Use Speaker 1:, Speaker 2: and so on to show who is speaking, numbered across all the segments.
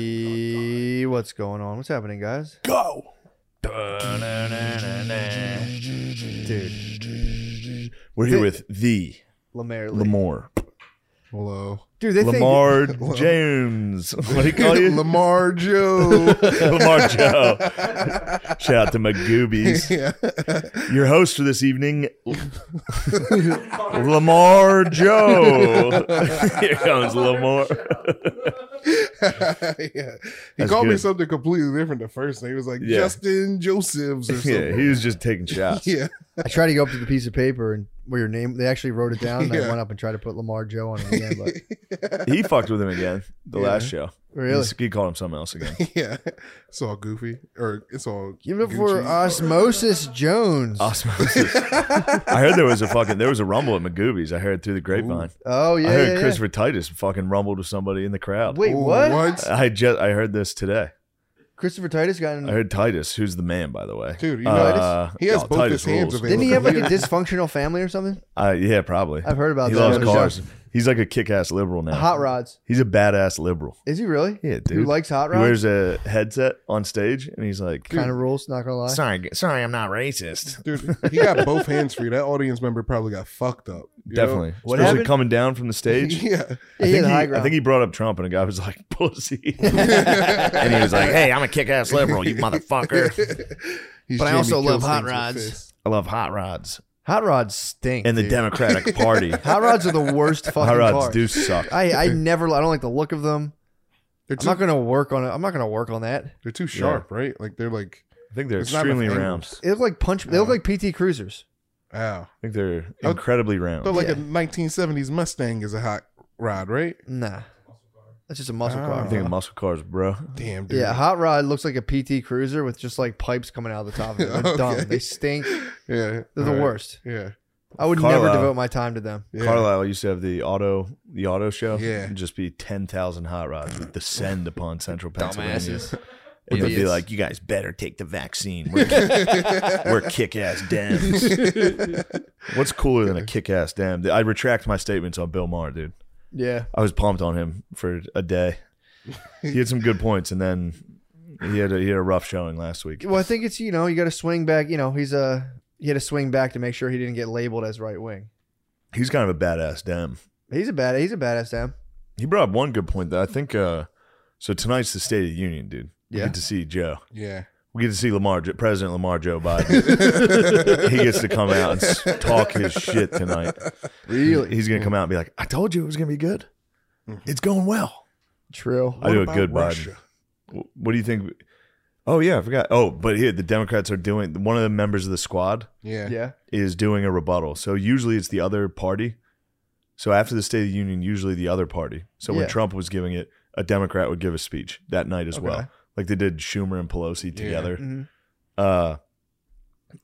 Speaker 1: Hey, what's going on? What's happening, guys?
Speaker 2: Go.
Speaker 1: Dude,
Speaker 2: We're here
Speaker 1: Thi-
Speaker 2: with the
Speaker 1: Lamar. Lee.
Speaker 2: Lamar.
Speaker 3: Hello.
Speaker 1: Dude, they
Speaker 2: Lamar James. What do you call you?
Speaker 3: Lamar Joe.
Speaker 2: Lamar Joe. Shout out to my goobies.
Speaker 3: yeah.
Speaker 2: Your host for this evening, Lamar Joe. here comes Lamar.
Speaker 3: yeah. He
Speaker 2: That's
Speaker 3: called me
Speaker 2: good.
Speaker 3: something completely different the first day. He was like
Speaker 2: Yeah.
Speaker 3: Justin Josephs or
Speaker 2: yeah,
Speaker 3: something.
Speaker 2: he was just taking shots.
Speaker 3: Yeah.
Speaker 1: think I tried to go up to the piece of paper and where your name. They actually wrote it down. And I
Speaker 3: Yeah.
Speaker 1: went up and tried to put Lamar Joe on it again, but
Speaker 2: He fucked with him again the
Speaker 3: Yeah.
Speaker 2: last show.
Speaker 1: really,
Speaker 2: He's- He called him something else again.
Speaker 3: Yeah. It's all goofy. Or it's all
Speaker 1: give it up for Osmosis Jones.
Speaker 2: Osmosis. I heard there was a fucking there was a rumble at Magoobies. I heard it through the grapevine.
Speaker 1: oh yeah,
Speaker 2: I heard
Speaker 1: yeah, yeah.
Speaker 2: Christopher Titus fucking rumbled with somebody in the crowd.
Speaker 1: Wait,
Speaker 3: Ooh,
Speaker 1: what?
Speaker 2: I just I heard this today.
Speaker 1: Christopher Titus got
Speaker 2: I
Speaker 1: in.
Speaker 2: heard Titus, who's the man, by the way.
Speaker 3: Dude, you know,
Speaker 2: Uh,
Speaker 3: he has
Speaker 2: no,
Speaker 3: both
Speaker 2: Titus
Speaker 3: his hands
Speaker 2: rules.
Speaker 3: available.
Speaker 1: Didn't he have like a dysfunctional family or something?
Speaker 2: Uh, yeah, probably.
Speaker 1: I've heard about
Speaker 2: He
Speaker 1: that.
Speaker 2: loves
Speaker 1: on the
Speaker 2: cars.
Speaker 1: show.
Speaker 2: He's like a kick-ass liberal now.
Speaker 1: Hot rods.
Speaker 2: He's a badass liberal.
Speaker 1: Is he really?
Speaker 2: Yeah, dude.
Speaker 1: Who likes hot
Speaker 2: He
Speaker 1: rods?
Speaker 2: wears a headset on stage, and he's like,
Speaker 1: Kind of rules. Not gonna lie.
Speaker 2: "Sorry, g- sorry, I'm not racist."
Speaker 3: Dude, he got both hands free. That audience member probably got fucked up. you know?
Speaker 2: Definitely,
Speaker 1: What
Speaker 2: especially
Speaker 1: happened?
Speaker 2: coming down from the stage.
Speaker 3: Yeah.
Speaker 1: Yeah, he
Speaker 2: I
Speaker 1: had
Speaker 2: think,
Speaker 1: the
Speaker 2: he,
Speaker 1: high
Speaker 2: I
Speaker 1: ground.
Speaker 2: think he brought up Trump, and a guy was like, "Pussy," and he was like, "Hey, I'm a kick-ass liberal, you motherfucker.
Speaker 3: He's
Speaker 1: But I
Speaker 3: Jamie
Speaker 1: also love
Speaker 3: Kills
Speaker 1: hot
Speaker 3: things with
Speaker 1: rods.
Speaker 3: fists.
Speaker 2: I love hot rods
Speaker 1: hot rods stink.
Speaker 2: and the
Speaker 1: dude.
Speaker 2: Democratic Party.
Speaker 1: Hot rods are the worst fucking
Speaker 2: hot rods
Speaker 1: cars.
Speaker 2: do suck.
Speaker 1: I, I never I don't like the look of them.
Speaker 3: They're
Speaker 1: I'm
Speaker 3: too,
Speaker 1: not gonna work on it. I'm not gonna work on that.
Speaker 3: they're too sharp, right? Like they're like
Speaker 2: I think they're
Speaker 3: It's not
Speaker 2: extremely
Speaker 3: enough
Speaker 2: round.
Speaker 3: angles.
Speaker 1: They look like punch. They look like PT Cruisers.
Speaker 3: Ow.
Speaker 2: I think they're
Speaker 3: Oh,
Speaker 2: incredibly round.
Speaker 3: So like
Speaker 1: Yeah.
Speaker 3: a 1970s Mustang is a hot rod, right?
Speaker 1: Nah, that's just a muscle
Speaker 3: Ah.
Speaker 1: car.
Speaker 2: I think of muscle cars, bro.
Speaker 3: Damn, dude.
Speaker 1: yeah, hot rod looks like a PT Cruiser with just like pipes coming out of the top of it. They're
Speaker 3: Okay.
Speaker 1: dumb. They stink. They're
Speaker 3: Yeah.
Speaker 1: the
Speaker 3: Alright.
Speaker 1: worst.
Speaker 3: Yeah.
Speaker 1: I would never
Speaker 2: Carlisle.
Speaker 1: devote my time to them.
Speaker 3: yeah.
Speaker 2: Carlisle used to have the auto the auto show.
Speaker 3: Yeah.
Speaker 2: It'd just be ten thousand hot rods would descend upon central Pennsylvania.
Speaker 1: Dumbasses.
Speaker 2: And they'd be
Speaker 1: Idiots.
Speaker 2: like, You guys better take the vaccine. We're, we're kick ass dams. What's cooler than a kick ass dam? I retract my statements on Bill Maher, dude.
Speaker 1: Yeah,
Speaker 2: I was pumped on him for a day. He had some good points and then he had a, he had a rough showing last week.
Speaker 1: well, I think it's you know you got to swing back. You know he's a he had to swing back to make sure he didn't get labeled as right wing.
Speaker 2: He's kind of a badass dam.
Speaker 1: He's a bad he's a badass damn.
Speaker 2: He brought up one good point that I think. Uh, so tonight's the State of the Union, dude. We
Speaker 1: Yeah.
Speaker 2: get to see Joe.
Speaker 3: Yeah.
Speaker 2: We get to see Lamar, Jo- President Lamar Joe Biden. he gets to come out and s- talk his shit tonight.
Speaker 1: Really Mm-hmm.
Speaker 2: He's gonna come out and be like, "I told you it was gonna be good. It's going well."
Speaker 1: true.
Speaker 2: I do a
Speaker 3: about
Speaker 2: good Biden.
Speaker 3: Russia?
Speaker 2: W- What do you think? Oh yeah, I forgot. Oh, but here the Democrats are doing. One of the members of the squad
Speaker 3: Yeah.
Speaker 1: Yeah.
Speaker 2: is doing a rebuttal. So usually it's the other party. So after the State of the Union, usually the other party. So when
Speaker 1: Yeah.
Speaker 2: Trump was giving it, a Democrat would give a speech that night as
Speaker 1: Okay.
Speaker 2: well, like they did Schumer and Pelosi
Speaker 3: Yeah.
Speaker 2: together.
Speaker 1: hmm
Speaker 2: Uh,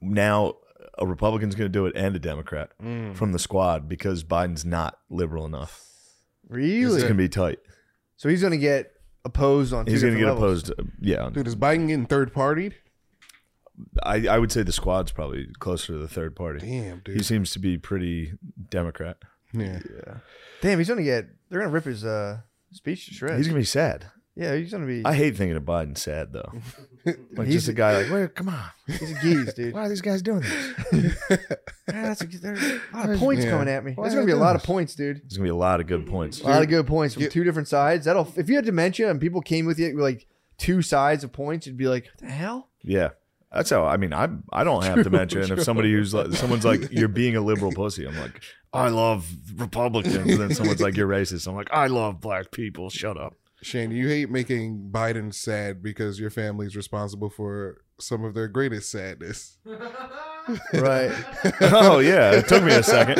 Speaker 2: now a Republican's going to do it and a Democrat
Speaker 3: Mm.
Speaker 2: from the squad because Biden's not liberal enough.
Speaker 1: Really.
Speaker 2: It's going to be tight.
Speaker 1: So he's going to get opposed on. Two
Speaker 2: He's going to get
Speaker 1: different levels.
Speaker 2: opposed. uh, Yeah,
Speaker 3: Dude, is Biden getting third partied?
Speaker 2: I, I would say the squad's probably closer to the third party.
Speaker 3: Damn, dude.
Speaker 2: He seems to be pretty Democrat.
Speaker 3: yeah.
Speaker 1: Damn, he's going to get. They're going to rip his uh, speech to shreds.
Speaker 2: He's going to be sad.
Speaker 1: yeah, he's going to be.
Speaker 2: I hate thinking of Biden sad though. Like
Speaker 1: He's-
Speaker 2: just a guy like, wait, come on,
Speaker 1: he's a geese, dude.
Speaker 2: why are these guys doing this?
Speaker 1: Ah, that's a, there's a lot of points
Speaker 3: Yeah.
Speaker 1: coming at me. There's
Speaker 2: are
Speaker 1: going to be
Speaker 2: they
Speaker 1: a
Speaker 2: doing
Speaker 1: lot of
Speaker 2: this?
Speaker 1: points, dude.
Speaker 2: There's gonna be a lot of good points.
Speaker 1: A lot of good points from
Speaker 3: you-
Speaker 1: two different sides. That'll. If you had dementia and people came with you like two sides of points, you'd be like, what the hell?
Speaker 2: Yeah, that's how. I mean, I I don't have dementia, and if somebody who's like, someone's like, you're being a liberal pussy, I'm like, I love Republicans, and then someone's like, you're racist, I'm like, I love black people. Shut up.
Speaker 3: Shane, you hate making Biden sad because your family's responsible for some of their greatest sadness.
Speaker 1: Right.
Speaker 2: oh yeah, it took me a second.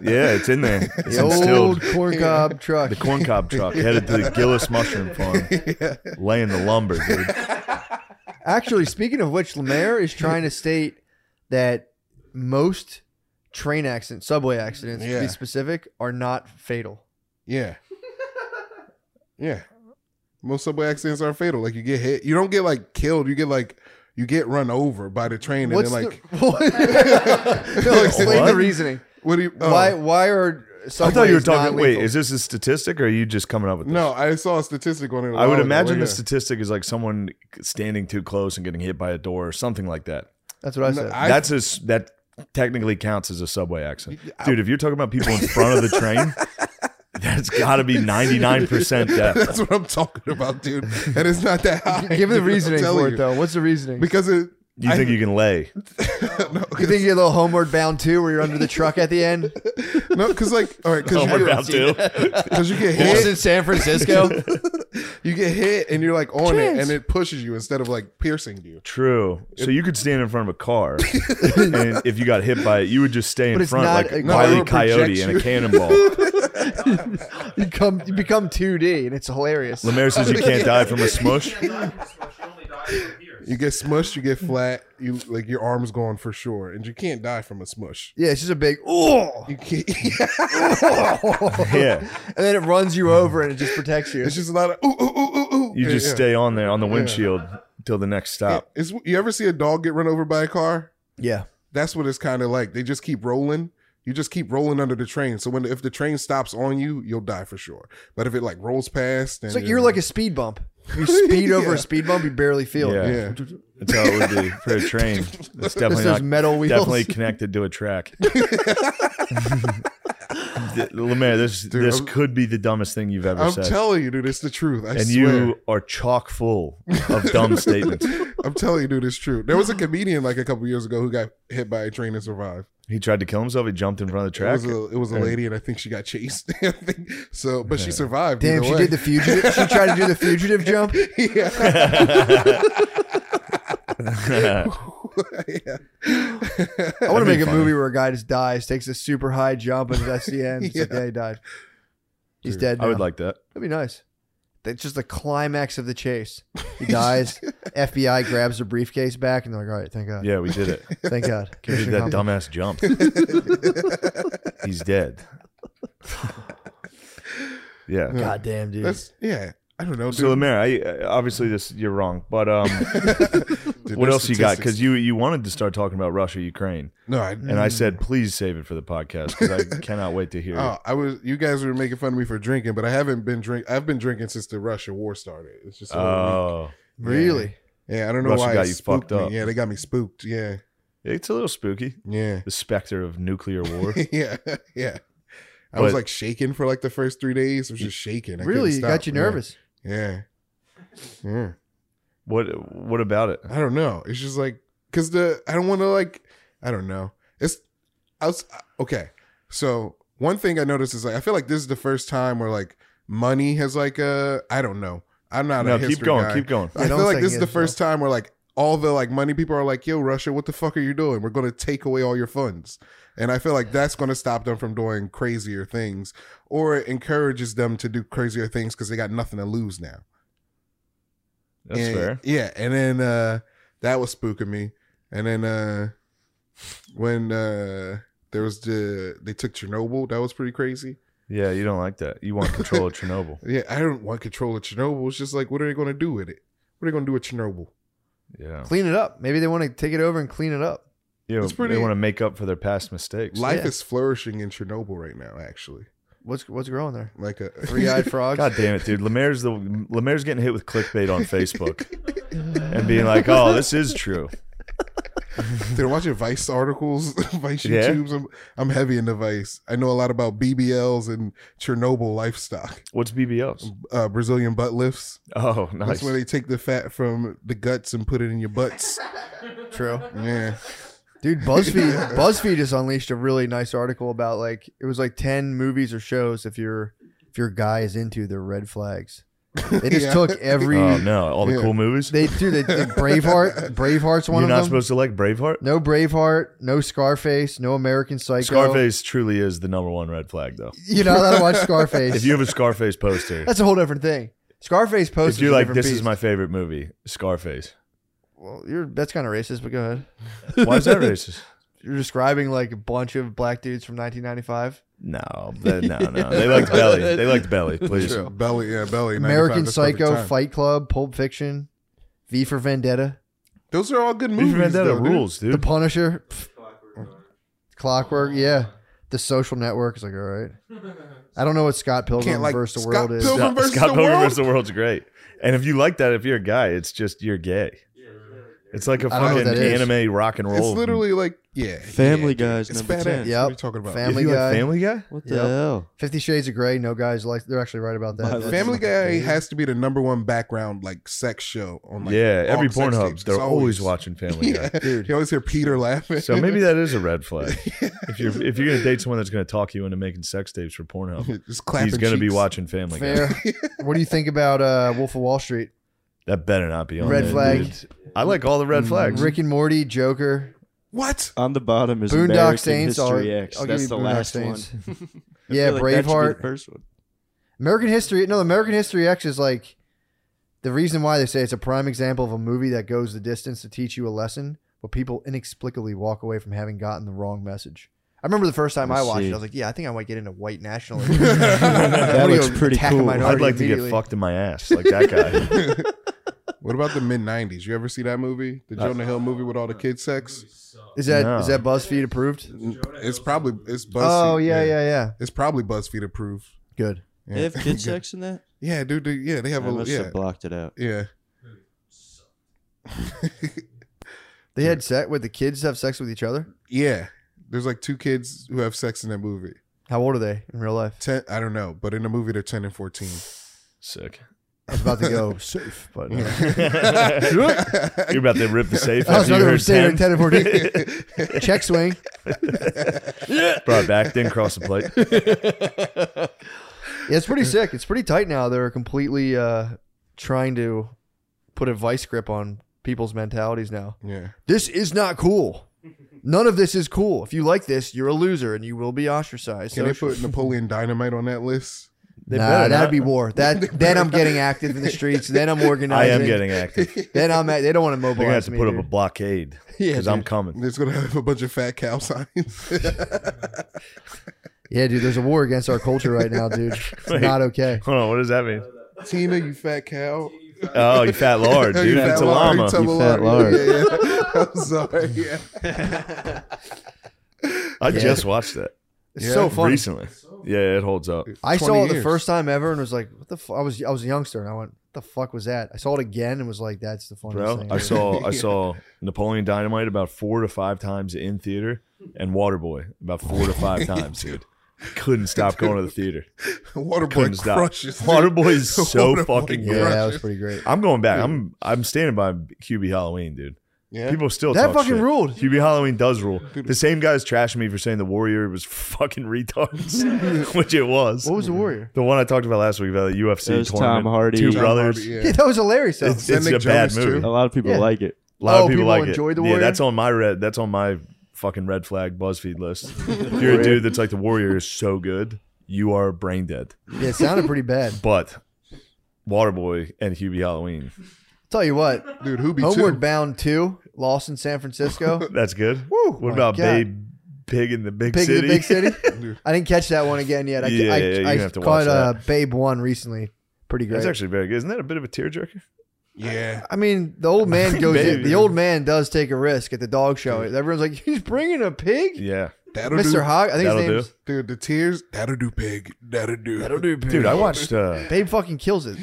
Speaker 2: Yeah, it's in there. It's
Speaker 1: the old
Speaker 2: instilled.
Speaker 1: corncob truck.
Speaker 2: The corn cob truck headed to the Gillis mushroom farm, laying the lumber, dude.
Speaker 1: Actually, speaking of which, Lemaire is trying to state that most train accidents, subway accidents, to
Speaker 3: Yeah.
Speaker 1: be specific, are not fatal.
Speaker 3: Yeah. Yeah. Most subway accidents are fatal. Like you get hit. You don't get like killed. You get like you get run over by the train and
Speaker 1: What's
Speaker 3: then like
Speaker 1: the, no, explain the
Speaker 2: What?
Speaker 1: reasoning.
Speaker 3: what do you oh,
Speaker 1: Why why are
Speaker 2: I
Speaker 1: Subway
Speaker 2: thought you were
Speaker 1: is
Speaker 2: talking. Wait,
Speaker 1: non-lethal.
Speaker 2: is this a statistic, or are you just coming up with this?
Speaker 3: No, I saw a statistic on it. I
Speaker 2: I would imagine
Speaker 3: Oh, yeah.
Speaker 2: the statistic is like someone standing too close and getting hit by a door or something like that.
Speaker 1: that's what I
Speaker 3: No,
Speaker 1: said.
Speaker 3: I-
Speaker 2: That's as that technically counts as a subway accident,
Speaker 3: I-
Speaker 2: dude. If you're talking about people in front of the train, that's got to be 99 percent death.
Speaker 3: That's what I'm talking about, dude. And it's not that high.
Speaker 1: Give the
Speaker 3: dude, I'm
Speaker 1: reasoning
Speaker 3: telling
Speaker 1: for it
Speaker 3: you.
Speaker 1: though. What's the reasoning?
Speaker 3: Because it.
Speaker 2: Do you
Speaker 3: I-
Speaker 2: think you can lay?
Speaker 3: no,
Speaker 1: you think you get a little homeward bound too, where you're under the truck at the end?
Speaker 3: no, because like, all right, because
Speaker 2: Oh, we're
Speaker 3: you,
Speaker 2: about to.
Speaker 3: because you get
Speaker 1: This
Speaker 3: hit,
Speaker 1: in San Francisco.
Speaker 3: you get hit, and you're like on it,
Speaker 1: Chance.
Speaker 3: and it pushes you instead of like piercing you.
Speaker 2: True. So you could stand in front of a car, and if you got hit by it, you would just stay in
Speaker 1: But it's
Speaker 2: front
Speaker 1: not
Speaker 2: like
Speaker 1: a-
Speaker 2: a
Speaker 1: No,
Speaker 3: it
Speaker 2: wily
Speaker 3: would
Speaker 2: coyote
Speaker 3: project
Speaker 2: and
Speaker 3: you.
Speaker 2: a cannonball.
Speaker 1: you come, you become 2D, and it's hilarious.
Speaker 2: Lemaire says you can't die from a smush.
Speaker 3: You get smushed, you get flat, you like your arms gone for sure, and you can't die from a smush.
Speaker 1: Yeah, it's just a big oh,
Speaker 3: You can't.
Speaker 2: Yeah,
Speaker 1: and then it runs you over, and it just protects you.
Speaker 3: It's just a lot of ooh ooh ooh ooh ooh.
Speaker 2: you
Speaker 3: Yeah,
Speaker 2: just
Speaker 3: yeah.
Speaker 2: stay on there on the windshield till the next stop.
Speaker 3: It's you ever see a dog get run over by a car?
Speaker 1: Yeah,
Speaker 3: That's what it's kind of like. They just keep rolling. You just keep rolling under the train. So when if the train stops on you, you'll die for sure. But if it like rolls past, and
Speaker 1: it's like you're like a speed bump. You speed over
Speaker 3: Yeah.
Speaker 1: a spepeed bump, you barely feel
Speaker 2: Yeah.
Speaker 1: it.
Speaker 3: yeah.
Speaker 2: That's how it would be for a train. It's
Speaker 1: It's
Speaker 2: definitely
Speaker 1: those
Speaker 2: not
Speaker 1: metal wheels.
Speaker 2: definitely connected to a track. D- Lemaire, this this
Speaker 3: I'm-
Speaker 2: could be the dumbest thing you've ever
Speaker 3: I'm
Speaker 2: said,
Speaker 3: telling you, dude, it's the truth. I
Speaker 2: and
Speaker 3: swear.
Speaker 2: you are chock full of dumb statements.
Speaker 3: I'm telling you, dude, it's true. There was a comedian like a couple years ago who got hit by a train and survived.
Speaker 2: He tried to kill himself. He jumped in front of the
Speaker 3: It
Speaker 2: track.
Speaker 3: was a it was a lady, and I think she got chased. I think- so, but she survived.
Speaker 1: Damn,
Speaker 3: either
Speaker 1: she
Speaker 3: way.
Speaker 1: did the fugitive. She tried to do the fugitive jump.
Speaker 3: yeah.
Speaker 1: I want to
Speaker 2: That'd be
Speaker 1: make a
Speaker 2: funny.
Speaker 1: movie where a guy just dies, takes a super high jump, and that's the end. It's like,
Speaker 3: Yeah.
Speaker 1: yeah, he died. He's dead. Now.
Speaker 2: I would like that.
Speaker 1: That'd be nice. That's just the climax of the chase. He dies. FBI grabs the briefcase back, and they're like, "All right, thank God,
Speaker 2: Yeah, we did it.
Speaker 1: thank God."
Speaker 2: Can we do
Speaker 1: Mission
Speaker 2: that
Speaker 1: accomplished.
Speaker 2: dumbass jump? He's dead. yeah.
Speaker 1: Goddamn, dude.
Speaker 3: That's yeah. I don't know. Dude.
Speaker 2: So, Lemaire, I, uh, obviously this you're wrong, but um,
Speaker 3: Dude,
Speaker 2: what
Speaker 3: there's
Speaker 2: else you got?
Speaker 3: statistics.
Speaker 2: Because you you wanted to start talking about Russia Ukraine,
Speaker 3: no, I,
Speaker 2: and I said please save it for the podcast because I cannot wait to hear. it.
Speaker 3: Mm. oh, I was. You guys were making fun of me for drinking, but I haven't been drink. I've been drinking since the Russia war started. It's just. a little weak.
Speaker 2: Oh,
Speaker 1: really?
Speaker 3: yeah, I don't know
Speaker 2: Russia
Speaker 3: why
Speaker 2: got
Speaker 3: it
Speaker 2: you
Speaker 3: spooked
Speaker 2: fucked up.
Speaker 3: Me. Yeah, they got me spooked. Yeah,
Speaker 2: it's a little spooky.
Speaker 3: yeah,
Speaker 2: The specter of nuclear war.
Speaker 3: yeah, yeah. I was
Speaker 2: But-
Speaker 3: like shaking for like the first three days. I was just shaking. I
Speaker 1: Really?
Speaker 3: couldn't
Speaker 1: It
Speaker 3: stop.
Speaker 1: got you
Speaker 3: Yeah.
Speaker 1: nervous?
Speaker 3: Yeah. Yeah.
Speaker 2: what what about it?
Speaker 3: I don't know. It's just like because the I don't want to like I don't know. It's I was okay. So one thing I noticed is like I feel like this is the first time where like money has like uh I don't know. I'm not
Speaker 2: No,
Speaker 3: a history
Speaker 2: keep going,
Speaker 3: guy.
Speaker 2: keep going.
Speaker 1: Yeah,
Speaker 3: I feel
Speaker 1: don't
Speaker 3: like
Speaker 1: second
Speaker 3: this is the
Speaker 1: guess
Speaker 3: first time where like all the like money people are like, "Yo, Russia, what the fuck are you doing? We're going to take away all your funds." And I feel like that's going to stop them from doing crazier things, or it encourages them to do crazier things because they got nothing to lose now.
Speaker 2: That's
Speaker 3: And-
Speaker 2: fair.
Speaker 3: Yeah, and then uh that was spooking me. And then uh when uh there was the they took Chernobyl, that was pretty crazy.
Speaker 2: Yeah, you don't like that. You want control of Chernobyl.
Speaker 3: Yeah, I don't want control of Chernobyl. It's just like what are they gonna do with it? What are they gonna do with Chernobyl?
Speaker 2: Yeah,
Speaker 1: Clean it up. Maybe they want to take it over and clean it up.
Speaker 2: yeah.
Speaker 3: It's pretty-
Speaker 2: They want to make up for their past mistakes.
Speaker 3: Life
Speaker 1: Yeah.
Speaker 3: is flourishing in Chernobyl right now, actually.
Speaker 1: What's what's growing there?
Speaker 3: Like a
Speaker 1: Three-eyed frogs.
Speaker 2: God damn it, dude. Lemaire's the Lemaire's getting hit with clickbait on Facebook and being like, "Oh, this is true."
Speaker 3: They're watching Vice articles, Vice
Speaker 2: Yeah.
Speaker 3: YouTubes. I'm, I'm heavy into Vice. I know a lot about BBLs and Chernobyl livestock,
Speaker 2: What's BBLs?
Speaker 3: uh, Brazilian butt lifts.
Speaker 2: Oh, nice.
Speaker 3: That's where they take the fat from the guts and put it in your butts.
Speaker 1: True.
Speaker 3: Yeah.
Speaker 1: Dude, BuzzFeed BuzzFeed just unleashed a really nice article about like it was like ten movies or shows if your if your guy is into their red flags. They just
Speaker 3: Yeah.
Speaker 1: took every
Speaker 2: oh no, all the
Speaker 3: Yeah.
Speaker 2: cool movies.
Speaker 1: they do they, they Braveheart Braveheart's one
Speaker 2: You're
Speaker 1: of
Speaker 2: not
Speaker 1: them.
Speaker 2: supposed to like Braveheart.
Speaker 1: no Braveheart, no Scarface, no American Psycho.
Speaker 2: Scarface truly is the number one red flag, though.
Speaker 1: You're not allowed to watch Scarface.
Speaker 2: If you have a Scarface poster,
Speaker 1: That's a whole different thing. Scarface
Speaker 2: if
Speaker 1: posted.
Speaker 2: you're like, "This is my favorite movie," Scarface.
Speaker 1: Well, you're that's kind of racist, but go ahead.
Speaker 2: Why is that racist?
Speaker 1: You're describing like a bunch of black dudes from 1995.
Speaker 2: No, but- no, no. They liked Belly. They liked Belly. Please.
Speaker 1: True.
Speaker 3: Belly, yeah, belly. 95,
Speaker 1: American
Speaker 3: that's perfect
Speaker 1: Psycho,
Speaker 3: time.
Speaker 1: Fight Club, Pulp Fiction, V for Vendetta.
Speaker 3: Those are all good
Speaker 2: Movies,
Speaker 3: movies.
Speaker 2: Vendetta
Speaker 3: though, dude.
Speaker 2: rules,
Speaker 1: The
Speaker 2: dude.
Speaker 1: Punisher. Pff. Clockwork, yeah. The social network is like, all right. I don't know what Scott Pilgrim
Speaker 3: Can't like
Speaker 1: versus the
Speaker 3: Scott
Speaker 1: world is.
Speaker 3: Pilgrim-
Speaker 2: Scott,
Speaker 3: versus
Speaker 2: Scott
Speaker 3: the
Speaker 2: Pilgrim
Speaker 3: World?
Speaker 2: versus the World's great. And if you like that, if you're a guy, it's just you're gay. It's like a
Speaker 1: I don't know what
Speaker 2: fucking
Speaker 1: that is.
Speaker 2: anime rock and roll.
Speaker 3: It's literally like yeah,
Speaker 4: Family
Speaker 3: yeah, dude.
Speaker 4: Guy's
Speaker 3: It's
Speaker 4: number
Speaker 3: badass. What
Speaker 4: 10.
Speaker 3: are you
Speaker 1: Yep.
Speaker 3: talking about?
Speaker 1: Fam-
Speaker 2: If
Speaker 1: Family
Speaker 2: you like
Speaker 1: Guy.
Speaker 2: Family Guy.
Speaker 4: What the
Speaker 1: Yep.
Speaker 4: hell?
Speaker 1: Fifty Shades of Grey. No guys like. They're actually right about that.
Speaker 4: My-
Speaker 1: That's
Speaker 3: Family
Speaker 1: fucking
Speaker 3: Guy
Speaker 1: crazy.
Speaker 3: has to be the number one background like sex show
Speaker 1: Oh
Speaker 3: on like
Speaker 2: yeah,
Speaker 3: all
Speaker 2: every
Speaker 3: sex tapes.
Speaker 2: Pornhub's they're
Speaker 3: It's
Speaker 2: always watching Family
Speaker 3: Yeah,
Speaker 2: Guy.
Speaker 1: Dude.
Speaker 3: you always hear Peter laughing.
Speaker 2: So maybe that is a red flag. If you're if you're gonna date someone that's gonna talk you into making sex tapes for Pornhub,
Speaker 3: just clapping.
Speaker 2: he's gonna be
Speaker 3: cheeks.
Speaker 2: watching Family Guy.
Speaker 1: Fair.
Speaker 3: Oh
Speaker 1: what do you think about uh, Wolf of Wall Street?
Speaker 2: That better not be on
Speaker 1: Red
Speaker 2: there,
Speaker 1: flag. Mm,
Speaker 2: dude. I like all the red flags.
Speaker 1: Rick and Morty, Joker,
Speaker 3: What?
Speaker 4: On the bottom is
Speaker 1: Boondock
Speaker 4: American
Speaker 1: Saints, I'll-
Speaker 4: History X.
Speaker 1: I'll give
Speaker 4: That's
Speaker 1: you
Speaker 4: the
Speaker 1: Boondock
Speaker 4: last
Speaker 1: Saints.
Speaker 4: one. I
Speaker 1: Yeah,
Speaker 4: feel like that should be the
Speaker 1: Braveheart.
Speaker 4: first one.
Speaker 1: American History. No, American History X is like the reason why they say it's a prime example of a movie that goes the distance to teach you a lesson, but people inexplicably walk away from having gotten the wrong message. I remember the first time
Speaker 4: I
Speaker 1: I, watched
Speaker 4: see.
Speaker 1: it, I was like, "Yeah, I think I might get into white nationalism."
Speaker 4: That
Speaker 1: What are
Speaker 4: looks
Speaker 1: you,
Speaker 4: pretty
Speaker 1: attack a
Speaker 4: cool.
Speaker 1: minority
Speaker 2: I'd like to get
Speaker 1: immediately?
Speaker 2: fucked in my ass like that guy.
Speaker 3: What about the mid '90s? You ever see that movie, the
Speaker 2: Uh,
Speaker 3: Jonah Hill movie with all the kid sex?
Speaker 1: Is that is
Speaker 2: No.
Speaker 1: that BuzzFeed approved?
Speaker 3: It's probably it's BuzzFeed.
Speaker 1: Oh yeah, yeah, yeah.
Speaker 3: It's probably BuzzFeed approved.
Speaker 1: Good.
Speaker 3: Yeah.
Speaker 4: They have kid sex in that?
Speaker 3: Yeah, dude, dude. Yeah, they
Speaker 4: I
Speaker 3: have a
Speaker 4: must
Speaker 3: yeah,
Speaker 4: have blocked it out.
Speaker 3: yeah.
Speaker 1: They had sex with the kids have sex with each other.
Speaker 3: Yeah. There's like two kids who have sex in that movie.
Speaker 1: How old are they in real life?
Speaker 3: Ten, I don't know, but in the movie they're ten and fourteen.
Speaker 2: Sick.
Speaker 1: I was about to go safe, but no.
Speaker 2: You're about to rip the safe.
Speaker 1: I was
Speaker 2: after
Speaker 1: about
Speaker 2: you
Speaker 1: to
Speaker 2: heard
Speaker 1: say they're 10 and 14.
Speaker 2: 10?
Speaker 1: Check swing.
Speaker 2: Brought back, didn't cross the plate.
Speaker 1: Yeah, it's pretty sick. It's pretty tight now. They're completely uh, trying to put a vice grip on people's mentalities now.
Speaker 3: yeah.
Speaker 1: This is not cool. None of this is cool. If you like this, you're a loser and you will be ostracized.
Speaker 3: Can they
Speaker 1: So-
Speaker 3: put Napoleon Dynamite on that list?
Speaker 2: They
Speaker 1: nah,
Speaker 2: better
Speaker 1: that'd
Speaker 2: not.
Speaker 1: be war. That then I'm getting active in the streets. Then I'm
Speaker 2: I
Speaker 1: organizing.
Speaker 2: am getting active. They're
Speaker 1: Then I'm. At, they don't want to
Speaker 2: gonna
Speaker 1: mobilize
Speaker 2: have to
Speaker 1: me.
Speaker 2: put up
Speaker 1: dude.
Speaker 2: a blockade
Speaker 1: Yeah,
Speaker 2: because I'm
Speaker 1: dude.
Speaker 2: coming.
Speaker 3: It's gonna have a bunch of fat cow signs.
Speaker 1: Yeah, dude. There's a war against our culture right now, dude. It's
Speaker 2: Wait.
Speaker 1: not okay.
Speaker 2: Hold on, what does that mean?
Speaker 3: Tina, you fat cow.
Speaker 2: Oh, you fat lord,
Speaker 3: You
Speaker 2: dude.
Speaker 3: fat
Speaker 2: It's a
Speaker 3: lard,
Speaker 2: llama.
Speaker 3: tell
Speaker 4: You
Speaker 3: a
Speaker 4: fat
Speaker 3: lard.
Speaker 4: lard.
Speaker 3: Yeah, yeah. I'm sorry. Yeah.
Speaker 2: I just watched that
Speaker 1: It's
Speaker 3: Yeah.
Speaker 1: so funny.
Speaker 2: recently. Yeah, it holds up.
Speaker 1: I
Speaker 3: 20
Speaker 1: saw it the
Speaker 3: years.
Speaker 1: first time ever and was like, "What the? Fu-? I was I was a youngster and I went, "What the fuck was that?" I saw it again and was like, "That's the funniest
Speaker 2: Bro,
Speaker 1: thing."
Speaker 2: I
Speaker 1: ever."
Speaker 2: saw I
Speaker 3: Yeah.
Speaker 2: saw Napoleon Dynamite about four to five times in theater, and Waterboy about four to five times, dude. Couldn't stop going to the theater. Couldn't
Speaker 3: Waterboy
Speaker 2: stop.
Speaker 3: crushes. dude.
Speaker 2: Waterboy is so
Speaker 3: Waterboy
Speaker 2: fucking
Speaker 1: Yeah,
Speaker 2: good.
Speaker 1: that was pretty great.
Speaker 2: I'm going back. I'm I'm standing by QB Halloween, dude.
Speaker 3: Yeah.
Speaker 2: People still
Speaker 1: That
Speaker 2: talk
Speaker 1: fucking
Speaker 2: shit.
Speaker 1: ruled.
Speaker 2: QB Halloween does rule. The same guy's trashing me for saying the Warrior was fucking retards, which it was.
Speaker 1: What was the warrior?
Speaker 2: the one I talked about last week about the UFC
Speaker 4: It was Tom
Speaker 2: tournament?
Speaker 4: Hardy.
Speaker 2: two
Speaker 4: Tom
Speaker 2: brothers.
Speaker 3: Yeah.
Speaker 1: Yeah, that was hilarious. Though.
Speaker 2: It's,
Speaker 3: Is that
Speaker 2: it's
Speaker 3: Nick
Speaker 2: a bad
Speaker 3: Jonas,
Speaker 2: movie.
Speaker 3: too?
Speaker 4: A lot of people
Speaker 1: Yeah.
Speaker 4: like it.
Speaker 2: A lot
Speaker 1: Oh,
Speaker 2: of people,
Speaker 1: people
Speaker 2: like it.
Speaker 1: enjoy The
Speaker 2: yeah,
Speaker 1: Warrior?
Speaker 2: that's on my red. That's on my fucking red flag BuzzFeed list. if you're a dude that's like the Warrior is so good, you are brain dead.
Speaker 1: Yeah, it sounded pretty bad.
Speaker 2: But Waterboy and Hubie Halloween,
Speaker 1: Tell you what,
Speaker 3: Dude, who be
Speaker 1: Homeward
Speaker 3: too?
Speaker 1: Bound Two, lost in San Francisco.
Speaker 2: that's good.
Speaker 1: Woo,
Speaker 2: what
Speaker 1: Oh my
Speaker 2: about
Speaker 1: God.
Speaker 2: Babe Pig in the Big
Speaker 1: Big
Speaker 2: City?
Speaker 1: in the big city. I didn't catch that one again yet. I,
Speaker 2: Yeah,
Speaker 1: I,
Speaker 2: yeah, you're
Speaker 1: I
Speaker 2: gonna have to watch
Speaker 1: caught uh, Babe One recently. Pretty great.
Speaker 2: That's actually very good. Isn't that a bit of a tearjerker?
Speaker 3: Yeah.
Speaker 1: I mean, the old man goes.
Speaker 2: Babe.
Speaker 1: in- the old man does take a risk at the dog show. Everyone's like, "He's bringing a pig."
Speaker 2: Yeah,
Speaker 3: That'll
Speaker 1: Mr.
Speaker 3: do.
Speaker 1: Hog, I think his
Speaker 2: that'll
Speaker 1: name's
Speaker 2: do.
Speaker 3: Dude, the tears. That'll do, pig. That'll do. That'll
Speaker 1: do, pig.
Speaker 2: Dude, I watched uh,
Speaker 1: Babe fucking kills it,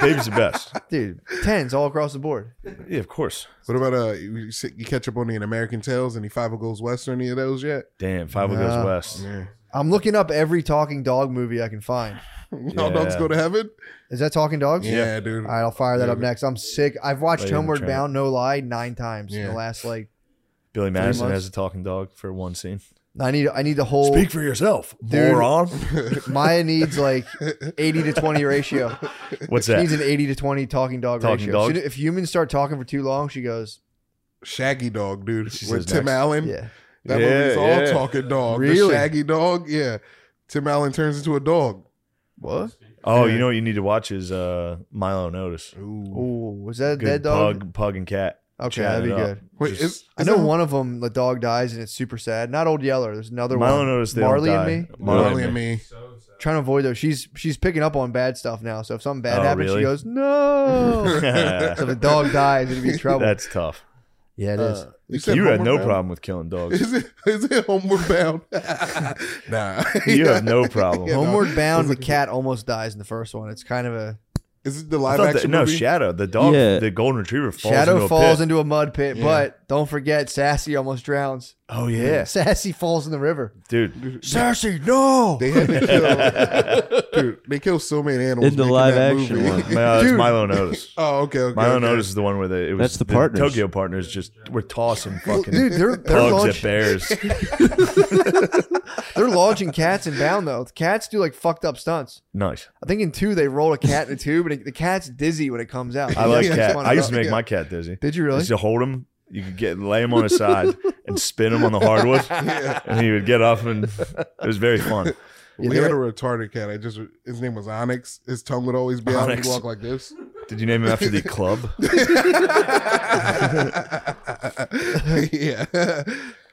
Speaker 2: Babe's the best.
Speaker 1: dude. Tens all across the board.
Speaker 2: Yeah, of course.
Speaker 3: What about uh? You, you sit- you catch up on the American Tales? Any Five Goes West or any of those yet?
Speaker 2: Damn, Five O
Speaker 1: Nah.
Speaker 2: Goes West.
Speaker 3: Yeah.
Speaker 1: I'm looking up every talking dog movie I can find.
Speaker 3: All dogs go to heaven.
Speaker 1: Is that talking dogs?
Speaker 3: Yeah, dude.
Speaker 1: All right, I'll fire that
Speaker 3: Yeah,
Speaker 1: up
Speaker 3: but-
Speaker 1: next. I'm sick. I've watched
Speaker 2: Lady and the
Speaker 1: Homeward
Speaker 2: Tramp.
Speaker 1: Bound, no lie, nine times in
Speaker 3: Yeah.
Speaker 1: the last like.
Speaker 2: Billy Madison
Speaker 1: months.
Speaker 2: has a talking dog for one scene.
Speaker 1: I need. I need the whole.
Speaker 2: Speak for yourself,
Speaker 1: Dude.
Speaker 2: moron.
Speaker 1: Maya needs like eighty to twenty ratio.
Speaker 2: What's
Speaker 1: She
Speaker 2: that?
Speaker 1: needs an eighty to twenty talking dog
Speaker 2: Talking
Speaker 1: ratio.
Speaker 2: dog?
Speaker 1: She- if humans start talking for too long, she goes,
Speaker 3: Shaggy Dog, dude.
Speaker 2: She
Speaker 3: with
Speaker 2: says
Speaker 3: Tim
Speaker 2: next.
Speaker 3: Allen.
Speaker 1: "Yeah."
Speaker 3: That
Speaker 2: Yeah,
Speaker 3: movie's all
Speaker 2: yeah.
Speaker 3: talking dog. The
Speaker 1: Really?
Speaker 3: Shaggy Dog. Yeah. Tim Allen turns into a dog.
Speaker 1: What?
Speaker 2: Oh,
Speaker 3: Yeah.
Speaker 2: you know what you need to watch is uh, Milo Notice.
Speaker 3: Ooh.
Speaker 1: Oh, is that a
Speaker 2: Good
Speaker 1: dead dog?
Speaker 2: Pug, pug and cat.
Speaker 1: Okay, that'd
Speaker 2: Chatting
Speaker 1: be
Speaker 2: it up.
Speaker 1: good.
Speaker 3: Wait,
Speaker 2: Just-
Speaker 3: is, is
Speaker 1: I know
Speaker 3: that-
Speaker 1: one of them. The dog dies, and it's super sad. Not Old Yeller. There's another
Speaker 2: Milo
Speaker 1: one.
Speaker 2: Notice. They
Speaker 1: Marley
Speaker 2: don't die.
Speaker 1: and me.
Speaker 3: Marley and me.
Speaker 1: Trying to avoid those. She's she's picking up on bad stuff now. So if something bad
Speaker 2: Oh,
Speaker 1: happens, she
Speaker 2: really?
Speaker 1: goes no. so if a dog dies, it'd be trouble.
Speaker 2: That's tough.
Speaker 1: Yeah, it is.
Speaker 2: Uh,
Speaker 3: You said
Speaker 2: you had
Speaker 3: homeward
Speaker 2: no
Speaker 3: bound.
Speaker 2: problem with killing dogs.
Speaker 3: Is it is it homeward bound? nah.
Speaker 2: You have no problem.
Speaker 3: Yeah, no.
Speaker 1: Homeward Bound, the cat almost dies in the first one. It's kind of a
Speaker 3: Is it the
Speaker 2: I
Speaker 3: live
Speaker 2: thought
Speaker 3: action
Speaker 2: that, no,
Speaker 3: movie?
Speaker 2: Shadow, the dog,
Speaker 4: Yeah.
Speaker 2: the golden retriever falls
Speaker 1: shadow
Speaker 2: into a
Speaker 1: falls
Speaker 2: pit.
Speaker 1: into a mud pit,
Speaker 3: Yeah.
Speaker 1: but don't forget, Sassy almost drowns.
Speaker 2: oh yeah,
Speaker 1: Sassy falls in the river.
Speaker 2: dude.
Speaker 1: Sassy, no.
Speaker 3: They had to kill, dude. They killed so many animals
Speaker 4: In the
Speaker 3: making
Speaker 4: live
Speaker 3: that
Speaker 4: action
Speaker 3: movie.
Speaker 4: one.
Speaker 2: No, that's
Speaker 1: Dude.
Speaker 2: uh, Milo and Otis.
Speaker 3: oh, okay, okay.
Speaker 2: Milo and
Speaker 3: okay.
Speaker 2: Otis is the one where they, it was
Speaker 4: That's the partners.
Speaker 2: Tokyo partners just were tossing fucking
Speaker 1: Dude, they're they're,
Speaker 2: bugs at
Speaker 1: launch,
Speaker 2: bears.
Speaker 1: they're launching cats in bound though. The cats do like fucked up stunts.
Speaker 2: nice.
Speaker 1: I think in two they roll a cat in a tube, and it, the cat's dizzy when it comes out.
Speaker 2: I like
Speaker 1: That's
Speaker 2: cat.
Speaker 1: fun
Speaker 2: I used to
Speaker 1: enough.
Speaker 2: make my cat dizzy.
Speaker 1: Did you
Speaker 2: I
Speaker 1: really?
Speaker 2: used to hold him. You could get lay him on his side and spin him on the hardwood, and he would get up, and it was very fun.
Speaker 1: Yeah,
Speaker 3: we
Speaker 1: they're-
Speaker 3: had a retarded cat. I just his name was Onyx. His tongue would always be out. and
Speaker 2: Onyx.
Speaker 3: He'd walk like this.
Speaker 2: Did you name him after the club?
Speaker 3: yeah. It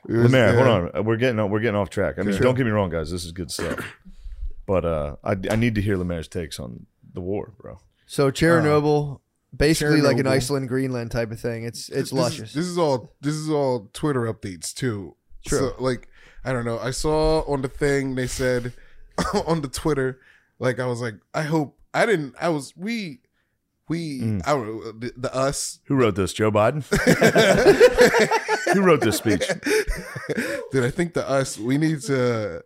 Speaker 3: was-
Speaker 2: Lemaire,
Speaker 3: yeah.
Speaker 2: hold on. Uh, We're getting we're getting off track. I mean, don't get me wrong, guys. This is good stuff. But uh, I I need to hear Lemaire's takes on the war, bro.
Speaker 1: So Chernobyl,
Speaker 2: uh,
Speaker 1: basically like an
Speaker 3: Chernobyl.
Speaker 1: Iceland Greenland type of thing. It's it's
Speaker 3: This is-
Speaker 1: luscious.
Speaker 3: This is all this is all Twitter updates too. True. So, like I don't know. I saw on the thing they said on the Twitter. Like I was like, I hope I didn't. I was we we
Speaker 1: Mm.
Speaker 3: I don't know, the, the us.
Speaker 2: Who wrote this? Joe Biden. Who wrote this speech?
Speaker 3: Dude, I think the us. We need to.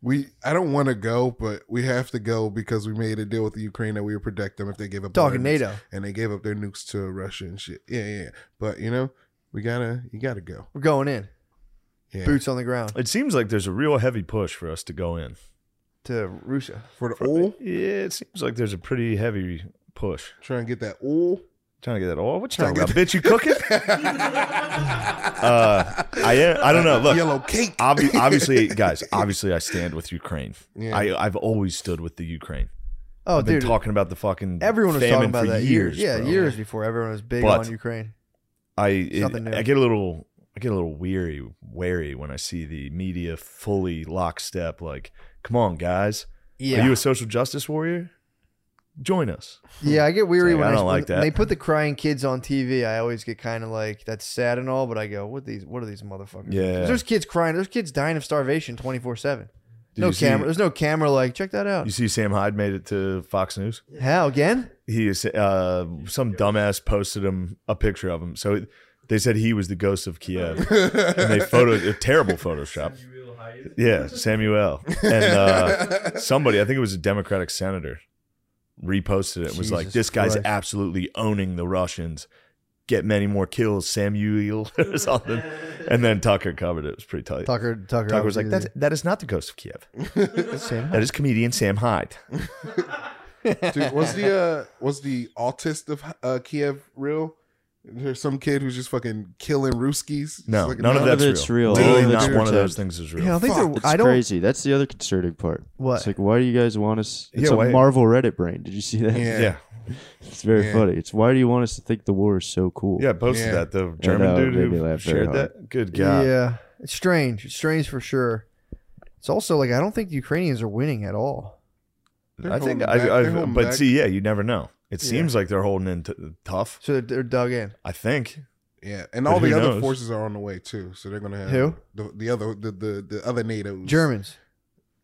Speaker 3: We I don't want to go, but we have to go because we made a deal with the Ukraine that we would protect them if they gave up their
Speaker 1: Talking
Speaker 3: nukes.
Speaker 1: NATO.
Speaker 3: and they gave up their nukes to Russia and shit. Yeah, yeah. yeah. But you know, we gotta you gotta go.
Speaker 1: We're going in.
Speaker 3: Yeah.
Speaker 1: Boots on the ground
Speaker 2: It seems like there's a real heavy push for us to go in.
Speaker 1: to Russia.
Speaker 3: for the oil.
Speaker 2: Yeah, it seems like there's a pretty heavy push.
Speaker 3: Try and get that oil.
Speaker 2: Trying to get that oil. What you talking about? Bitch, you cooking? uh, I am- I don't know. Look,
Speaker 3: Yellow cake.
Speaker 2: obvi- obviously, guys. Obviously, I stand with Ukraine.
Speaker 3: Yeah.
Speaker 2: I I've always stood with the Ukraine.
Speaker 1: Oh,
Speaker 2: I've been
Speaker 1: dude,
Speaker 2: talking about the fucking
Speaker 1: everyone was talking
Speaker 2: famine
Speaker 1: about
Speaker 2: for
Speaker 1: that
Speaker 2: years.
Speaker 1: Yeah,
Speaker 2: bro.
Speaker 1: years before everyone was big
Speaker 2: But-
Speaker 1: on Ukraine.
Speaker 2: I it,
Speaker 1: Something new.
Speaker 2: I get a little I get a little weary wary when I see the media fully lockstep. Like, come on, guys,
Speaker 1: Yeah,
Speaker 2: are you a social justice warrior? Join us.
Speaker 1: yeah. I get weary
Speaker 2: It's like,
Speaker 1: when
Speaker 2: I
Speaker 1: I
Speaker 2: don't
Speaker 1: when
Speaker 2: like that.
Speaker 1: they put the crying kids on TV. I always get kind of like that's sad and all, but I go, what these? What are these motherfuckers?
Speaker 2: Yeah.
Speaker 1: there's kids crying. There's kids dying of starvation twenty four seven.
Speaker 2: Did
Speaker 1: No
Speaker 2: you see-
Speaker 1: camera. there's no camera. Like check that out.
Speaker 2: You see, Sam Hyde made it to Fox News.
Speaker 1: How again?
Speaker 2: He is uh, some dumbass posted him a picture of him. So they said he was the ghost of Kiev, and they photo a terrible Photoshop. Yeah, Samuel and uh, somebody. I think it was a Democratic senator reposted it. and Was like,
Speaker 1: Jesus
Speaker 2: this guy's
Speaker 1: Christ.
Speaker 2: absolutely owning the Russians. Get many more kills, Samuel or something. And then Tucker covered it. It was pretty tight. Tucker,
Speaker 1: Tucker. Tucker.
Speaker 2: was like, That's, that is not the ghost of Kiev.
Speaker 1: that's same.
Speaker 2: That is comedian Sam Hyde.
Speaker 3: Dude, was the uh, was the autist of uh, Kiev real? There's some kid who's just fucking killing Ruskies.
Speaker 2: No,
Speaker 3: Just like-
Speaker 2: none of
Speaker 4: none of
Speaker 2: that's
Speaker 4: it's
Speaker 2: real.
Speaker 4: real.
Speaker 2: Literally
Speaker 3: All of it's
Speaker 2: not one of
Speaker 4: pretend.
Speaker 2: those things is real.
Speaker 1: Yeah, I don't think
Speaker 3: Fuck,
Speaker 1: they're.
Speaker 4: It's
Speaker 1: I don't.
Speaker 4: crazy. That's the other concerning part.
Speaker 1: What?
Speaker 4: It's like, why do you guys want us? It's
Speaker 2: Yeah,
Speaker 4: a
Speaker 2: why-
Speaker 4: Marvel Reddit brain. Did you see that?
Speaker 3: Yeah.
Speaker 2: yeah,
Speaker 4: It's very
Speaker 3: Yeah.
Speaker 4: funny. It's why do you want us to think the war is so cool?
Speaker 2: yeah. I posted
Speaker 3: Yeah.
Speaker 2: that the German
Speaker 4: know, it
Speaker 2: dude
Speaker 4: made me
Speaker 2: who
Speaker 4: laugh very
Speaker 2: shared
Speaker 4: hard.
Speaker 2: that. Good God.
Speaker 1: Yeah, it's strange. It's strange for sure. It's also like I don't think the Ukrainians are winning at all.
Speaker 3: They're
Speaker 2: I think,
Speaker 3: holding back-
Speaker 2: I,
Speaker 3: they're
Speaker 2: I,
Speaker 3: holding
Speaker 2: but
Speaker 3: back.
Speaker 2: see, yeah, you never know. It
Speaker 1: Yeah.
Speaker 2: seems like they're holding in t- tough.
Speaker 1: So they're, they're dug in.
Speaker 2: I think.
Speaker 3: yeah, and
Speaker 2: But
Speaker 3: all
Speaker 2: who
Speaker 3: the other
Speaker 2: knows?
Speaker 3: forces are on the way too, so they're gonna have
Speaker 1: Who?
Speaker 3: the, the other the, the the other NATO's
Speaker 1: Germans.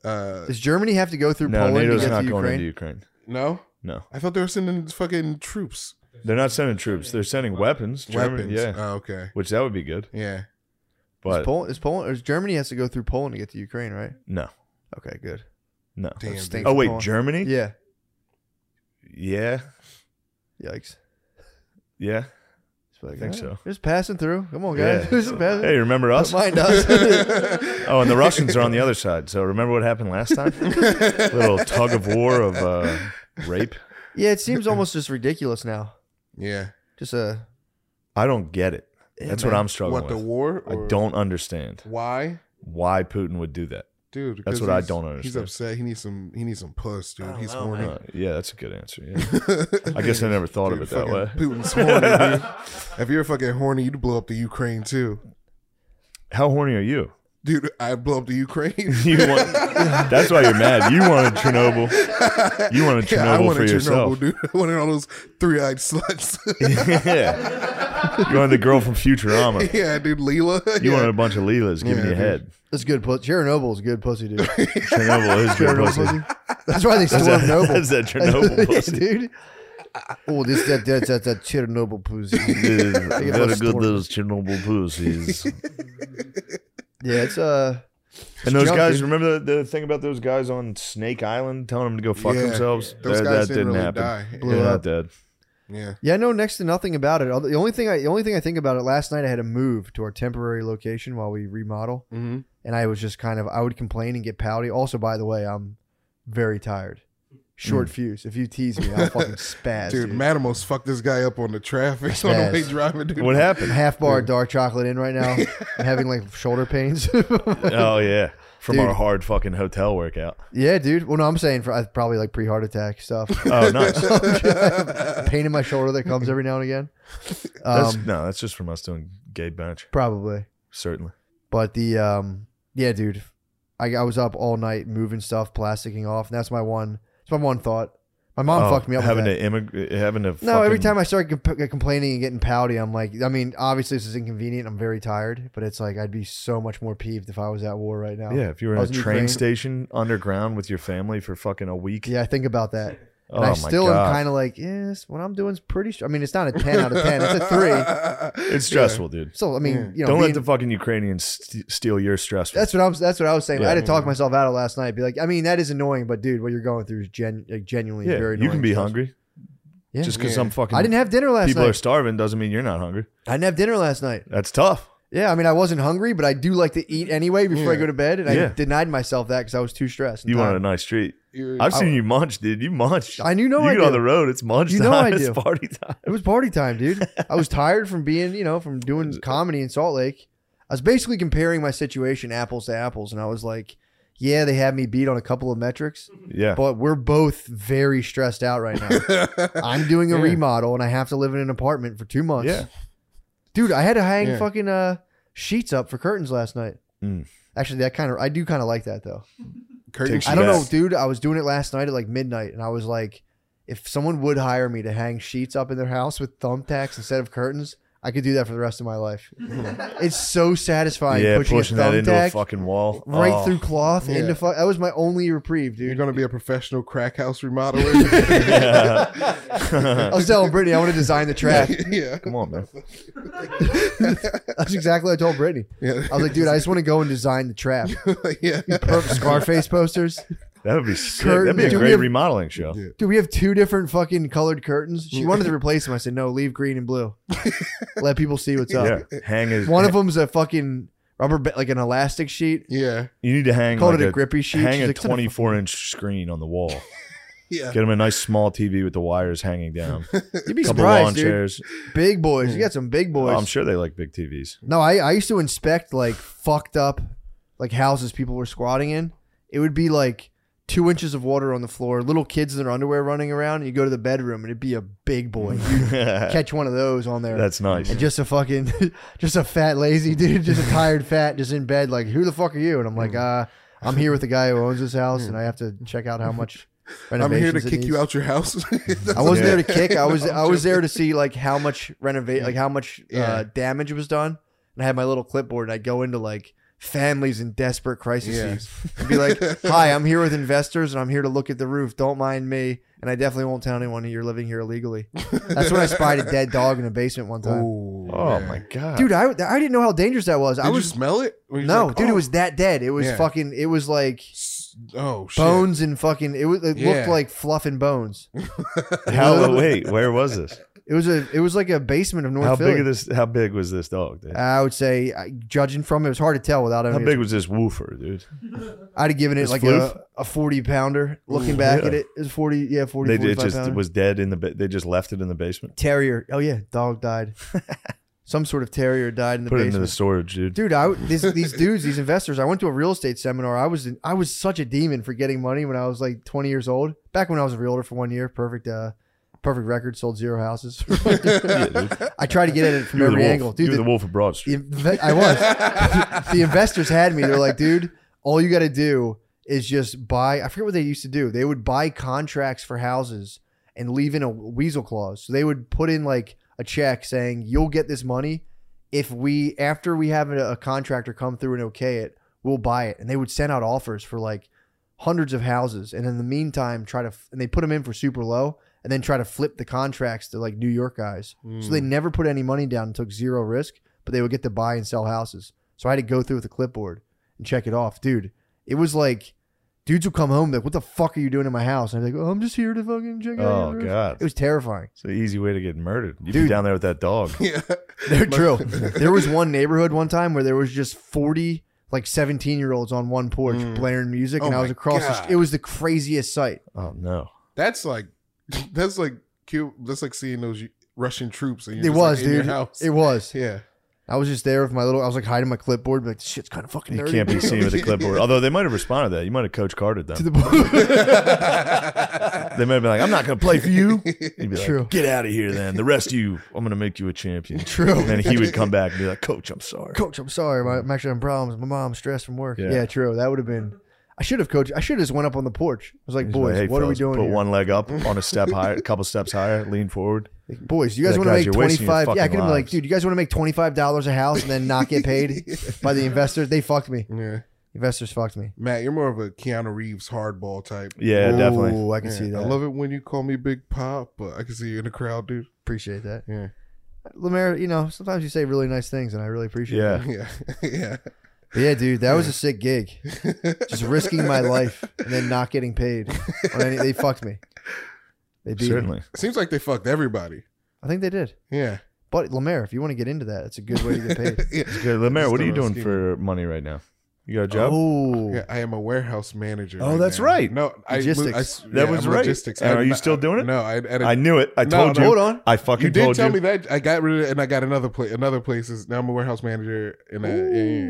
Speaker 3: Uh,
Speaker 1: Does Germany have to go through
Speaker 2: No,
Speaker 1: Poland
Speaker 2: NATO's
Speaker 1: to get
Speaker 2: not
Speaker 1: to
Speaker 2: going
Speaker 1: Ukraine?
Speaker 2: into Ukraine.
Speaker 3: no,
Speaker 2: No,
Speaker 3: I thought they were sending fucking troops,
Speaker 2: they're not sending troops. They're sending weapons. Germany, yeah.
Speaker 3: weapons. Oh, okay.
Speaker 2: Which that would be good,
Speaker 3: Yeah.
Speaker 1: is
Speaker 2: but
Speaker 1: Poland, is Poland or is Germany has to go through Poland to get to Ukraine, right?
Speaker 2: no,
Speaker 1: Okay, good.
Speaker 2: no.
Speaker 3: Damn.
Speaker 1: Let's
Speaker 3: dude.
Speaker 1: think.
Speaker 2: Oh wait,
Speaker 1: Poland.
Speaker 2: Germany?
Speaker 1: Yeah.
Speaker 2: yeah,
Speaker 1: Yikes.
Speaker 2: yeah.
Speaker 1: It's like,
Speaker 2: I think
Speaker 1: eh,
Speaker 2: so.
Speaker 1: Just passing through. Come on,
Speaker 2: Yeah.
Speaker 1: guys. Just passing.
Speaker 2: Hey, remember
Speaker 1: Don't
Speaker 2: us?
Speaker 1: mind us.
Speaker 2: Oh, and the Russians are on the other side. So remember what happened last time? Little tug of war of uh, rape.
Speaker 1: yeah, it seems almost just ridiculous now.
Speaker 3: yeah.
Speaker 1: Just uh, a
Speaker 2: I don't get it. That's what
Speaker 1: man.
Speaker 2: I'm struggling
Speaker 3: What the
Speaker 2: with.
Speaker 3: war?
Speaker 2: I
Speaker 3: or-
Speaker 2: don't understand
Speaker 3: Why,
Speaker 2: why Putin would do that.
Speaker 3: dude?
Speaker 2: That's
Speaker 3: 'cause
Speaker 2: what I
Speaker 3: he's-
Speaker 2: don't
Speaker 3: He's
Speaker 2: understand.
Speaker 3: upset. He needs some. He needs some puss, dude. He's horny.
Speaker 2: Uh, yeah, that's a good answer. Yeah. I guess I never thought of
Speaker 3: Dude,
Speaker 2: it that
Speaker 3: fucking
Speaker 2: way.
Speaker 3: Putin's horny, dude. If you're fucking horny, you'd blow up the Ukraine too.
Speaker 2: How horny are you?
Speaker 3: dude, I blow up the Ukraine.
Speaker 2: You want, that's why you're mad. You wanted Chernobyl. You wanted Chernobyl
Speaker 3: yeah, I wanted
Speaker 2: for
Speaker 3: Chernobyl,
Speaker 2: yourself.
Speaker 3: dude. I wanted all those three-eyed sluts.
Speaker 2: yeah. You wanted the girl from Futurama.
Speaker 3: yeah, dude, Leela.
Speaker 2: You
Speaker 3: yeah.
Speaker 2: wanted a bunch of Leelas giving you
Speaker 3: Yeah, dude.
Speaker 2: head.
Speaker 1: That's good pussy. Chernobyl is good pussy, dude.
Speaker 2: Chernobyl is good
Speaker 1: Chernobyl
Speaker 2: pussy.
Speaker 1: pussy. That's why they
Speaker 2: That's
Speaker 1: stormed
Speaker 2: that-
Speaker 1: Noble.
Speaker 2: that's that Chernobyl
Speaker 1: Yeah,
Speaker 2: pussy.
Speaker 1: dude. Oh, this that that's that, that Chernobyl pussy.
Speaker 2: Dude,
Speaker 1: get
Speaker 2: very
Speaker 1: lost
Speaker 2: good
Speaker 1: story.
Speaker 2: little Chernobyl pussies.
Speaker 1: yeah, it's uh.
Speaker 2: and those
Speaker 1: junk,
Speaker 2: guys,
Speaker 1: dude.
Speaker 2: remember the, the thing about those guys on Snake Island telling them to go fuck
Speaker 3: Yeah.
Speaker 2: themselves?
Speaker 3: Those
Speaker 2: That-
Speaker 3: guys
Speaker 2: that
Speaker 3: didn't,
Speaker 2: didn't,
Speaker 3: really
Speaker 2: happen.
Speaker 3: die.
Speaker 1: Blew
Speaker 2: They're
Speaker 1: up.
Speaker 2: not dead.
Speaker 3: Yeah.
Speaker 1: Yeah, I know next to nothing about it. Although The only thing I the only thing I think about it last night I had to move to our temporary location while we remodel,
Speaker 3: hmm
Speaker 4: Mm-hmm.
Speaker 1: and I was just kind of I would complain and get pouty. Also, by the way, I'm very tired, short
Speaker 2: Hmm.
Speaker 1: fuse. If you tease me, I'll fucking spaz,
Speaker 3: Dude,
Speaker 1: dude.
Speaker 3: Matamos fucked this guy up on the traffic on the
Speaker 1: Spaz.
Speaker 3: way driving. Dude.
Speaker 2: What happened?
Speaker 1: Half bar of dark chocolate in right now. I'm having like shoulder pains.
Speaker 2: Oh, yeah. From
Speaker 1: Dude.
Speaker 2: our hard fucking hotel workout.
Speaker 1: yeah, dude. Well, no, I'm saying for, I probably like pre heart attack stuff.
Speaker 2: Oh, nice.
Speaker 1: Pain in my shoulder that comes every now and again.
Speaker 2: That's,
Speaker 1: Um,
Speaker 2: no, that's just from us doing gay bench.
Speaker 1: probably.
Speaker 2: Certainly.
Speaker 1: But the um yeah, dude, I, I was up all night moving stuff, plasticking off, and that's my one. That's my one thought. My mom
Speaker 2: Oh,
Speaker 1: fucked me up.
Speaker 2: having
Speaker 1: with that.
Speaker 2: to immig- having to.
Speaker 1: no, every
Speaker 2: fucking-
Speaker 1: time I start comp- complaining and getting pouty, I'm like, I mean, obviously this is inconvenient. I'm very tired, but it's like I'd be so much more peeved if I was at war right now.
Speaker 2: Yeah, if you were
Speaker 1: I
Speaker 2: in a
Speaker 1: was in
Speaker 2: train
Speaker 1: Ukraine.
Speaker 2: station underground with your family for fucking a week.
Speaker 1: Yeah, I think about that.
Speaker 2: oh
Speaker 1: And I
Speaker 2: my
Speaker 1: still am
Speaker 2: God.
Speaker 1: kind of like, yes, what I'm doing's pretty. Str-. I mean, it's not a ten out of ten. It's a three.
Speaker 2: It's stressful, dude.
Speaker 1: So I mean,
Speaker 3: Yeah.
Speaker 1: you know,
Speaker 2: Don't
Speaker 1: being-
Speaker 2: let the fucking Ukrainians st- steal your stress.
Speaker 1: That's what I was. That's what I was saying. I had to
Speaker 2: Yeah.
Speaker 1: talk myself out of last night. Be like, I mean, that is annoying, but dude, what you're going through is gen- like, genuinely
Speaker 2: yeah,
Speaker 1: very.
Speaker 2: you can
Speaker 1: annoying.
Speaker 2: be hungry.
Speaker 1: Yeah.
Speaker 2: Just because
Speaker 3: Yeah.
Speaker 2: some fucking
Speaker 1: I didn't have dinner last
Speaker 2: people
Speaker 1: night.
Speaker 2: are starving doesn't mean you're not hungry.
Speaker 1: I didn't have dinner last night.
Speaker 2: That's tough.
Speaker 1: Yeah, I mean, I wasn't hungry, but I do like to eat anyway before I
Speaker 3: Yeah.
Speaker 1: go to bed, and
Speaker 2: Yeah.
Speaker 1: I denied myself that because I was too stressed. and
Speaker 2: You wanted a
Speaker 1: tired.
Speaker 2: nice treat.
Speaker 3: You're-
Speaker 2: I've seen you munch, dude. You munch.
Speaker 1: I knew no.
Speaker 2: You
Speaker 1: I
Speaker 2: get on
Speaker 1: do.
Speaker 2: the road. It's munch
Speaker 1: You know
Speaker 2: time.
Speaker 1: I
Speaker 2: It's
Speaker 1: do.
Speaker 2: party time.
Speaker 1: It was party time, dude. I was tired from being, you know, from doing
Speaker 2: uh,
Speaker 1: comedy in Salt Lake. I was basically comparing my situation apples to apples, and I was like, yeah, they had me beat on a couple of metrics,
Speaker 2: Yeah.
Speaker 1: but we're both very stressed out right now. I'm doing a
Speaker 3: Yeah.
Speaker 1: remodel and I have to live in an apartment for two months.
Speaker 2: Yeah.
Speaker 1: Dude, I had to hang
Speaker 3: Yeah.
Speaker 1: fucking uh sheets up for curtains last night.
Speaker 2: Mm.
Speaker 1: Actually, that kind of I do kind of like that though.
Speaker 3: Curtain
Speaker 2: Takes
Speaker 1: I don't
Speaker 2: Yeah.
Speaker 1: know, dude. I was doing it last night at like midnight, and I was like, if someone would hire me to hang sheets up in their house with thumbtacks instead of curtains, I could do that for the rest of my life. it's so satisfying
Speaker 2: yeah,
Speaker 1: pushing, a
Speaker 2: that into a
Speaker 1: thumbtack
Speaker 2: fucking wall.
Speaker 1: right
Speaker 2: Oh.
Speaker 1: through cloth
Speaker 3: Yeah.
Speaker 1: into fu- that was my only reprieve,
Speaker 3: You're
Speaker 1: dude.
Speaker 3: gonna be a professional crack house remodeler.
Speaker 1: I was telling Brittany I want to design the track.
Speaker 3: yeah,
Speaker 2: Come on, man.
Speaker 1: That's exactly what I told Brittany.
Speaker 3: yeah,
Speaker 1: I was like, dude, I just want to go and design the trap.
Speaker 3: yeah.
Speaker 1: Perp Scarface posters.
Speaker 2: That would be sick.
Speaker 1: Curtain.
Speaker 2: That'd be a
Speaker 1: Do we
Speaker 2: great
Speaker 1: have-
Speaker 2: remodeling show.
Speaker 3: Yeah.
Speaker 1: Dude, we have two different fucking colored curtains. She wanted to replace them. I said, no, leave green and blue. Let people see what's up.
Speaker 2: Yeah. Hang is
Speaker 1: One of them's a fucking rubber, ba- like an elastic sheet.
Speaker 3: Yeah,
Speaker 2: You need to hang
Speaker 1: Called
Speaker 2: like
Speaker 1: it a grippy sheet.
Speaker 2: Hang
Speaker 1: She's
Speaker 2: a
Speaker 1: like, "Son of a
Speaker 2: 24 inch screen on the wall.
Speaker 3: yeah.
Speaker 2: Get him a nice small TV with the wires hanging down.
Speaker 1: You'd be
Speaker 2: couple lawn
Speaker 1: surprised, dude.
Speaker 2: chairs.
Speaker 1: Big boys. You got some big
Speaker 2: Oh,
Speaker 1: boys.
Speaker 2: I'm sure they like big TVs.
Speaker 1: No, I, I used to inspect like fucked up like houses people were squatting in. It would be like two inches of water on the floor, little kids in their underwear running around, and you go to the bedroom and it'd be a big boy. You catch one of those on there.
Speaker 2: Hmm. That's nice.
Speaker 1: and just a fucking just a fat lazy dude just a tired fat just in bed like who the fuck are you and i'm like uh i'm here with the guy who owns this house and i have to check out how much
Speaker 3: I'm
Speaker 1: renovations
Speaker 3: here to
Speaker 1: it
Speaker 3: kick
Speaker 1: needs.
Speaker 3: you out your house.
Speaker 1: i wasn't
Speaker 2: Yeah.
Speaker 1: there to kick i was i was there to see like how much renovate like how much
Speaker 3: Yeah.
Speaker 1: uh, damage was done and i had my little clipboard and i go into like families in desperate crises and be like hi i'm here with investors and i'm here to look at the roof don't mind me and i definitely won't tell anyone you're living here illegally that's when i spied a dead dog in a basement one time
Speaker 3: Oh,
Speaker 2: oh
Speaker 3: man.
Speaker 2: my god,
Speaker 1: dude I, I didn't know how dangerous that was
Speaker 3: Did
Speaker 1: i
Speaker 3: you
Speaker 1: was
Speaker 3: smell it? Were you
Speaker 1: no
Speaker 3: like,
Speaker 1: dude
Speaker 3: oh,
Speaker 1: it was that dead it was
Speaker 3: Yeah.
Speaker 1: fucking it was like
Speaker 3: s- Oh shit.
Speaker 1: bones and fucking it was it
Speaker 3: Yeah.
Speaker 1: looked like fluff and bones
Speaker 2: How? wait, where was this?
Speaker 1: it was a it was like a basement of north
Speaker 2: How
Speaker 1: philly
Speaker 2: big of this? How big was this dog? Dude?
Speaker 1: i would say I- judging from it, it was hard to tell without
Speaker 2: How
Speaker 1: any
Speaker 2: big was this woofer, dude?
Speaker 1: i'd have given it
Speaker 2: This
Speaker 1: like
Speaker 2: floof?
Speaker 1: a, a 40 pounder looking back at
Speaker 2: really?
Speaker 1: it it was 40 yeah 40
Speaker 2: They it
Speaker 1: 45
Speaker 2: just
Speaker 1: pounder.
Speaker 2: was dead in the. ba- They just left it in the basement.
Speaker 1: terrier oh yeah dog died some sort of terrier died in the
Speaker 2: Put it
Speaker 1: basement
Speaker 2: into the storage, dude.
Speaker 1: dude i these, these dudes these investors i went to a real estate seminar i was i was such a demon for getting money when i was like 20 years old back when i was a realtor for one year perfect uh perfect record, sold zero houses.
Speaker 2: dude.
Speaker 1: I tried to get at it from
Speaker 2: You were the
Speaker 1: every
Speaker 2: wolf.
Speaker 1: angle,
Speaker 2: you
Speaker 1: dude.
Speaker 2: were
Speaker 1: The,
Speaker 2: the wolf of Broad Street.
Speaker 1: the inve- I was. the investors had me. They're like, dude, all you got to do is just buy. I forget what they used to do. They would buy contracts for houses and leave in a weasel clause. So they would put in like a check saying, "You'll get this money if we after we have a, a contractor come through and okay it, we'll buy it." And they would send out offers for like hundreds of houses, and in the meantime, try to f- and they put them in for super low. And then try to flip the contracts to like New York guys.
Speaker 2: Hmm.
Speaker 1: So they never put any money down and took zero risk, but they would get to buy and sell houses. So I had to go through with a clipboard and check it off. Dude, it was like dudes would come home like, what the fuck are you doing in my house? And I'd be like, oh, I'm just here to fucking check out.
Speaker 2: Oh
Speaker 1: your-
Speaker 2: god,
Speaker 1: It was terrifying.
Speaker 2: it's an easy way to get murdered. You'd be
Speaker 1: Dude.
Speaker 2: down there with that dog.
Speaker 3: Yeah.
Speaker 1: They're true. there was one neighborhood one time where there was just 40 like 17 year olds on one porch
Speaker 2: Hmm.
Speaker 1: blaring music
Speaker 3: Oh
Speaker 1: and I
Speaker 3: my
Speaker 1: was across the
Speaker 3: God.
Speaker 1: st- it was the craziest sight.
Speaker 2: Oh no.
Speaker 3: That's like that's like cute. That's like seeing those Russian troops. And you're
Speaker 1: It
Speaker 3: just, like,
Speaker 1: was,
Speaker 3: in your
Speaker 1: dude.
Speaker 3: house.
Speaker 1: It was.
Speaker 3: yeah.
Speaker 1: I was just there with my little I was like hiding my clipboard like this shit's kind of fucking
Speaker 2: You
Speaker 1: nerdy.
Speaker 2: can't be seen with a clipboard. Although they might have responded to that. You might have coach carded them.
Speaker 1: to the board.
Speaker 2: they might have been like, I'm not going to play for you. You'd be
Speaker 1: True.
Speaker 2: like, get out of here then. The rest of you, I'm going to make you a champion.
Speaker 1: True.
Speaker 2: And then he would come back and be like, coach, I'm sorry.
Speaker 1: coach, I'm sorry, my, I'm actually having problems. My mom's stressed from work.
Speaker 2: Mm. Yeah.
Speaker 1: Yeah, true. That would have been. I should have coached. I should have just went up on the porch. I was like,
Speaker 2: He's
Speaker 1: boys,
Speaker 2: "Hey,
Speaker 1: what are we
Speaker 2: fellas,
Speaker 1: doing?
Speaker 2: Put
Speaker 1: here?
Speaker 2: one leg up on a step higher, a couple steps higher, lean forward.
Speaker 1: Like, boys, you guys
Speaker 2: Yeah,
Speaker 1: want to
Speaker 2: guys,
Speaker 1: make
Speaker 2: you're wasting
Speaker 1: twenty
Speaker 2: your
Speaker 1: five? Yeah, I
Speaker 2: fucking
Speaker 1: could have been like,
Speaker 2: lives.
Speaker 1: dude, you guys want to make twenty five dollars a house and then not get paid by the investors? They fucked me.
Speaker 3: Yeah.
Speaker 1: Investors fucked me.
Speaker 3: Matt, you're more of a Keanu Reeves hardball type.
Speaker 2: Yeah, definitely.
Speaker 1: Ooh, I can
Speaker 3: Yeah,
Speaker 1: see that.
Speaker 3: I love it when you call me Big Pop, but I can see you in the crowd, dude.
Speaker 1: Appreciate that.
Speaker 3: Yeah.
Speaker 1: Lemaire, you know, sometimes you say really nice things, and I really appreciate. it.
Speaker 2: Yeah.
Speaker 3: Yeah. yeah.
Speaker 1: But yeah, dude, that was a sick gig. Just risking my life and then not getting paid. on any- they fucked me. They beat me.
Speaker 2: Certainly.
Speaker 3: Seems like they fucked everybody.
Speaker 1: I think they did.
Speaker 3: Yeah.
Speaker 1: But Lemaire, if you want to get into that, it's a good way to get paid.
Speaker 3: yeah.
Speaker 2: Good. Lemaire, what are you
Speaker 3: Still
Speaker 2: doing
Speaker 3: scheming.
Speaker 2: for money right now? You got a job?
Speaker 1: Oh,
Speaker 3: Yeah, I am a warehouse manager.
Speaker 2: Oh, that's
Speaker 3: now.
Speaker 2: right.
Speaker 3: No, I,
Speaker 1: Logistics.
Speaker 3: I-
Speaker 2: That was
Speaker 3: I'm
Speaker 2: right.
Speaker 3: Logistics.
Speaker 2: And
Speaker 3: I-
Speaker 2: are you still doing it?
Speaker 3: No, I, I,
Speaker 2: I knew it. I
Speaker 3: No,
Speaker 2: told
Speaker 3: no.
Speaker 2: you.
Speaker 1: hold on.
Speaker 2: I fucking
Speaker 3: you did
Speaker 2: told
Speaker 3: tell
Speaker 2: you.
Speaker 3: me that. I got rid of it, and I got another place. Another places. Now I'm a warehouse manager and uh, yeah,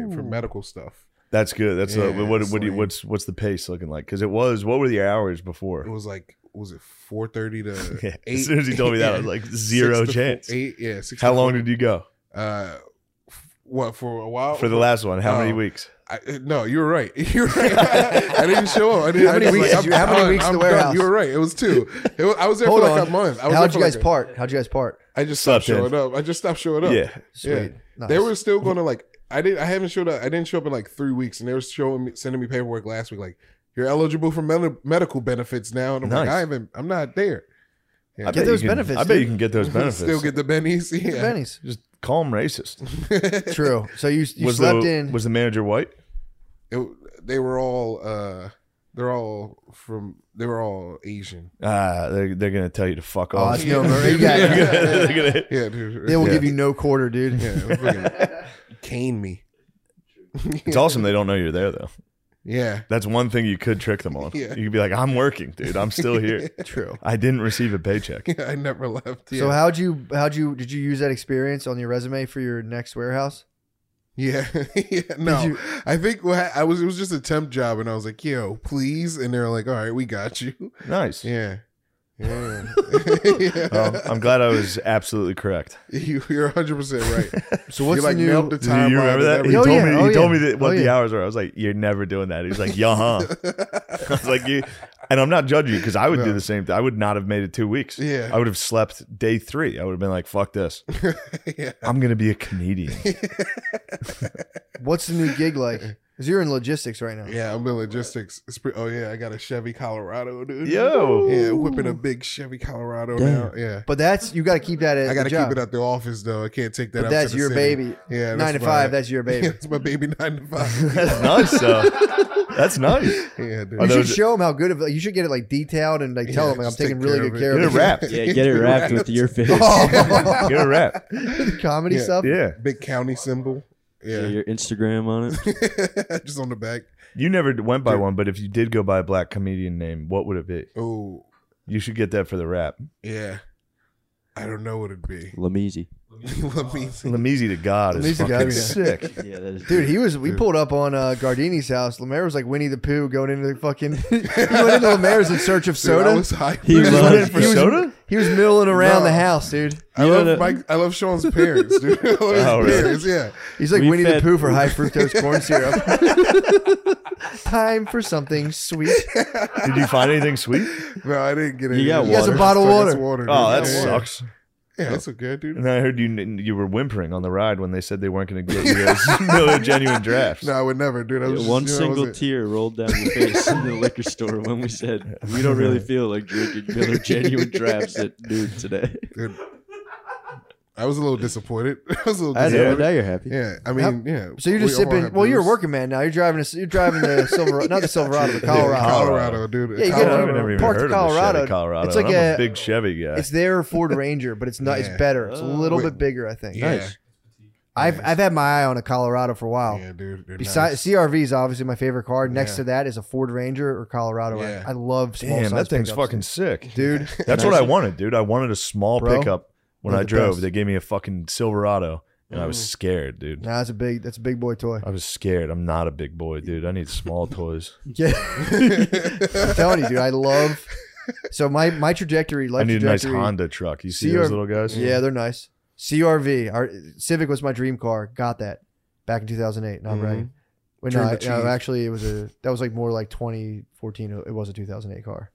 Speaker 3: yeah, for medical stuff.
Speaker 2: That's good. That's uh,
Speaker 3: Yeah,
Speaker 2: what,
Speaker 3: it's
Speaker 2: what do you,
Speaker 3: like-
Speaker 2: what's what's the pace looking like? Because it was what were the hours before?
Speaker 3: It was like, was it four thirty to
Speaker 2: Yeah.
Speaker 3: eight?
Speaker 2: As soon as he told me that, I was
Speaker 3: Yeah.
Speaker 2: like zero
Speaker 3: Six to four-
Speaker 2: chance.
Speaker 3: eight, yeah. Six
Speaker 2: How
Speaker 3: to
Speaker 2: long
Speaker 3: four.
Speaker 2: did you go
Speaker 3: Uh, f- what for a while?
Speaker 2: for the last one? How many
Speaker 3: Oh.
Speaker 2: weeks?
Speaker 3: I, uh, no, you were right. You were right. I didn't show up. I didn't,
Speaker 1: How many
Speaker 3: I was
Speaker 1: weeks
Speaker 3: I'm
Speaker 1: did you- how many
Speaker 3: done.
Speaker 1: weeks in
Speaker 3: I'm
Speaker 1: the
Speaker 3: done.
Speaker 1: warehouse?
Speaker 3: You were right. It was two. It was, I was there
Speaker 1: Hold
Speaker 3: for like a
Speaker 1: on.
Speaker 3: month. I
Speaker 1: How'd
Speaker 3: was there
Speaker 1: you
Speaker 3: for
Speaker 1: guys
Speaker 3: like a-
Speaker 1: part? How'd you guys part?
Speaker 3: I just stopped
Speaker 2: Slept in.
Speaker 3: showing up. I just stopped showing up.
Speaker 2: Yeah.
Speaker 1: Sweet.
Speaker 3: Yeah.
Speaker 1: Nice.
Speaker 3: They were still going to like I didn't I haven't showed up I didn't show up in like three weeks and they were showing me sending me paperwork last week like you're eligible for med- medical benefits now and I'm like
Speaker 2: Nice.
Speaker 3: I haven't I'm not there.
Speaker 2: I
Speaker 3: Yeah.
Speaker 2: bet
Speaker 1: those
Speaker 2: you can,
Speaker 1: benefits,
Speaker 2: I bet
Speaker 1: dude.
Speaker 2: you can get those benefits.
Speaker 3: Still get the bennies. Yeah.
Speaker 1: Benny's.
Speaker 2: Just call him racist.
Speaker 1: True. So you, you
Speaker 2: was
Speaker 1: slept
Speaker 2: the,
Speaker 1: in.
Speaker 2: Was the manager white?
Speaker 3: It- they were all uh they're all from they were all Asian.
Speaker 2: Ah, they're they're gonna tell you to fuck
Speaker 1: oh,
Speaker 2: off.
Speaker 1: it's no Murray. You got it.
Speaker 3: Yeah.
Speaker 2: They're gonna-
Speaker 3: Yeah, dude.
Speaker 1: They will
Speaker 2: Yeah.
Speaker 1: give you no quarter, dude.
Speaker 3: yeah, it was like, cane me.
Speaker 2: it's awesome they don't know you're there though.
Speaker 3: Yeah.
Speaker 2: That's one thing you could trick them on.
Speaker 3: Yeah.
Speaker 2: You could be like, "I'm working, dude. I'm still here.
Speaker 1: True.
Speaker 2: I didn't receive a paycheck."
Speaker 3: Yeah, I never left. Yeah.
Speaker 1: So how'd you how'd you did you use that experience on your resume for your next warehouse?
Speaker 3: Yeah, yeah. No,
Speaker 1: you-
Speaker 3: I think what ha- I was it was just a temp job, and I was like, "Yo, please," and they're like, "All right, we got you."
Speaker 2: Nice.
Speaker 3: Yeah, yeah.
Speaker 2: Um, I'm glad I was absolutely correct.
Speaker 3: you, you're 100 percent right.
Speaker 1: So what's
Speaker 3: you like
Speaker 1: the new?
Speaker 3: mailed the
Speaker 2: Did you
Speaker 3: timeline.
Speaker 2: remember that? He
Speaker 1: Oh,
Speaker 2: told
Speaker 1: yeah.
Speaker 2: me.
Speaker 1: Oh,
Speaker 2: he told
Speaker 1: yeah.
Speaker 2: me that what
Speaker 1: Oh,
Speaker 2: the
Speaker 1: yeah.
Speaker 2: hours were. I was like, "You're never doing that." He was like, "Yeah, huh."
Speaker 1: Uh,
Speaker 2: I was like, "You," and I'm not judging you because I would do
Speaker 3: No.
Speaker 2: the same thing. I would not have made it two weeks.
Speaker 3: Yeah.
Speaker 2: I would have slept day three. I would have been like, "Fuck this.
Speaker 3: yeah.
Speaker 2: I'm gonna be a comedian."
Speaker 1: What's the new gig like? Because you're in logistics right now.
Speaker 3: yeah, I'm in logistics. It's pre- oh yeah, I got a Chevy Colorado, dude.
Speaker 2: Yo.
Speaker 3: yeah, whipping a big Chevy Colorado now. Yeah,
Speaker 1: But that's you got to keep that. At
Speaker 3: I got to
Speaker 1: the job.
Speaker 3: keep it at the office though. I can't take that.
Speaker 1: But
Speaker 3: out
Speaker 1: that's
Speaker 3: to the
Speaker 1: your
Speaker 3: city.
Speaker 1: baby.
Speaker 3: Yeah,
Speaker 1: nine to
Speaker 3: that's
Speaker 1: five.
Speaker 3: my-
Speaker 1: That's your baby.
Speaker 3: That's my baby nine to five.
Speaker 2: That's nice. though. That's nice.
Speaker 3: yeah, dude.
Speaker 2: Are
Speaker 1: You
Speaker 2: those-
Speaker 1: should show them how good of. You should get it like detailed and like tell
Speaker 3: Yeah,
Speaker 1: them like I'm
Speaker 3: just take
Speaker 1: taking really
Speaker 3: care
Speaker 1: good care
Speaker 2: Get it
Speaker 3: of it.
Speaker 1: of it.
Speaker 2: wrapped.
Speaker 4: Yeah, get it wrapped with your face.
Speaker 1: Oh,
Speaker 2: Get it wrapped.
Speaker 1: the comedy
Speaker 3: Yeah.
Speaker 1: stuff.
Speaker 2: Yeah.
Speaker 3: big county symbol.
Speaker 4: Yeah,
Speaker 3: Yeah,
Speaker 4: your Instagram on it.
Speaker 3: just on the back.
Speaker 2: You never went by one, but if you did go by a black comedian name, what would it be?
Speaker 3: Oh,
Speaker 2: You should get that for the rap.
Speaker 3: yeah. I don't know what it'd be.
Speaker 4: Lameezy.
Speaker 3: Let me see.
Speaker 2: Lemiezy to God is
Speaker 1: Lemiezy to
Speaker 2: fucking
Speaker 1: God, yeah.
Speaker 2: sick.
Speaker 4: Yeah, that is
Speaker 1: Dude, he was. We pulled up on uh, Gardini's house. Lemaire was like Winnie the Pooh going into the fucking. he went into Lemaire's in search of
Speaker 3: Dude,
Speaker 1: soda.
Speaker 3: I was hyped.
Speaker 4: He
Speaker 1: He
Speaker 4: was-
Speaker 1: went
Speaker 4: Running
Speaker 1: in-
Speaker 2: for
Speaker 1: he was-
Speaker 2: soda?
Speaker 1: He was milling around
Speaker 3: No.
Speaker 1: the house, dude.
Speaker 3: I
Speaker 4: You know
Speaker 3: love
Speaker 4: that-
Speaker 3: Mike. I love Sean's parents, dude. I love his
Speaker 2: Oh, really?
Speaker 3: parents. Yeah.
Speaker 1: He's like
Speaker 4: We
Speaker 1: Winnie
Speaker 4: fed-
Speaker 1: the Pooh for high fructose corn syrup. Time for something sweet.
Speaker 2: Did you find anything sweet?
Speaker 3: No, I didn't get
Speaker 4: You
Speaker 3: it.
Speaker 4: got
Speaker 1: You got some
Speaker 4: water.
Speaker 1: bottled water.
Speaker 3: dude.
Speaker 2: Oh, that
Speaker 3: Yeah.
Speaker 2: sucks.
Speaker 3: Yeah, it's okay, dude.
Speaker 2: And I heard you you were whimpering on the ride when they said they weren't going to get you guys no genuine drafts.
Speaker 3: No, I would never, dude. I was
Speaker 4: one
Speaker 3: just, you know, I
Speaker 4: single
Speaker 3: was-
Speaker 4: tear rolled down your face in the liquor store when we said we don't really feel like drinking Miller Genuine drafts at noon today.
Speaker 3: dude. I was a little disappointed. I was a little
Speaker 2: know,
Speaker 4: I know.
Speaker 3: disappointed.
Speaker 4: Now you're happy.
Speaker 3: Yeah, I mean, yeah.
Speaker 1: So you're just
Speaker 3: We all
Speaker 1: sipping.
Speaker 3: had
Speaker 1: Well, you're a
Speaker 3: booze.
Speaker 1: working man now. You're driving. A, you're driving the Silverado, not the Silverado, the Colorado.
Speaker 3: Yeah, Colorado, dude.
Speaker 1: Yeah, you get
Speaker 2: Colorado,
Speaker 1: it.
Speaker 2: I've never even
Speaker 1: Parked
Speaker 2: heard
Speaker 1: Colorado.
Speaker 2: of the Chevy Colorado.
Speaker 1: It's like
Speaker 2: I'm a,
Speaker 1: a-
Speaker 2: big Chevy guy.
Speaker 1: It's their Ford Ranger, but it's not. It's
Speaker 3: Yeah.
Speaker 1: better. It's a
Speaker 4: Oh.
Speaker 1: little
Speaker 3: Wait.
Speaker 1: bit bigger, I think.
Speaker 3: Yeah,
Speaker 4: Nice.
Speaker 1: I've I've had my eye on a Colorado for a while.
Speaker 3: yeah, dude. they're
Speaker 1: Besides CRV is obviously my favorite car. Next
Speaker 3: Yeah.
Speaker 1: to that is a Ford Ranger or Colorado. I-
Speaker 3: Yeah.
Speaker 1: I, love small
Speaker 2: Damn,
Speaker 1: size
Speaker 2: that thing's
Speaker 1: pickups.
Speaker 2: fucking sick.
Speaker 1: dude.
Speaker 2: That's what I wanted, dude. I wanted a small
Speaker 1: Bro,
Speaker 2: pickup when
Speaker 1: they're
Speaker 2: I
Speaker 1: the
Speaker 2: drove.
Speaker 1: best. Mm.
Speaker 2: They gave me a fucking Silverado, and I was scared, dude.
Speaker 1: Nah, that's a big that's a big boy toy.
Speaker 2: I was scared. I'm not a big boy, dude. I need small toys.
Speaker 1: Yeah. I'm telling you, dude. I love. So my my trajectory,
Speaker 2: I
Speaker 1: life
Speaker 2: need a nice
Speaker 1: trajectory.
Speaker 2: Honda truck. You see
Speaker 1: CR
Speaker 2: those little guys?
Speaker 1: Yeah, they're nice. CRV, our Civic was my dream car. Got that back in 2008. Not
Speaker 2: Mm-hmm.
Speaker 3: Mhm.
Speaker 1: right. Wait,
Speaker 3: Dream
Speaker 1: no, I-
Speaker 3: achieved.
Speaker 1: no, actually, it was a that was like more like 2014. It was a 2008 car.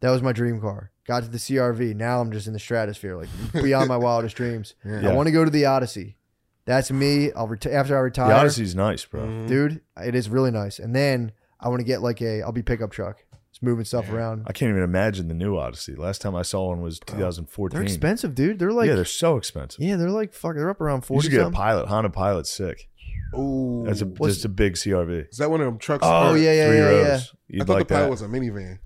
Speaker 1: That was my dream car. Got to the CRV. Now I'm just in the stratosphere, like beyond my wildest dreams.
Speaker 3: Yeah.
Speaker 1: I want to go to the Odyssey. That's me. I'll reti- after I retire,
Speaker 2: The Odyssey's nice, bro.
Speaker 3: Mhm.
Speaker 1: dude. It is really nice. And then I want to get like a. I'll be pickup truck. It's moving stuff
Speaker 3: Yeah.
Speaker 1: around.
Speaker 2: I can't even imagine the new Odyssey. Last time I saw one was 2014.
Speaker 1: They're expensive, dude. They're like yeah,
Speaker 2: yeah, they're
Speaker 1: they're,
Speaker 2: so expensive.
Speaker 1: like fuck. They're up around
Speaker 2: You
Speaker 1: forty.
Speaker 2: should get a
Speaker 1: something.
Speaker 2: pilot. Honda Pilot's sick.
Speaker 3: Ooh,
Speaker 2: That's a
Speaker 1: What's-
Speaker 2: just a big CRV.
Speaker 3: is that one of them trucks?
Speaker 1: Oh
Speaker 3: or-
Speaker 1: yeah, yeah,
Speaker 2: Three
Speaker 1: yeah,
Speaker 2: rows.
Speaker 1: yeah.
Speaker 2: You'd
Speaker 3: I thought
Speaker 2: like
Speaker 3: the pilot
Speaker 2: that.
Speaker 3: was a minivan.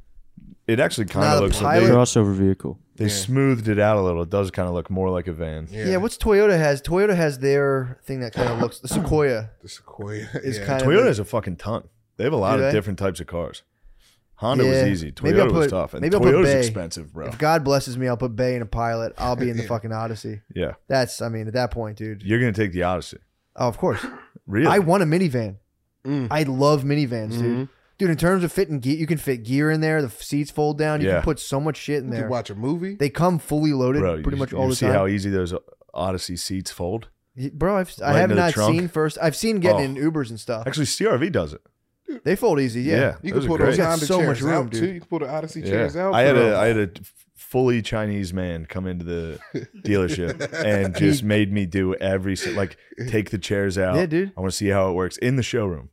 Speaker 2: it actually kind
Speaker 1: Not
Speaker 2: of
Speaker 1: a
Speaker 2: looks like
Speaker 1: pilot.
Speaker 2: they,
Speaker 4: Crossover vehicle.
Speaker 2: they
Speaker 3: Yeah.
Speaker 2: smoothed it out a little. It does kind of look more like a van.
Speaker 1: Yeah. what's Toyota has? Toyota has their thing that kind of looks the Sequoia
Speaker 3: the Sequoia?
Speaker 1: is
Speaker 3: yeah.
Speaker 1: kind of
Speaker 2: Toyota has a fucking ton. They have a lot
Speaker 1: Do
Speaker 2: of
Speaker 1: they?
Speaker 2: different types of cars. Honda
Speaker 1: Yeah.
Speaker 2: was easy. Toyota
Speaker 1: Maybe I'll
Speaker 2: was
Speaker 1: put-
Speaker 2: tough. And
Speaker 1: maybe I'll put
Speaker 2: Toyota's
Speaker 1: Bay.
Speaker 2: expensive, bro.
Speaker 1: If God blesses me, I'll put Bay in a pilot. I'll be in the fucking Odyssey.
Speaker 2: Yeah.
Speaker 1: That's I mean at that point, dude.
Speaker 2: You're going to take the Odyssey.
Speaker 1: Oh, of course.
Speaker 2: Really?
Speaker 1: I want a minivan.
Speaker 3: Mm.
Speaker 1: I love minivans,
Speaker 2: Mm-hmm.
Speaker 1: dude. Dude, in terms of fitting gear, you can fit gear in there. The f- seats fold down. You
Speaker 2: Yeah.
Speaker 1: can put so much shit in
Speaker 3: You
Speaker 1: there.
Speaker 3: watch a movie.
Speaker 1: They come fully loaded,
Speaker 2: bro,
Speaker 1: pretty
Speaker 2: you,
Speaker 1: much
Speaker 2: you
Speaker 1: all the
Speaker 2: see
Speaker 1: time.
Speaker 2: how easy those Odyssey seats fold?
Speaker 1: Y- Bro, I've,
Speaker 2: Right
Speaker 1: I have
Speaker 2: into the
Speaker 1: not
Speaker 2: trunk.
Speaker 1: seen first. I've seen getting
Speaker 2: Oh.
Speaker 1: in Ubers and stuff.
Speaker 2: Actually, CRV does it.
Speaker 1: They fold easy. Yeah.
Speaker 2: Yeah.
Speaker 3: you
Speaker 2: those are
Speaker 3: can pull
Speaker 2: great.
Speaker 3: those
Speaker 1: Got
Speaker 3: Honda
Speaker 1: so
Speaker 3: chairs
Speaker 1: much room,
Speaker 3: out
Speaker 1: dude.
Speaker 3: too. You can pull the Odyssey
Speaker 2: Yeah.
Speaker 3: chairs out.
Speaker 2: I had
Speaker 3: bro.
Speaker 2: a I had a fully Chinese man come into the dealership and just made me do every si- like take the chairs out.
Speaker 1: Yeah, dude.
Speaker 2: I want to see how it works in the showroom,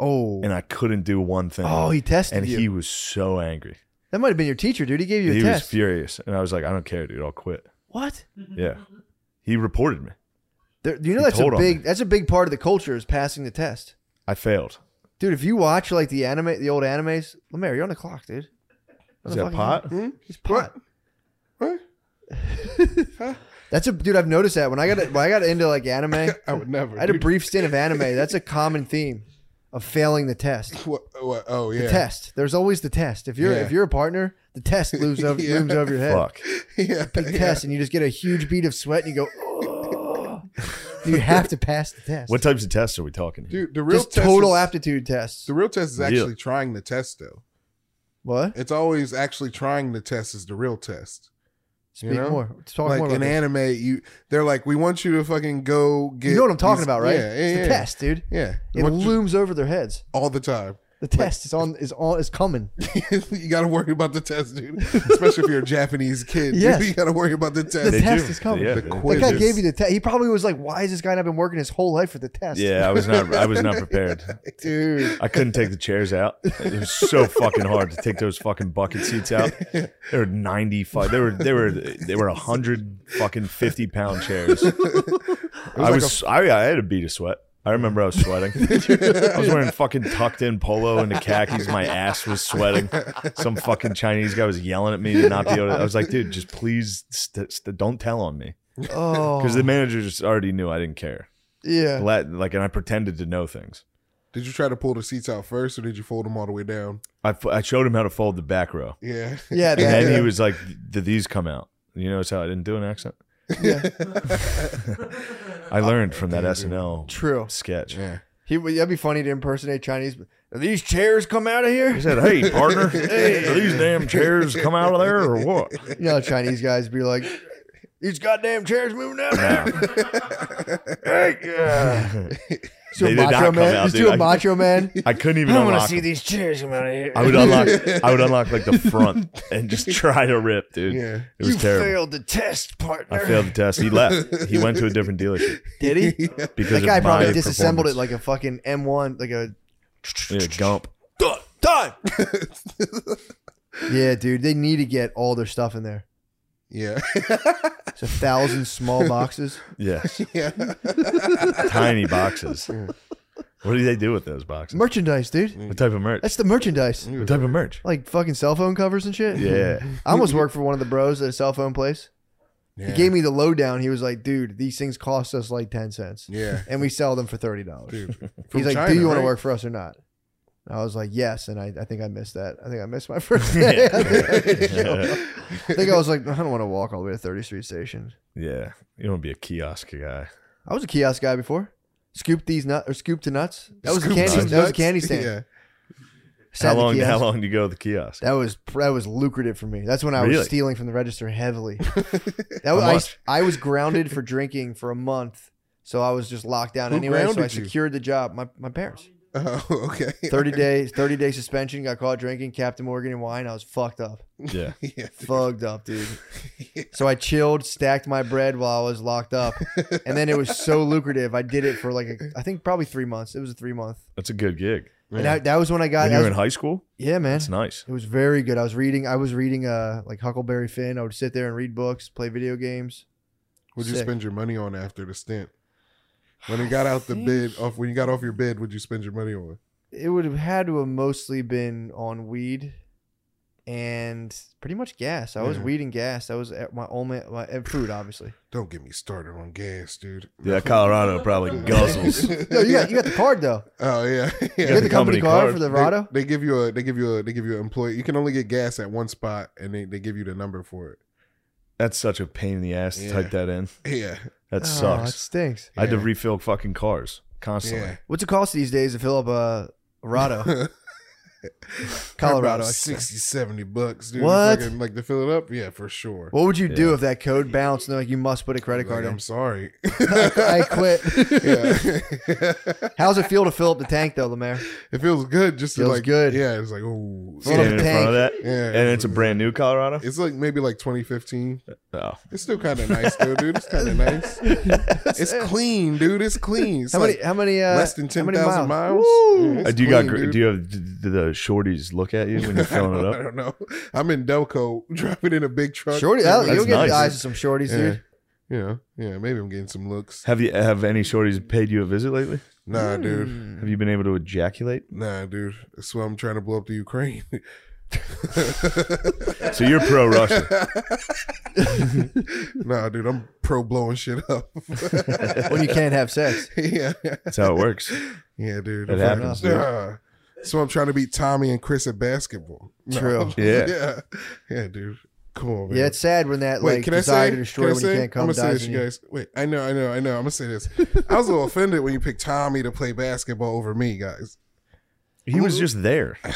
Speaker 1: Oh.
Speaker 2: and I couldn't do one thing.
Speaker 1: oh, he tested
Speaker 2: and
Speaker 1: you.
Speaker 2: he was so angry.
Speaker 1: that might have been your teacher, dude. He gave you a
Speaker 2: he was
Speaker 1: test.
Speaker 2: furious, and I was like, "I don't care, dude. I'll quit."
Speaker 1: what?
Speaker 2: Yeah, he reported me.
Speaker 1: There, you know
Speaker 2: He
Speaker 1: that's a
Speaker 2: told on
Speaker 1: big
Speaker 2: me.
Speaker 1: that's a big part of the culture is passing the test.
Speaker 2: I failed.
Speaker 1: Dude, if you watch like the anime the old animes, Lemaire, you're on the clock, dude. On
Speaker 2: Is
Speaker 1: the
Speaker 2: that
Speaker 1: fucking-
Speaker 2: pot?
Speaker 1: He's pot.
Speaker 3: What?
Speaker 1: That's a dude, I've noticed that. When I got when I got into like anime, I
Speaker 3: I would never.
Speaker 1: had a
Speaker 3: dude.
Speaker 1: brief stint of anime. That's a common theme of failing the test.
Speaker 3: What, what, oh yeah.
Speaker 1: The test. There's always the test. If you're
Speaker 3: Yeah.
Speaker 1: if you're a partner, the test looms over,
Speaker 3: Yeah.
Speaker 1: looms over your head.
Speaker 2: Fuck.
Speaker 3: yeah.
Speaker 1: Big
Speaker 3: yeah.
Speaker 1: test, and you just get a huge bead of sweat, and you go. "Ugh." you have to pass the test.
Speaker 2: What types of tests are we talking? Here?
Speaker 3: Dude, the real
Speaker 1: Just
Speaker 3: test
Speaker 1: total
Speaker 3: is,
Speaker 1: aptitude tests.
Speaker 3: The real test is
Speaker 2: Real.
Speaker 3: actually trying the test though.
Speaker 1: What?
Speaker 3: It's always actually trying the test is the real test. you
Speaker 1: Speak
Speaker 3: know?
Speaker 1: more. Talk
Speaker 3: like
Speaker 1: more about
Speaker 3: in
Speaker 1: this.
Speaker 3: anime, you they're like, we want you to fucking go get.
Speaker 1: You know what I'm talking
Speaker 3: these-
Speaker 1: about, right?
Speaker 3: Yeah, yeah,
Speaker 1: it's the
Speaker 3: yeah.
Speaker 1: test, dude.
Speaker 3: Yeah,
Speaker 1: It
Speaker 3: What you-
Speaker 1: looms over their heads.
Speaker 3: all the time.
Speaker 1: The test is on is on is coming.
Speaker 3: you got to worry about the test, dude. Especially if you're a Japanese kid, dude.
Speaker 1: Yes.
Speaker 3: you got to worry about the test.
Speaker 1: The test is coming.
Speaker 2: Yeah,
Speaker 3: The
Speaker 2: they-
Speaker 1: That
Speaker 3: quiz.
Speaker 1: guy
Speaker 3: Quizzes.
Speaker 1: gave you the test. He probably was like, "Why is this guy not been working his whole life for the test?"
Speaker 2: yeah, I was not. I was not prepared.
Speaker 1: dude.
Speaker 2: I couldn't take the chairs out. It was so fucking hard to take those fucking bucket seats out. They were ninety five. They were they were they were hundred fucking fifty pound chairs. I was I I had a bead of sweat. I remember I was sweating. I was wearing fucking tucked in polo and the khakis. My ass was sweating. Some fucking Chinese guy was yelling at me to not be able to. I was like, dude, just please st- st- don't tell on me
Speaker 1: Oh,
Speaker 2: because the manager just already knew I didn't care.
Speaker 1: yeah.
Speaker 2: Let- Like, and I pretended to know things.
Speaker 3: Did you try to pull the seats out first, or did you fold them all the way down?
Speaker 2: I, f- I showed him how to fold the back row.
Speaker 3: Yeah.
Speaker 1: Yeah,
Speaker 2: And
Speaker 1: that-
Speaker 2: then he was like, "Did these come out?" You notice how I didn't do an accent? I learned from that SNL
Speaker 1: True.
Speaker 2: sketch.
Speaker 3: yeah.
Speaker 1: He would- that'd be funny to impersonate Chinese. Are these chairs come out of here?
Speaker 2: He said, "Hey, partner, do these damn chairs come out of there or what?"
Speaker 1: You know, Chinese guys be like, these goddamn chairs moving out of there.
Speaker 2: Hey, yeah.
Speaker 1: Just do a
Speaker 2: They did not
Speaker 1: macho
Speaker 2: come
Speaker 1: man.
Speaker 2: out,
Speaker 1: Just
Speaker 2: dude.
Speaker 1: do a
Speaker 2: I-
Speaker 1: macho man.
Speaker 2: I couldn't even unlock. them.
Speaker 1: these chairs come out of here.
Speaker 2: I would unlock. I would unlock like the front and just try to rip, dude.
Speaker 3: Yeah.
Speaker 2: It was
Speaker 1: you
Speaker 2: terrible.
Speaker 1: failed the test, partner.
Speaker 2: I failed the test. He left. He went to a different dealership
Speaker 1: Did he?
Speaker 2: because
Speaker 1: That guy
Speaker 2: of
Speaker 1: probably
Speaker 2: my
Speaker 1: disassembled it
Speaker 2: performance.
Speaker 1: like a fucking M1, like a
Speaker 2: yeah, Gump.
Speaker 1: done. yeah, dude, they need to get all their stuff in there.
Speaker 3: Yeah.
Speaker 1: It's a thousand small boxes.
Speaker 2: Yes,
Speaker 3: yeah.
Speaker 2: tiny boxes. What do they do with those boxes?
Speaker 1: Merchandise, dude.
Speaker 2: What type of merch?
Speaker 1: That's the merchandise.
Speaker 2: What type of merch?
Speaker 1: Like fucking cell phone covers and shit.
Speaker 2: Yeah.
Speaker 1: I almost worked for one of the bros at a cell phone place. He
Speaker 3: Yeah.
Speaker 1: gave me the lowdown. He was like, dude, these things cost us like 10 cents.
Speaker 3: Yeah.
Speaker 1: And we sell them for $30.
Speaker 3: Dude.
Speaker 1: He's
Speaker 3: From
Speaker 1: like,
Speaker 3: China,
Speaker 1: do you want to
Speaker 3: right?
Speaker 1: work for us or not? And I was like, yes. And I, I think I missed that. I think I missed my first day. I think I was like, I don't want to walk all the way to 30th Street Station.
Speaker 2: Yeah, you don't be a kiosk guy.
Speaker 1: I was a kiosk guy before. Scoop these nuts or scoop to nuts. That was a
Speaker 3: Scoop
Speaker 1: candy.
Speaker 3: some
Speaker 1: That was a
Speaker 3: nuts.
Speaker 1: candy stand.
Speaker 3: Yeah.
Speaker 1: Sat
Speaker 2: How
Speaker 1: in the
Speaker 2: long?
Speaker 1: kiosk.
Speaker 2: How long do you go to the kiosk?
Speaker 1: That was that was lucrative for me. That's when I
Speaker 2: Really?
Speaker 1: was stealing from the register heavily. That was, I-
Speaker 2: much?
Speaker 1: I, was grounded for drinking for a month, so I was just locked down
Speaker 3: Who
Speaker 1: anyway. So I
Speaker 3: grounded you?
Speaker 1: secured the job. My my parents.
Speaker 3: Oh, okay.
Speaker 1: Thirty days, thirty day suspension. Got caught drinking Captain Morgan and wine. I was fucked up,
Speaker 2: Yeah,
Speaker 3: Yeah.
Speaker 1: fucked up, dude. So I chilled, stacked my bread while I was locked up, and then it was so lucrative. I did it for like a, I think probably three months. It was a three month,
Speaker 2: that's a good gig.
Speaker 1: and I, that was when I got.
Speaker 2: When you were
Speaker 1: that
Speaker 2: in
Speaker 1: was-
Speaker 2: high school,
Speaker 1: yeah, man.
Speaker 2: it's nice.
Speaker 1: It was very good. I was reading. I was reading uh like Huckleberry Finn. I would sit there and read books, play video games.
Speaker 3: What'd you
Speaker 1: Sick.
Speaker 3: spend your money on after the stint? When it got out the oh. bid, off when you got off your bid, what'd you spend your money on?
Speaker 1: It would have had to have mostly been on weed and pretty much gas. I was
Speaker 3: Yeah.
Speaker 1: weed and gas. That was at my only my and food, obviously.
Speaker 3: Don't get me started on gas, dude.
Speaker 2: Yeah, Colorado probably guzzles.
Speaker 1: No, you got you got the card though.
Speaker 3: Oh yeah, yeah.
Speaker 1: You got the company,
Speaker 2: company
Speaker 1: card,
Speaker 2: card.
Speaker 1: for the
Speaker 3: They-
Speaker 1: Verado.
Speaker 3: They, give you a they give you a they give you an employee. You can only get gas at one spot, and they, they give you the number for it.
Speaker 2: That's such a pain in the ass to
Speaker 3: Yeah.
Speaker 2: type that in.
Speaker 3: Yeah,
Speaker 2: That
Speaker 1: Oh, it
Speaker 2: sucks.
Speaker 1: stinks.
Speaker 2: I had to
Speaker 3: Yeah.
Speaker 2: refill fucking cars constantly.
Speaker 3: yeah.
Speaker 1: What's it cost these days to fill up a Verado? Colorado.
Speaker 3: About 60, 70 bucks, dude.
Speaker 1: What?
Speaker 3: Fucking, like to fill it up? Yeah, for sure.
Speaker 1: What would you do if that code bounced and they're like you must put a credit
Speaker 3: Like,
Speaker 1: card in?
Speaker 3: I'm sorry.
Speaker 1: I quit.
Speaker 3: yeah.
Speaker 1: How's it feel to fill up the tank though, Lemaire?
Speaker 3: it feels good just to
Speaker 1: Feels
Speaker 3: like
Speaker 1: good.
Speaker 3: Yeah, it's like oh
Speaker 1: Full of
Speaker 2: Standing in front of that,
Speaker 3: Yeah.
Speaker 2: and it's a brand new Colorado.
Speaker 3: It's like maybe like 2015.
Speaker 2: Oh,
Speaker 3: It's still kind of nice though, dude. It's kind of nice. It's clean, dude. It's clean. It's
Speaker 1: How
Speaker 3: like
Speaker 1: many? How many? Uh,
Speaker 3: less than
Speaker 1: how
Speaker 3: ten
Speaker 1: many
Speaker 3: thousand miles.
Speaker 1: Woo!
Speaker 3: Yeah, it's
Speaker 2: Uh, do you got?
Speaker 3: clean,
Speaker 2: gr
Speaker 3: dude.
Speaker 2: Do you have? Do the shorties look at you when you're
Speaker 3: I
Speaker 2: filling
Speaker 3: don't,
Speaker 2: it
Speaker 3: I
Speaker 2: up?
Speaker 3: don't know. I'm in Delco driving in a big truck.
Speaker 1: Shorty,
Speaker 3: Yeah,
Speaker 1: that-
Speaker 2: that's
Speaker 1: you'll get
Speaker 2: nice.
Speaker 1: the eyes of some shorties,
Speaker 3: yeah.
Speaker 1: dude.
Speaker 3: You know, yeah, maybe I'm getting some looks.
Speaker 2: Have you? Have any shorties paid you a visit lately?
Speaker 3: Nah, dude.
Speaker 2: Have you been able to ejaculate?
Speaker 3: Nah, dude. That's why I'm trying to blow up the Ukraine.
Speaker 2: So you're pro Russia.
Speaker 3: nah, dude. I'm pro blowing shit up.
Speaker 1: when you can't have sex.
Speaker 3: yeah,
Speaker 2: That's how it works.
Speaker 3: yeah, dude.
Speaker 2: It
Speaker 3: I'm
Speaker 2: happens,
Speaker 3: fucking-
Speaker 2: dude.
Speaker 3: Nah. So I'm trying to beat Tommy and Chris at basketball. No.
Speaker 1: True.
Speaker 2: Yeah.
Speaker 3: yeah, yeah, dude. Come on, man.
Speaker 1: Yeah, it's sad when that
Speaker 3: Wait,
Speaker 1: like
Speaker 3: can I
Speaker 1: desire
Speaker 3: say?
Speaker 1: to destroy
Speaker 3: can I
Speaker 1: when
Speaker 3: say?
Speaker 1: you can't
Speaker 3: I'm
Speaker 1: come
Speaker 3: gonna say
Speaker 1: dies
Speaker 3: this,
Speaker 1: in
Speaker 3: you
Speaker 1: you.
Speaker 3: guys. Wait, I know, I know, I know. I'm gonna say this. I was a little offended when you picked Tommy to play basketball over me, guys.
Speaker 2: He was just there.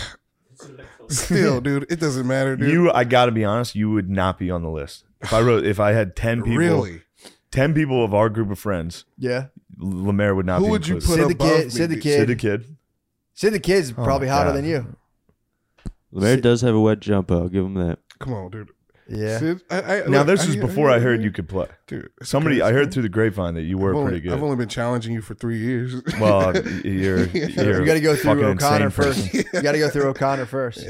Speaker 3: Still, dude, it doesn't matter, dude.
Speaker 2: You, I gotta be honest, you would not be on the list. If I wrote, if I had ten people,
Speaker 3: really?
Speaker 2: ten people of our group of friends,
Speaker 1: Yeah,
Speaker 2: Lemaire would not
Speaker 3: Who
Speaker 2: be
Speaker 3: would you
Speaker 2: included.
Speaker 1: Sid
Speaker 3: put
Speaker 1: the
Speaker 3: above
Speaker 1: kid-
Speaker 3: me?
Speaker 1: Sid the
Speaker 3: dude?
Speaker 2: Sid
Speaker 1: Kid.
Speaker 2: the kid.
Speaker 1: Sid the kid's
Speaker 2: Oh
Speaker 1: probably
Speaker 2: my
Speaker 1: hotter
Speaker 2: God.
Speaker 1: than you.
Speaker 4: Lemaire does have a wet jumper. I'll give him that.
Speaker 3: Come on, dude.
Speaker 1: Yeah,
Speaker 3: Sid, I, I,
Speaker 2: Now
Speaker 3: look,
Speaker 2: this was
Speaker 3: I-
Speaker 2: before I heard you could play.
Speaker 3: Dude, it's
Speaker 2: Somebody,
Speaker 3: okay.
Speaker 2: I heard through the grapevine that you were
Speaker 3: I've only,
Speaker 2: pretty
Speaker 3: I've
Speaker 2: good.
Speaker 3: only been challenging you for three years.
Speaker 2: Well, you're, you're
Speaker 1: you got to go
Speaker 2: fucking
Speaker 1: through O'Connor
Speaker 2: insane person.
Speaker 1: first. You got to go through O'Connor first.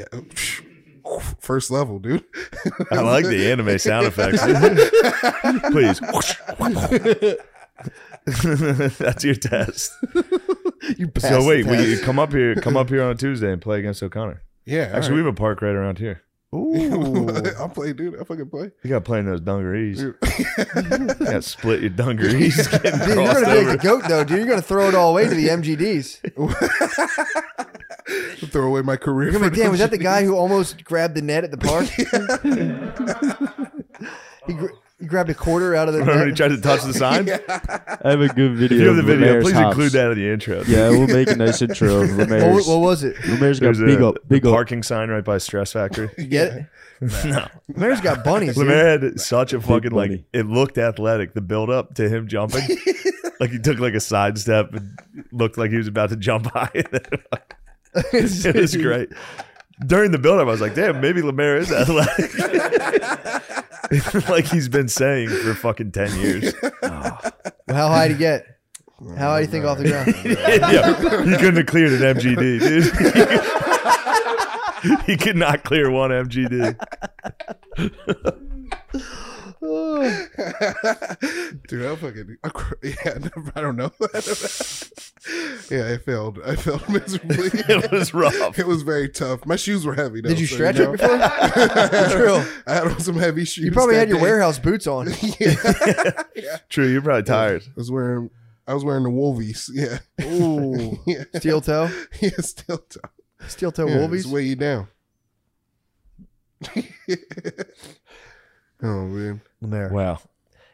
Speaker 3: First level, dude.
Speaker 2: I like the anime sound effects. Please. That's your test.
Speaker 1: You passed
Speaker 2: So wait,
Speaker 1: the
Speaker 2: will you
Speaker 1: test.
Speaker 2: come up here? Come up here on a Tuesday and play against O'Connor.
Speaker 3: Yeah,
Speaker 2: Actually, we have a park right around here.
Speaker 1: Ooh.
Speaker 3: I'll play, dude. I fucking play.
Speaker 2: You got playing those dungarees. You
Speaker 3: Dude.
Speaker 2: got split your dungarees. Getting
Speaker 1: Dude, you're
Speaker 2: crossed
Speaker 1: gonna take
Speaker 2: over.
Speaker 1: the goat though, dude. You're gonna throw it all away to the MGDs.
Speaker 3: Throw away my career.
Speaker 1: You're gonna
Speaker 3: for
Speaker 1: be like, damn, was that the
Speaker 3: them.
Speaker 1: guy who almost grabbed the net at the park? he, gr- You grabbed a quarter out of the
Speaker 2: Remember when he
Speaker 1: net.
Speaker 2: tried to touch the sign?
Speaker 4: I have a good video.
Speaker 2: If you have the
Speaker 4: of
Speaker 2: video,
Speaker 4: Lemaire's
Speaker 2: please
Speaker 4: hops.
Speaker 2: include that in the intro.
Speaker 4: Yeah, we'll make a nice intro of
Speaker 1: What,
Speaker 4: Lemaire's.
Speaker 1: wa- what was it?
Speaker 4: Lemaire's got
Speaker 2: There's a,
Speaker 4: big up, big
Speaker 2: a
Speaker 4: up.
Speaker 2: parking sign right by Stress Factory.
Speaker 1: You get it?
Speaker 2: no.
Speaker 1: Mayor's got bunnies. dude.
Speaker 2: Lemaire had such a fucking like
Speaker 4: bunny.
Speaker 2: it looked athletic. The build up to him jumping, like he took like a side step and looked like he was about to jump high. it was great. During the build up, I was like, "Damn, maybe Lemaire is athletic," like he's been saying for fucking ten years.
Speaker 1: How high to get? How high do you think off the ground?
Speaker 2: yeah, he couldn't have cleared an MGD, dude. he could not clear one MGD.
Speaker 3: Oh, Dude, I fucking I cr- yeah. I don't know. yeah, I failed. I failed miserably.
Speaker 2: It was rough.
Speaker 3: It was very tough. My shoes were heavy. Though,
Speaker 1: Did you
Speaker 3: so,
Speaker 1: stretch
Speaker 3: know.
Speaker 1: it before? True.
Speaker 3: I had on some heavy shoes.
Speaker 1: You probably had
Speaker 3: that
Speaker 1: your
Speaker 3: day.
Speaker 1: warehouse boots on.
Speaker 3: yeah,
Speaker 2: True, you're probably tired.
Speaker 3: I was wearing. I was wearing the Wolvies. Yeah,
Speaker 1: Ooh.
Speaker 3: yeah,
Speaker 1: Steel toe?
Speaker 3: yeah. Still tough.
Speaker 1: Steel toe
Speaker 3: Yeah,
Speaker 1: wolvies?
Speaker 3: It's weigh you down. oh man.
Speaker 1: Lemaire.
Speaker 2: Wow.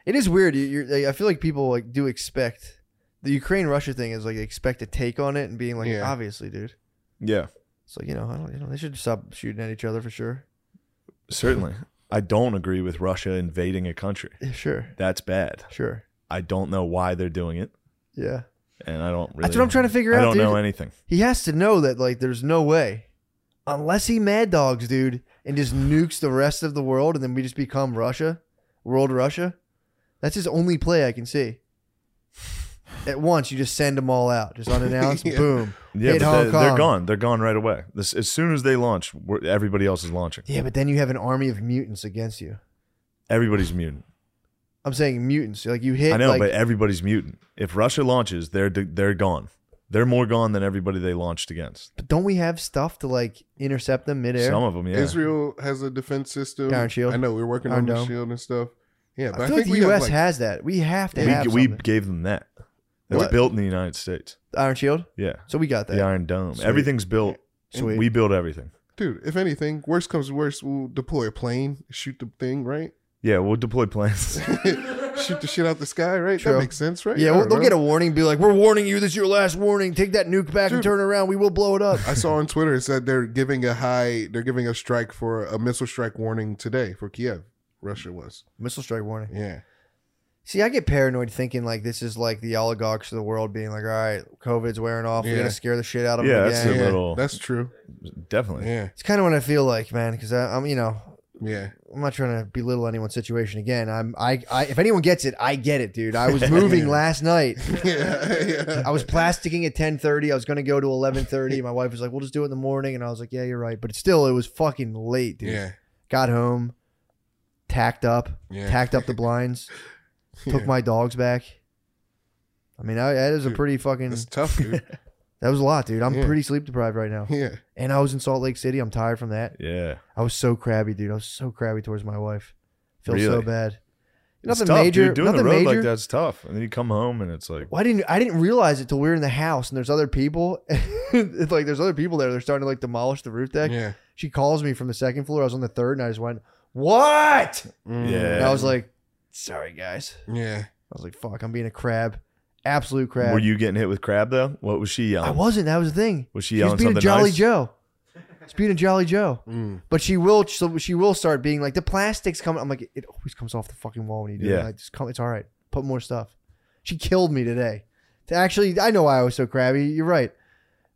Speaker 1: It is weird. You- You're, like, I feel like people like do expect the Ukraine Russia thing is like they expect a take on it and being like,
Speaker 3: Yeah.
Speaker 1: obviously, dude.
Speaker 2: Yeah,
Speaker 1: It's like you know, I don't, you know, they should stop shooting at each other for sure.
Speaker 2: certainly. I don't agree with Russia invading a country.
Speaker 1: Yeah, sure,
Speaker 2: That's bad.
Speaker 1: sure,
Speaker 2: I don't know why they're doing it,
Speaker 1: yeah.
Speaker 2: and I don't really.
Speaker 1: That's what I'm trying to figure
Speaker 2: I
Speaker 1: out.
Speaker 2: don't
Speaker 1: dude.
Speaker 2: know anything.
Speaker 1: He has to know that like there's no way, unless he mad dogs, dude, and just nukes the rest of the world, and then we just become Russia, world Russia. That's his only play I can see. At once, you just send them all out, just unannounced.
Speaker 3: Yeah.
Speaker 1: Boom.
Speaker 2: Yeah,
Speaker 1: Hit
Speaker 2: but
Speaker 1: Hong
Speaker 2: they- they're,
Speaker 1: Kong.
Speaker 2: gone. They're gone right away. This, as soon as they launch, we're, everybody else is launching.
Speaker 1: Yeah, but then you have an army of mutants against you.
Speaker 2: Everybody's mutant.
Speaker 1: I'm saying mutants. Like you hit.
Speaker 2: I know,
Speaker 1: like,
Speaker 2: but everybody's mutant. If Russia launches, they're they're gone. They're more gone than everybody they launched against.
Speaker 1: but don't we have stuff to like intercept them midair?
Speaker 2: Some of them, yeah.
Speaker 3: Israel has a defense system.
Speaker 1: Iron shield.
Speaker 3: I know we are working
Speaker 1: Iron
Speaker 3: on the
Speaker 1: dome.
Speaker 3: shield and stuff. Yeah, but
Speaker 1: I
Speaker 3: I,
Speaker 1: feel like
Speaker 3: think
Speaker 1: the
Speaker 3: we
Speaker 1: U.S.
Speaker 3: have, like,
Speaker 1: has that. We have to have
Speaker 2: we we
Speaker 1: something.
Speaker 2: gave them that. That's
Speaker 1: What?
Speaker 2: built in the United States.
Speaker 1: The Iron Shield.
Speaker 2: Yeah,
Speaker 1: So we got that.
Speaker 2: the Iron Dome.
Speaker 1: Sweet.
Speaker 2: Everything's built.
Speaker 1: Sweet.
Speaker 2: We build everything.
Speaker 3: dude. If anything, worst comes to worst, we'll deploy a plane, shoane, shoot the thing, right?
Speaker 2: Yeah, we'll deploy planes.
Speaker 3: shoot the shit out the sky, right?
Speaker 1: True.
Speaker 3: That makes sense, right?
Speaker 1: yeah,
Speaker 3: I
Speaker 1: we'll,
Speaker 3: don't
Speaker 1: they'll
Speaker 3: know.
Speaker 1: get a warning. Be like, we're warning you. This is your last warning. Take that nuke back and
Speaker 3: Dude.
Speaker 1: turn around. We will blow it up.
Speaker 3: I saw on Twitter it said they're giving a high, they're giving a strike for a missile strike warning today for Kiev. Russia was.
Speaker 1: Missile strike warning.
Speaker 3: Yeah.
Speaker 1: See, I get paranoid thinking like this is like the oligarchs of the world being like, all right, COVID's wearing off. We
Speaker 3: Yeah.
Speaker 1: gotta scare the shit out of
Speaker 2: Yeah,
Speaker 1: them
Speaker 2: that's
Speaker 1: again.
Speaker 2: a
Speaker 3: yeah
Speaker 2: little-
Speaker 3: That's true.
Speaker 2: Definitely.
Speaker 3: Yeah.
Speaker 1: It's kind of what I feel like, man, because I'm, you know,
Speaker 3: Yeah.
Speaker 1: I'm not trying to belittle anyone's situation again. I'm, I, I, if anyone gets it, I get it, dude. I was moving last night.
Speaker 3: Yeah. yeah.
Speaker 1: I was plasticking at 10:30. I was going to go to 11:30. My wife was like, "We'll just do it in the morning," and I was like, "Yeah, you're right." But still, it was fucking late, dude.
Speaker 3: Yeah.
Speaker 1: Got home, tacked up,
Speaker 3: Yeah.
Speaker 1: tacked up the blinds, took
Speaker 3: Yeah.
Speaker 1: my dogs back. I mean, I, that is a
Speaker 3: Dude,
Speaker 1: pretty fucking.
Speaker 3: That's tough, dude.
Speaker 1: That was a lot, dude. I'm
Speaker 3: Yeah.
Speaker 1: pretty sleep deprived right now,
Speaker 3: Yeah.
Speaker 1: and I was in Salt Lake City. I'm tired from that.
Speaker 2: Yeah.
Speaker 1: I was so crabby, dude. I was so crabby towards my wife. Feel so
Speaker 2: Really?
Speaker 1: bad.
Speaker 2: It's
Speaker 1: Nothing
Speaker 2: tough,
Speaker 1: major.
Speaker 2: Dude. Doing
Speaker 1: nothing
Speaker 2: the road
Speaker 1: major.
Speaker 2: like that's tough. And then you come home and it's like,
Speaker 1: Why didn't I didn't realize it till we were in the house and there's other people. it's like there's other people there. They're starting to like demolish the roof deck.
Speaker 3: Yeah.
Speaker 1: She calls me from the second floor. I was on the third and I just went, What?
Speaker 3: Mm.
Speaker 2: Yeah.
Speaker 1: And I was like, sorry guys.
Speaker 3: Yeah.
Speaker 1: I was like, fuck, I'm being a crab. Absolute crab.
Speaker 2: were you getting hit with crab though? What was she yelling?
Speaker 1: I wasn't. That was the thing.
Speaker 2: Was she
Speaker 1: She was
Speaker 2: yelling
Speaker 1: being a
Speaker 2: something
Speaker 1: Jolly
Speaker 2: nice?
Speaker 1: Joe. She's being a Jolly Joe.
Speaker 3: Mm.
Speaker 1: But she will so she will start being like, the plastic's coming. I'm like, it always comes off the fucking wall when you do
Speaker 2: Yeah.
Speaker 1: it. Like, just come, it's all right. Put more stuff. She killed me today. To actually, I know why I was so crabby. You're right.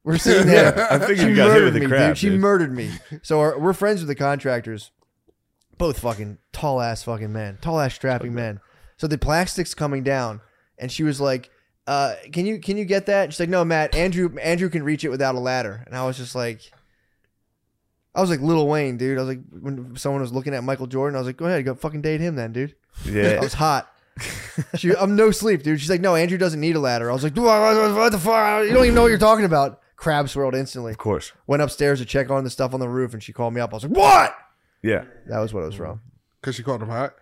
Speaker 1: We're sitting there.
Speaker 2: Yeah, I figured
Speaker 1: She
Speaker 2: you got hit
Speaker 1: murdered
Speaker 2: with
Speaker 1: me,
Speaker 2: a crab.
Speaker 1: dude. She
Speaker 2: dude.
Speaker 1: murdered me. So our, we're friends with the contractors. Both fucking tall ass fucking men, tall ass strapping men. So the plastic's coming down, and she was like, uh, "Can you can you get that?" And she's like, "No, Matt. Andrew Andrew can reach it without a ladder." And I was just like, I was like Lil Wayne, dude. I was like, when someone was looking at Michael Jordan, I was like, "Go ahead, go fucking date him, then, dude." I
Speaker 2: yeah.
Speaker 1: was hot. She, I'm no sleep, dude. She's like, no, Andrew doesn't need a ladder. I was like, what the fuck? You don't even know what you're talking about. Crab swirled instantly.
Speaker 2: Of course.
Speaker 1: Went upstairs to check on the stuff on the roof, and she called me up. I was like, what?
Speaker 2: Yeah.
Speaker 1: That was what it was from.
Speaker 3: Cause she called him hot.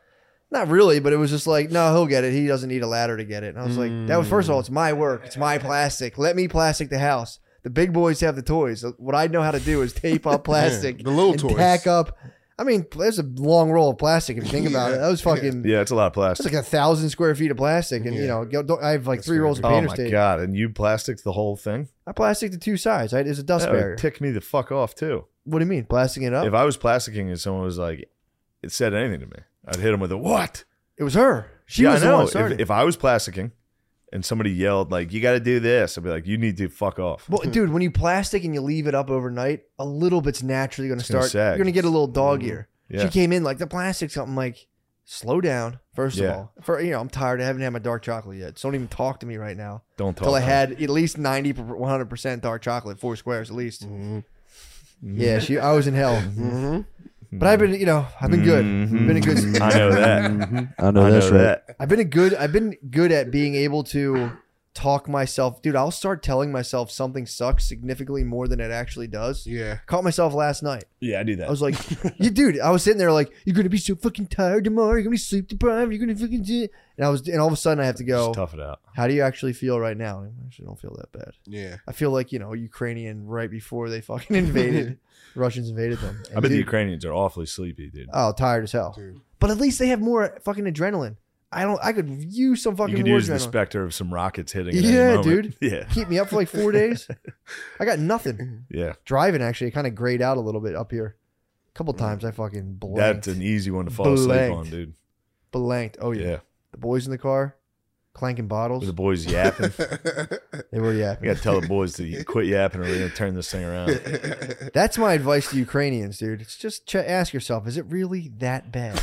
Speaker 1: Not really, but it was just like, no, he'll get it. He doesn't need a ladder to get it. And I was like, that was first of all, it's my work. It's my plastic. Let me plastic the house. The big boys have the toys. What I know how to do is tape up plastic,
Speaker 3: the little
Speaker 1: and
Speaker 3: toys.
Speaker 1: tack up. I mean, there's a long roll of plastic if you think about it. That was fucking.
Speaker 2: Yeah, it's a lot of
Speaker 1: That's
Speaker 2: plastic.
Speaker 1: like a thousand square feet of plastic, and you
Speaker 3: Yeah.
Speaker 1: know, go- don't- I have like
Speaker 3: That's
Speaker 1: three rolls of
Speaker 2: Oh
Speaker 1: painter's
Speaker 2: my
Speaker 1: tape.
Speaker 2: god! And you plasticked the whole thing.
Speaker 1: I plastic to two sides. Right? It's a dust
Speaker 2: That
Speaker 1: barrier. Oh.
Speaker 2: would tick me the fuck off too.
Speaker 1: what do you mean, plastic it up?
Speaker 2: If I was plasticking and someone was like, it said anything to me, I'd hit them with a what?
Speaker 1: it was her. She
Speaker 2: yeah,
Speaker 1: was
Speaker 2: I
Speaker 1: the
Speaker 2: know.
Speaker 1: one. who
Speaker 2: if,
Speaker 1: started.
Speaker 2: if I was plasticking and somebody yelled like, "You got to do this," I'd be like, "You need to fuck off."
Speaker 1: Well, dude, when you plastic and you leave it up overnight, a little bit's naturally going to
Speaker 2: It's gonna
Speaker 1: start.
Speaker 2: sag. Mm-hmm.
Speaker 1: You're going to get a little dog ear.
Speaker 2: Yeah.
Speaker 1: She came in like the plastic something like, slow down. First
Speaker 2: Yeah.
Speaker 1: of all, for you know, I'm tired. I haven't had my dark chocolate yet. So don't even talk to me right now
Speaker 2: Don't talk.
Speaker 1: until I
Speaker 2: to me.
Speaker 1: had at least 90, 100 percent dark chocolate, four squares at least.
Speaker 3: Mhm.
Speaker 2: Mm-hmm.
Speaker 1: Yeah, she. I was in hell,
Speaker 3: Mhm.
Speaker 1: but I've been, you know, I've been good.
Speaker 2: Mhm.
Speaker 1: Been a good.
Speaker 2: I know that.
Speaker 4: I
Speaker 2: I
Speaker 4: know
Speaker 2: know
Speaker 4: that's right.
Speaker 2: that.
Speaker 1: I've been a good. I've been good at being able to talk myself, dude. I'll start telling myself something sucks significantly more than it actually does.
Speaker 3: Yeah.
Speaker 1: Caught myself last night.
Speaker 2: Yeah, I do that.
Speaker 1: I was like, you dude, I was sitting there like, you're gonna be so fucking tired tomorrow, you're gonna be sleep deprived, you're gonna fucking do and I was and all of a sudden I have to
Speaker 2: Just
Speaker 1: go,
Speaker 2: tough it out.
Speaker 1: how do you actually feel right now? And I actually don't feel that bad.
Speaker 3: Yeah.
Speaker 1: I feel like, you know, Ukrainian right before they fucking invaded Russians invaded them. And
Speaker 2: I bet the
Speaker 1: dude-
Speaker 2: Ukrainians are awfully sleepy, dude.
Speaker 1: Oh, tired as hell.
Speaker 3: Dude.
Speaker 1: But at least they have more fucking adrenaline. I don't I could use some fucking
Speaker 2: you could
Speaker 1: more
Speaker 2: use the
Speaker 1: adrenaline.
Speaker 2: specter of some rockets hitting. at any
Speaker 1: Yeah,
Speaker 2: moment. Yeah,
Speaker 1: Keep me up for like four days. I got nothing.
Speaker 2: yeah.
Speaker 1: Driving actually, it kind of grayed out a little bit up here. A couple times I fucking blanked.
Speaker 2: That's an easy one to fall asleep
Speaker 1: Blanked.
Speaker 2: on, dude. e-
Speaker 1: blanked. Oh yeah.
Speaker 2: Yeah,
Speaker 1: the boys in the car clanking bottles.
Speaker 2: the boys yapping.
Speaker 1: They were yeah.
Speaker 2: We gotta tell the boys to quit yapping, or we're gonna turn this thing around.
Speaker 1: That's my advice to Ukrainians, dude. It's just ch- ask yourself: Is it really that bad?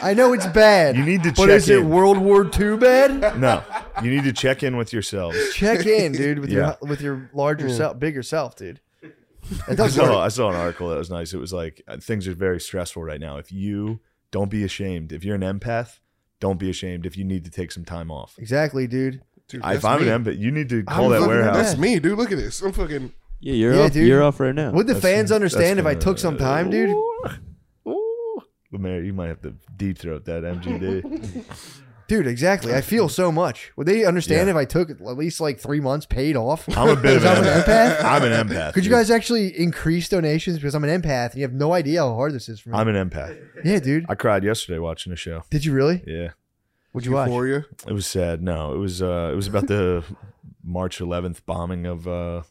Speaker 1: I know it's bad.
Speaker 2: You need to
Speaker 1: but
Speaker 2: check
Speaker 1: is it
Speaker 2: in.
Speaker 1: World War II bad?
Speaker 2: No, you need to check in with yourselves.
Speaker 1: Check in, dude, with
Speaker 2: Yeah.
Speaker 1: your with your larger self, bigger self, dude. That
Speaker 2: I
Speaker 1: does
Speaker 2: saw,
Speaker 1: work.
Speaker 2: I saw an article that was nice. It was like uh, things are very stressful right now. If you don't be ashamed, if you're an empath, don't be ashamed. If you need to take some time off,
Speaker 1: exactly, dude.
Speaker 3: Dude,
Speaker 2: I- if
Speaker 3: that's
Speaker 2: I'm
Speaker 3: me.
Speaker 2: an empath, you need to
Speaker 1: I'm
Speaker 2: call that
Speaker 1: fucking
Speaker 2: warehouse.
Speaker 3: That's me, dude. Look at this. I'm fucking.
Speaker 4: Yeah, you're
Speaker 1: Yeah,
Speaker 4: off.
Speaker 1: dude.
Speaker 4: You're off right now.
Speaker 1: Would the
Speaker 2: That's- uh,
Speaker 1: fans understand if
Speaker 2: that's
Speaker 1: I took some
Speaker 2: gonna-
Speaker 1: time, dude?
Speaker 2: Ooh. Well, Mary, you might have to deep throat that MGD.
Speaker 1: Dude, exactly. I feel so much. Would they understand
Speaker 2: Yeah.
Speaker 1: if I took at least like three months paid off?
Speaker 2: I'm a bit of
Speaker 1: Because
Speaker 2: an
Speaker 1: I'm an
Speaker 2: empath.
Speaker 1: empath?
Speaker 2: I'm an empath.
Speaker 1: Could you
Speaker 2: dude.
Speaker 1: guys actually increase donations because I'm an empath and you have no idea how hard this is for me?
Speaker 2: I'm an empath.
Speaker 1: yeah, dude.
Speaker 2: I cried yesterday watching a show.
Speaker 1: Did you really?
Speaker 2: Yeah,
Speaker 1: What'd you watch?
Speaker 3: Euphoria.
Speaker 2: it was sad. No, it was uh, it was about the March 11th bombing of uh,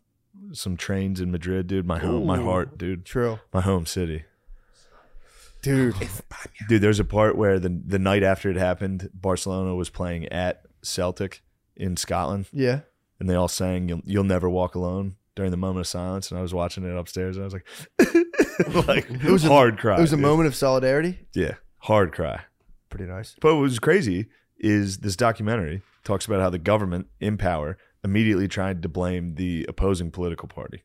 Speaker 2: some trains in Madrid, dude. My home, my
Speaker 3: Ooh.
Speaker 2: heart, dude.
Speaker 1: True,
Speaker 2: My home city,
Speaker 1: dude.
Speaker 2: dude. There's a part where the the night after it happened, Barcelona was playing at Celtic in Scotland,
Speaker 1: Yeah,
Speaker 2: and they all sang "You'll, You'll Never Walk Alone" during the moment of silence. And I was watching it upstairs, and I was like, like it was
Speaker 1: was a-
Speaker 2: hard cry.
Speaker 1: it was a
Speaker 2: dude.
Speaker 1: moment of solidarity.
Speaker 2: Yeah, hard cry.
Speaker 1: Pretty nice.
Speaker 2: But what was crazy is this documentary talks about how the government in power immediately tried to blame the opposing political party.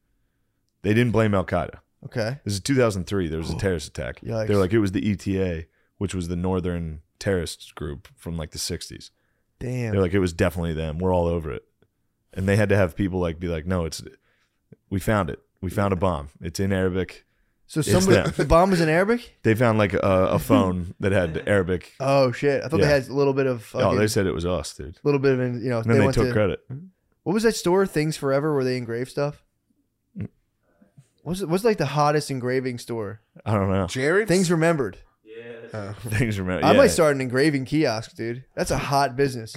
Speaker 2: They didn't blame Al Qaeda.
Speaker 1: Okay.
Speaker 2: This is 2003. There was a terrorist attack.
Speaker 1: Yikes.
Speaker 2: They're like it was the ETA, which was the northern terrorist group from like the 60s.
Speaker 1: Damn.
Speaker 2: They're like it was definitely them. We're all over it. And they had to have people like be like, no, it's we found it. We found a bomb. It's in Arabic.
Speaker 1: so
Speaker 2: it's
Speaker 1: somebody
Speaker 2: them.
Speaker 1: the bomb was in Arabic.
Speaker 2: They found like a, a phone that had Arabic.
Speaker 1: Oh shit! I thought
Speaker 2: Yeah.
Speaker 1: they had a little bit of a
Speaker 2: Oh, they said it was us, dude.
Speaker 1: little bit of you know.
Speaker 2: And then they
Speaker 1: went
Speaker 2: took
Speaker 1: to,
Speaker 2: credit.
Speaker 1: What was that store? Things Forever, where they engrave stuff.
Speaker 2: Mm.
Speaker 1: What's it? What's like the hottest engraving store?
Speaker 2: I don't know.
Speaker 3: Jared.
Speaker 1: Things remembered.
Speaker 3: Uh,
Speaker 2: Things remember.
Speaker 1: I
Speaker 2: yeah.
Speaker 1: might start an engraving kiosk, dude. That's a hot business.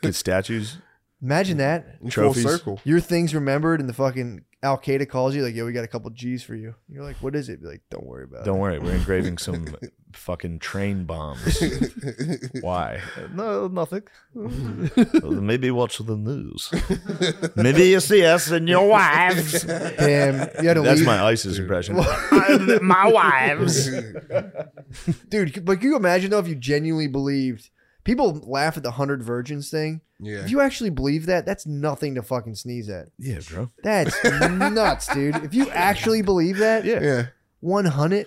Speaker 2: Get statues.
Speaker 1: Imagine that.
Speaker 2: Mm. Trophies.
Speaker 3: Full circle.
Speaker 1: Your things remembered, and the fucking Al Qaeda calls you like, "Yo, we got a couple G's for you." You're like, "What is it?" Be like, "Don't worry about it."
Speaker 2: Don't worry, we're engraving some fucking train bombs. Why? No, nothing. Maybe watch the news. Maybe you see us and your wives.
Speaker 1: Damn, you had to
Speaker 2: That's
Speaker 1: leave,
Speaker 2: my ISIS impression.
Speaker 5: my wives.
Speaker 1: dude. But can you imagine though if you genuinely believed? People laugh at the hundred virgins thing.
Speaker 3: yeah.
Speaker 1: If you actually believe that, that's nothing to fucking sneeze at.
Speaker 2: Yeah, bro.
Speaker 1: That's nuts, dude. If you actually believe that,
Speaker 2: Yeah.
Speaker 3: Yeah.
Speaker 1: one hundred.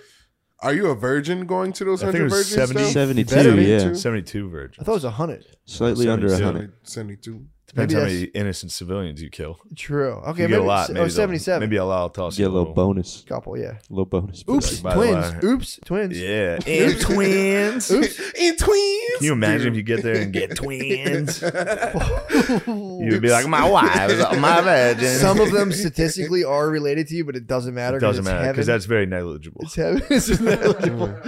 Speaker 3: Are you a virgin going to those
Speaker 2: I think it
Speaker 3: hundred
Speaker 2: was
Speaker 3: virgins?
Speaker 2: 70.
Speaker 3: though?
Speaker 4: Seventy-two.
Speaker 3: Better be
Speaker 4: Yeah,
Speaker 3: too.
Speaker 2: Seventy-two virgin.
Speaker 1: I thought it was hundred.
Speaker 4: slightly under a
Speaker 2: 72.
Speaker 4: hundred.
Speaker 3: Seventy- Seventy-two.
Speaker 2: Depends
Speaker 1: Maybe
Speaker 2: how
Speaker 1: that's-
Speaker 2: many innocent civilians you kill.
Speaker 1: True. Okay,
Speaker 2: you
Speaker 1: maybe
Speaker 2: get a lot.
Speaker 1: s-
Speaker 2: Maybe
Speaker 1: oh,
Speaker 2: they'll-
Speaker 1: 77.
Speaker 2: Maybe I'll, I'll toss
Speaker 4: Get a
Speaker 2: you
Speaker 4: little bonus.
Speaker 1: couple, yeah.
Speaker 4: Little bonus. for
Speaker 1: Oops,
Speaker 4: that.
Speaker 2: by the
Speaker 1: twins.
Speaker 2: way.
Speaker 1: Oops, twins.
Speaker 2: Yeah, and twins. Can
Speaker 1: Oops.
Speaker 3: In twins.
Speaker 2: you imagine if you get there and get twins?
Speaker 1: Some
Speaker 2: You'd be like, my wife, is my virgin.
Speaker 1: of them statistically are related to you, but it doesn't matter.
Speaker 2: it
Speaker 1: 'cause
Speaker 2: doesn't
Speaker 1: it's
Speaker 2: matter because
Speaker 1: heaven.
Speaker 2: that's very negligible.
Speaker 1: It's heaven. It's just negligible.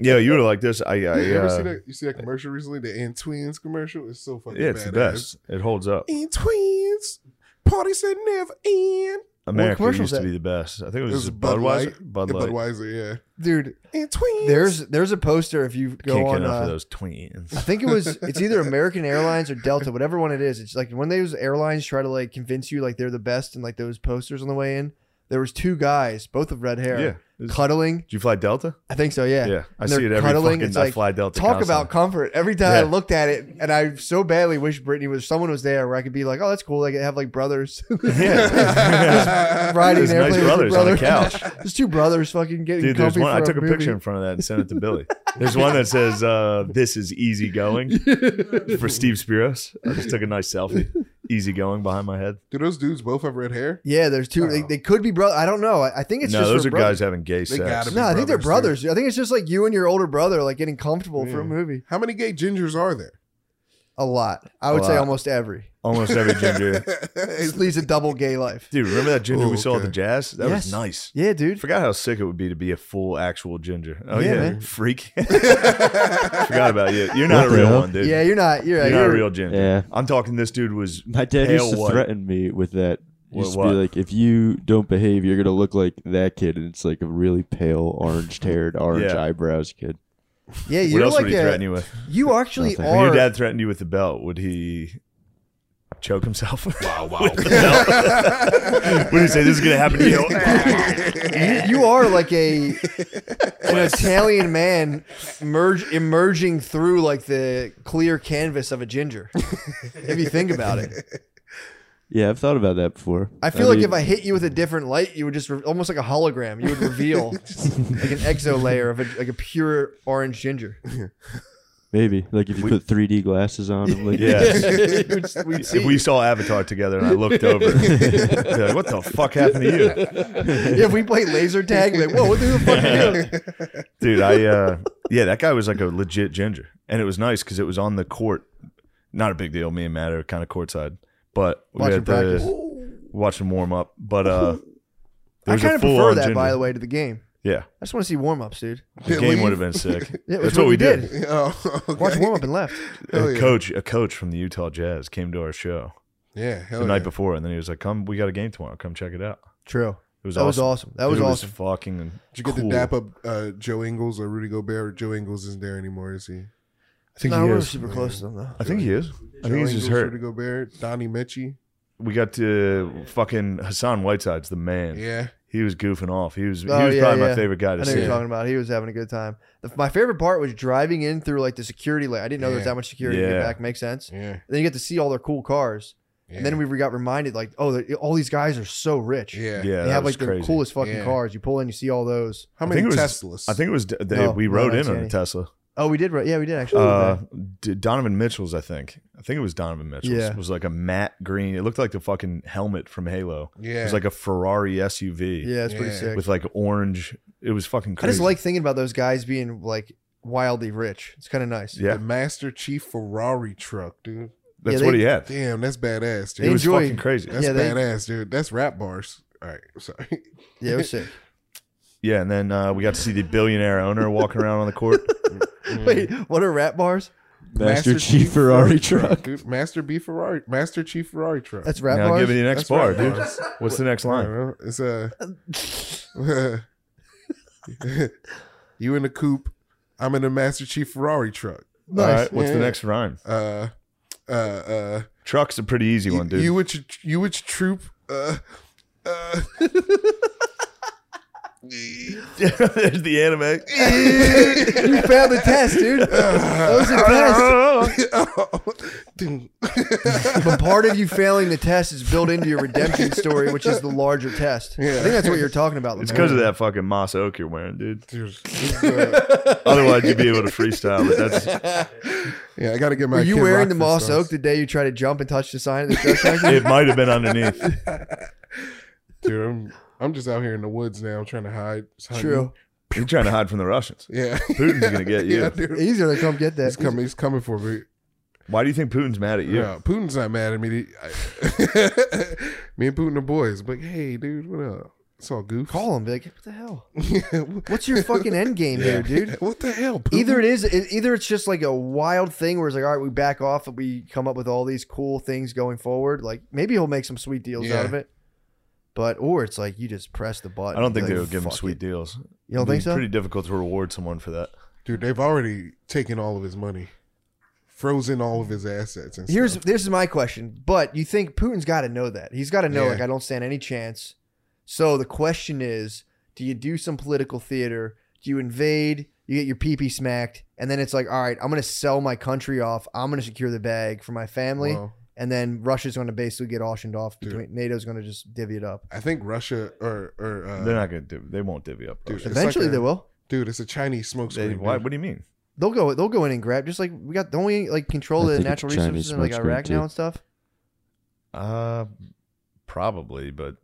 Speaker 2: yeah, you would have like this. I, I
Speaker 3: You ever see
Speaker 2: uh,
Speaker 3: that? You see that commercial recently? The In Twins commercial. It's so fucking.
Speaker 2: yeah, it's the
Speaker 3: badass.
Speaker 2: best. It holds up.
Speaker 3: In Twins, parties that never end.
Speaker 2: America
Speaker 1: commercial's
Speaker 2: used to
Speaker 1: that?
Speaker 2: be the best. I think it was,
Speaker 3: It was Bud
Speaker 2: Budweiser.
Speaker 3: Light.
Speaker 2: Bud
Speaker 3: Yeah,
Speaker 2: Light.
Speaker 3: Budweiser,
Speaker 1: Dude,
Speaker 3: yeah. In Twins.
Speaker 1: there's there's a poster if you
Speaker 2: Can't
Speaker 1: go
Speaker 2: get
Speaker 1: on.
Speaker 2: enough
Speaker 1: uh,
Speaker 2: of those twins.
Speaker 1: I think it was it's either American Airlines or Delta, whatever one it is. It's like when those airlines try to like convince you like they're the best and like those posters on the way in. There was two guys, both of red hair,
Speaker 2: Yeah. It's-
Speaker 1: cuddling.
Speaker 2: Do you fly Delta?
Speaker 1: I think so. Yeah.
Speaker 2: Yeah, I
Speaker 1: And
Speaker 2: see
Speaker 1: they're
Speaker 2: it every
Speaker 1: cuddling.
Speaker 2: fucking.
Speaker 1: It's
Speaker 2: I
Speaker 1: like,
Speaker 2: fly Delta.
Speaker 1: Talk
Speaker 2: constantly.
Speaker 1: about comfort. Every time I
Speaker 2: Yeah.
Speaker 1: looked at it, and I so badly wish Brittany was someone was there where I could be like, "Oh, that's cool. Like, I have like brothers
Speaker 3: Yeah.
Speaker 1: riding
Speaker 2: There's
Speaker 1: an
Speaker 2: nice
Speaker 1: airplane with a
Speaker 2: brothers on
Speaker 1: brother.
Speaker 2: a couch.
Speaker 1: There's two brothers fucking getting
Speaker 2: Dude, there's
Speaker 1: comfy
Speaker 2: one. I
Speaker 1: for
Speaker 2: took a
Speaker 1: movie.
Speaker 2: picture in front of that and sent it to Billy. There's one that says, uh, "This is easy going" for Steve Spiros. I just took a nice selfie. Easy going behind my head.
Speaker 3: Do those dudes both have red hair?
Speaker 1: Yeah, there's two. They,
Speaker 3: Oh.
Speaker 1: they could be brother. I don't know. I, I think it's
Speaker 2: no,
Speaker 1: just
Speaker 2: those
Speaker 1: for
Speaker 2: are
Speaker 1: brothers.
Speaker 2: guys having gay
Speaker 3: They
Speaker 2: sex.
Speaker 3: gotta be
Speaker 1: No, I think they're
Speaker 3: brothers,
Speaker 1: brothers. I think it's just like you and your older brother, like getting comfortable for a
Speaker 3: Yeah.
Speaker 1: movie.
Speaker 3: How many gay gingers are there?
Speaker 1: A lot. I would say
Speaker 2: lot.
Speaker 1: almost every.
Speaker 2: Almost every ginger.
Speaker 1: It
Speaker 3: It's-
Speaker 1: leads a double gay life.
Speaker 2: Dude, remember that ginger
Speaker 3: Ooh,
Speaker 2: we saw at
Speaker 3: okay.
Speaker 2: the jazz? That
Speaker 1: Yes.
Speaker 2: was nice.
Speaker 1: Yeah,
Speaker 2: I
Speaker 1: dude.
Speaker 2: forgot how sick it would be to be a full actual ginger. Oh
Speaker 1: Yeah,
Speaker 2: yeah,
Speaker 1: man.
Speaker 2: freak. forgot about you. You're not
Speaker 4: What
Speaker 2: a
Speaker 4: the
Speaker 2: real
Speaker 4: hell?
Speaker 2: one, dude.
Speaker 1: Yeah, you're not. You're,
Speaker 2: you're,
Speaker 1: you're
Speaker 2: not a real ginger.
Speaker 4: Yeah.
Speaker 2: I'm talking. This dude was.
Speaker 4: My dad
Speaker 2: Hell
Speaker 4: used to
Speaker 2: what?
Speaker 4: threaten me with that. He
Speaker 2: What-
Speaker 4: used to
Speaker 2: what?
Speaker 4: be like, if you don't behave, you're gonna look like that kid, and it's like a really pale, orange-haired, orange
Speaker 2: Yeah.
Speaker 4: eyebrows kid.
Speaker 1: Yeah,
Speaker 2: what
Speaker 1: you're
Speaker 2: else
Speaker 1: like
Speaker 2: would he
Speaker 1: a,
Speaker 2: threaten you with?
Speaker 1: you actually
Speaker 4: Nothing.
Speaker 2: When your
Speaker 1: are.
Speaker 2: dad threatened you with the belt, would he choke himself? wow, wow. Would he say this is gonna happen to you?
Speaker 1: you, you are like a an Italian man merge, emerging through like the clear canvas of a ginger. if you think about it,
Speaker 4: Yeah, I've thought about that before.
Speaker 1: I feel like
Speaker 4: mean,
Speaker 1: if I hit you with a different light, you would just re- almost like a hologram. You would reveal like an exo layer of a, like a pure orange ginger.
Speaker 4: maybe like if you put 3D glasses on and like
Speaker 2: yeah.
Speaker 1: You would s- we'd see-
Speaker 2: If we saw Avatar together and I looked over, I'd be like, what the fuck happened to you?
Speaker 1: yeah, if we play laser tag, like whoa, what the fuck? Are you doing?
Speaker 2: dude i uh yeah that guy was like a legit ginger and it was nice because it was on the court not a big deal me and matt are kind of courtside but we
Speaker 1: Watching
Speaker 2: had to
Speaker 1: practice.
Speaker 2: watch him warm up but uh
Speaker 1: I kind of prefer
Speaker 2: full-on
Speaker 1: that, by
Speaker 2: ginger.
Speaker 1: the way, to the game.
Speaker 2: yeah
Speaker 1: I just want to see warm ups, dude.
Speaker 2: the game would have been sick
Speaker 1: Yeah,
Speaker 2: that's what we did,
Speaker 3: Oh, okay.
Speaker 1: Watch warm up and left.
Speaker 3: Hell
Speaker 2: A
Speaker 3: yeah.
Speaker 2: coach a coach from the utah jazz came to our show
Speaker 3: Yeah, hell
Speaker 2: the night
Speaker 3: yeah.
Speaker 2: before and then he was like come we got a game tomorrow come check it out
Speaker 1: True.
Speaker 2: it was
Speaker 1: That was
Speaker 2: awesome
Speaker 1: awesome. That was
Speaker 2: Dude, it
Speaker 1: awesome.
Speaker 2: fucking did
Speaker 3: Did you get to dap up uh, Joe Ingles or Rudy Gobert? Joe Ingles isn't there anymore, is he?
Speaker 2: i think
Speaker 1: No,
Speaker 2: he
Speaker 1: we're
Speaker 2: is
Speaker 1: super close to them though.
Speaker 2: i think he is i think he's just hurt
Speaker 3: Rudy Gobert, Donnie Mitchie.
Speaker 2: we got to fucking hassan whiteside's the man
Speaker 3: Yeah,
Speaker 2: He was goofing off. He was
Speaker 1: Oh,
Speaker 2: he was
Speaker 1: yeah,
Speaker 2: probably
Speaker 1: yeah.
Speaker 2: my favorite
Speaker 1: I
Speaker 2: guy to
Speaker 1: know what
Speaker 2: see.
Speaker 1: you're talking about. He was having a good time. The, my favorite part was driving in through like the security lane. I didn't know there was
Speaker 3: Yeah.
Speaker 1: that much security to get
Speaker 2: Yeah.
Speaker 1: back. Makes sense.
Speaker 3: yeah.
Speaker 1: Then you get to see all their cool cars,
Speaker 3: yeah.
Speaker 1: and then we got reminded like, oh, the- all these guys are so rich.
Speaker 3: yeah.
Speaker 2: Yeah,
Speaker 1: they
Speaker 2: that
Speaker 1: have
Speaker 2: was
Speaker 1: like the
Speaker 2: crazy.
Speaker 1: coolest fucking
Speaker 3: Yeah.
Speaker 1: cars. You pull in, you see all those.
Speaker 3: How
Speaker 2: I
Speaker 3: many
Speaker 2: think it was-
Speaker 3: Teslas?
Speaker 2: I think it was d- they,
Speaker 1: No,
Speaker 2: we
Speaker 1: no,
Speaker 2: rode
Speaker 1: that's
Speaker 2: in on
Speaker 1: Annie.
Speaker 2: a Tesla.
Speaker 1: Oh, we did. Right? Yeah, we did actually.
Speaker 2: Uh, D- Donovan Mitchell's, I think. I think it was Donovan Mitchell's.
Speaker 1: Yeah.
Speaker 2: was like a matte green. It looked like the fucking helmet from Halo. It
Speaker 3: yeah,
Speaker 2: was like a Ferrari SUV
Speaker 1: yeah, it's pretty
Speaker 3: yeah.
Speaker 1: sick.
Speaker 2: with like orange. It was fucking
Speaker 1: I
Speaker 2: crazy.
Speaker 1: just like thinking about those guys being like wildly rich. It's kind of nice.
Speaker 2: yeah,
Speaker 3: the Master Chief Ferrari truck, dude.
Speaker 2: that's
Speaker 1: they-
Speaker 2: what he had.
Speaker 3: Damn, that's badass,
Speaker 1: They
Speaker 2: It
Speaker 3: dude.
Speaker 2: was
Speaker 1: enjoy-
Speaker 2: fucking crazy.
Speaker 3: That's
Speaker 1: yeah, they-
Speaker 3: badass, dude. That's rap bars. All right, sorry.
Speaker 1: Yeah, it was sick.
Speaker 2: Yeah, and then uh, we got to see the billionaire owner walking around on the court.
Speaker 3: Mm.
Speaker 1: Wait, what are rap bars?
Speaker 4: Master, Chief Ferrari truck.
Speaker 3: dude. Master B Ferrari, Master Chief Ferrari truck.
Speaker 1: That's rap
Speaker 2: now
Speaker 1: bars.
Speaker 2: give me the next
Speaker 3: That's
Speaker 2: bar,
Speaker 3: rap
Speaker 2: dude.
Speaker 3: bars.
Speaker 2: What's the next
Speaker 3: I
Speaker 2: line?
Speaker 3: don't know. It's uh, a. you in the coupe. I'm in a Master Chief Ferrari truck.
Speaker 2: All
Speaker 1: nice.
Speaker 2: right, what's
Speaker 3: Yeah.
Speaker 2: the next rhyme?
Speaker 3: Uh, uh, uh.
Speaker 2: Truck's a pretty easy one,
Speaker 3: you,
Speaker 2: dude.
Speaker 3: you with your, you with your troop. Uh, uh.
Speaker 2: There's the anime.
Speaker 1: you failed the test, dude. That was the test. But part of you failing the test is built into your redemption story, which is the larger test. I think that's what you're talking about.
Speaker 2: It's
Speaker 1: Lemire.
Speaker 2: because of that fucking moss oak you're wearing, dude.
Speaker 1: uh,
Speaker 3: yeah,
Speaker 2: Otherwise, you'd be able to freestyle. But that's
Speaker 3: I gotta get my.
Speaker 1: Were you
Speaker 3: Kid
Speaker 1: wearing
Speaker 3: Rock
Speaker 1: the moss
Speaker 3: freestyles.
Speaker 1: oak the day you tried to jump and touch the sign at the dress factory?
Speaker 2: it. Might have been underneath.
Speaker 3: Dude, I'm, I'm just out here in the woods now. I'm trying to hide. It's hiding.
Speaker 1: True.
Speaker 2: You're trying to hide from the Russians.
Speaker 3: Yeah.
Speaker 2: Putin's gonna get you.
Speaker 3: yeah, dude.
Speaker 1: He's gonna come get
Speaker 3: He's
Speaker 1: that.
Speaker 3: coming. He's coming for me.
Speaker 2: Why do you think Putin's mad at you?
Speaker 3: Yeah, Putin's not mad at me. I- me and Putin are boys, but hey, dude, what up? It's all goof.
Speaker 1: Call him. Be like, what the hell?
Speaker 3: him.
Speaker 1: What's your fucking end game here, dude?
Speaker 3: What the hell? Putin?
Speaker 2: Mm-hmm.
Speaker 1: Either it is, it- either it's just like a wild thing where it's like, all right, we back off and we come up with all these cool things going forward. Like maybe he'll make some sweet deals
Speaker 3: Yeah.
Speaker 1: out of it, but or it's like you just press the button.
Speaker 2: I don't think
Speaker 1: Like,
Speaker 2: they would give him
Speaker 1: fuck
Speaker 2: sweet
Speaker 1: it.
Speaker 2: deals.
Speaker 1: You don't
Speaker 2: It'd be
Speaker 1: think so?
Speaker 2: Pretty difficult to reward someone for that.
Speaker 3: dude, they've already taken all of his money, frozen all of his assets, and
Speaker 1: Here's
Speaker 3: stuff.
Speaker 1: this is my question. But you think Putin's got to know that? He's got to know
Speaker 3: Yeah.
Speaker 1: like I don't stand any chance. So the question is, do you do some political theater? Do you invade? You get your pee pee smacked, and then it's like, all right, I'm gonna sell my country off. I'm gonna secure the bag for my family,
Speaker 3: Well,
Speaker 1: and then Russia's gonna basically get auctioned off.
Speaker 3: Dude.
Speaker 1: Between NATO's gonna just divvy it up.
Speaker 3: I think Russia or or uh,
Speaker 2: They're not gonna. Div- they won't divvy up.
Speaker 3: Dude,
Speaker 2: Russia.
Speaker 3: It's
Speaker 1: Eventually,
Speaker 3: like a-
Speaker 1: they will.
Speaker 3: dude, it's a Chinese smokescreen.
Speaker 2: They-
Speaker 3: dude.
Speaker 2: why, what do you mean?
Speaker 1: They'll go. They'll go in and grab. Just like we got, don't we like control
Speaker 4: I
Speaker 1: the
Speaker 4: think it's
Speaker 1: natural
Speaker 4: Chinese
Speaker 1: resources in like
Speaker 4: smokescreen,
Speaker 1: Iraq now
Speaker 4: too.
Speaker 1: and stuff?
Speaker 2: Uh, probably. But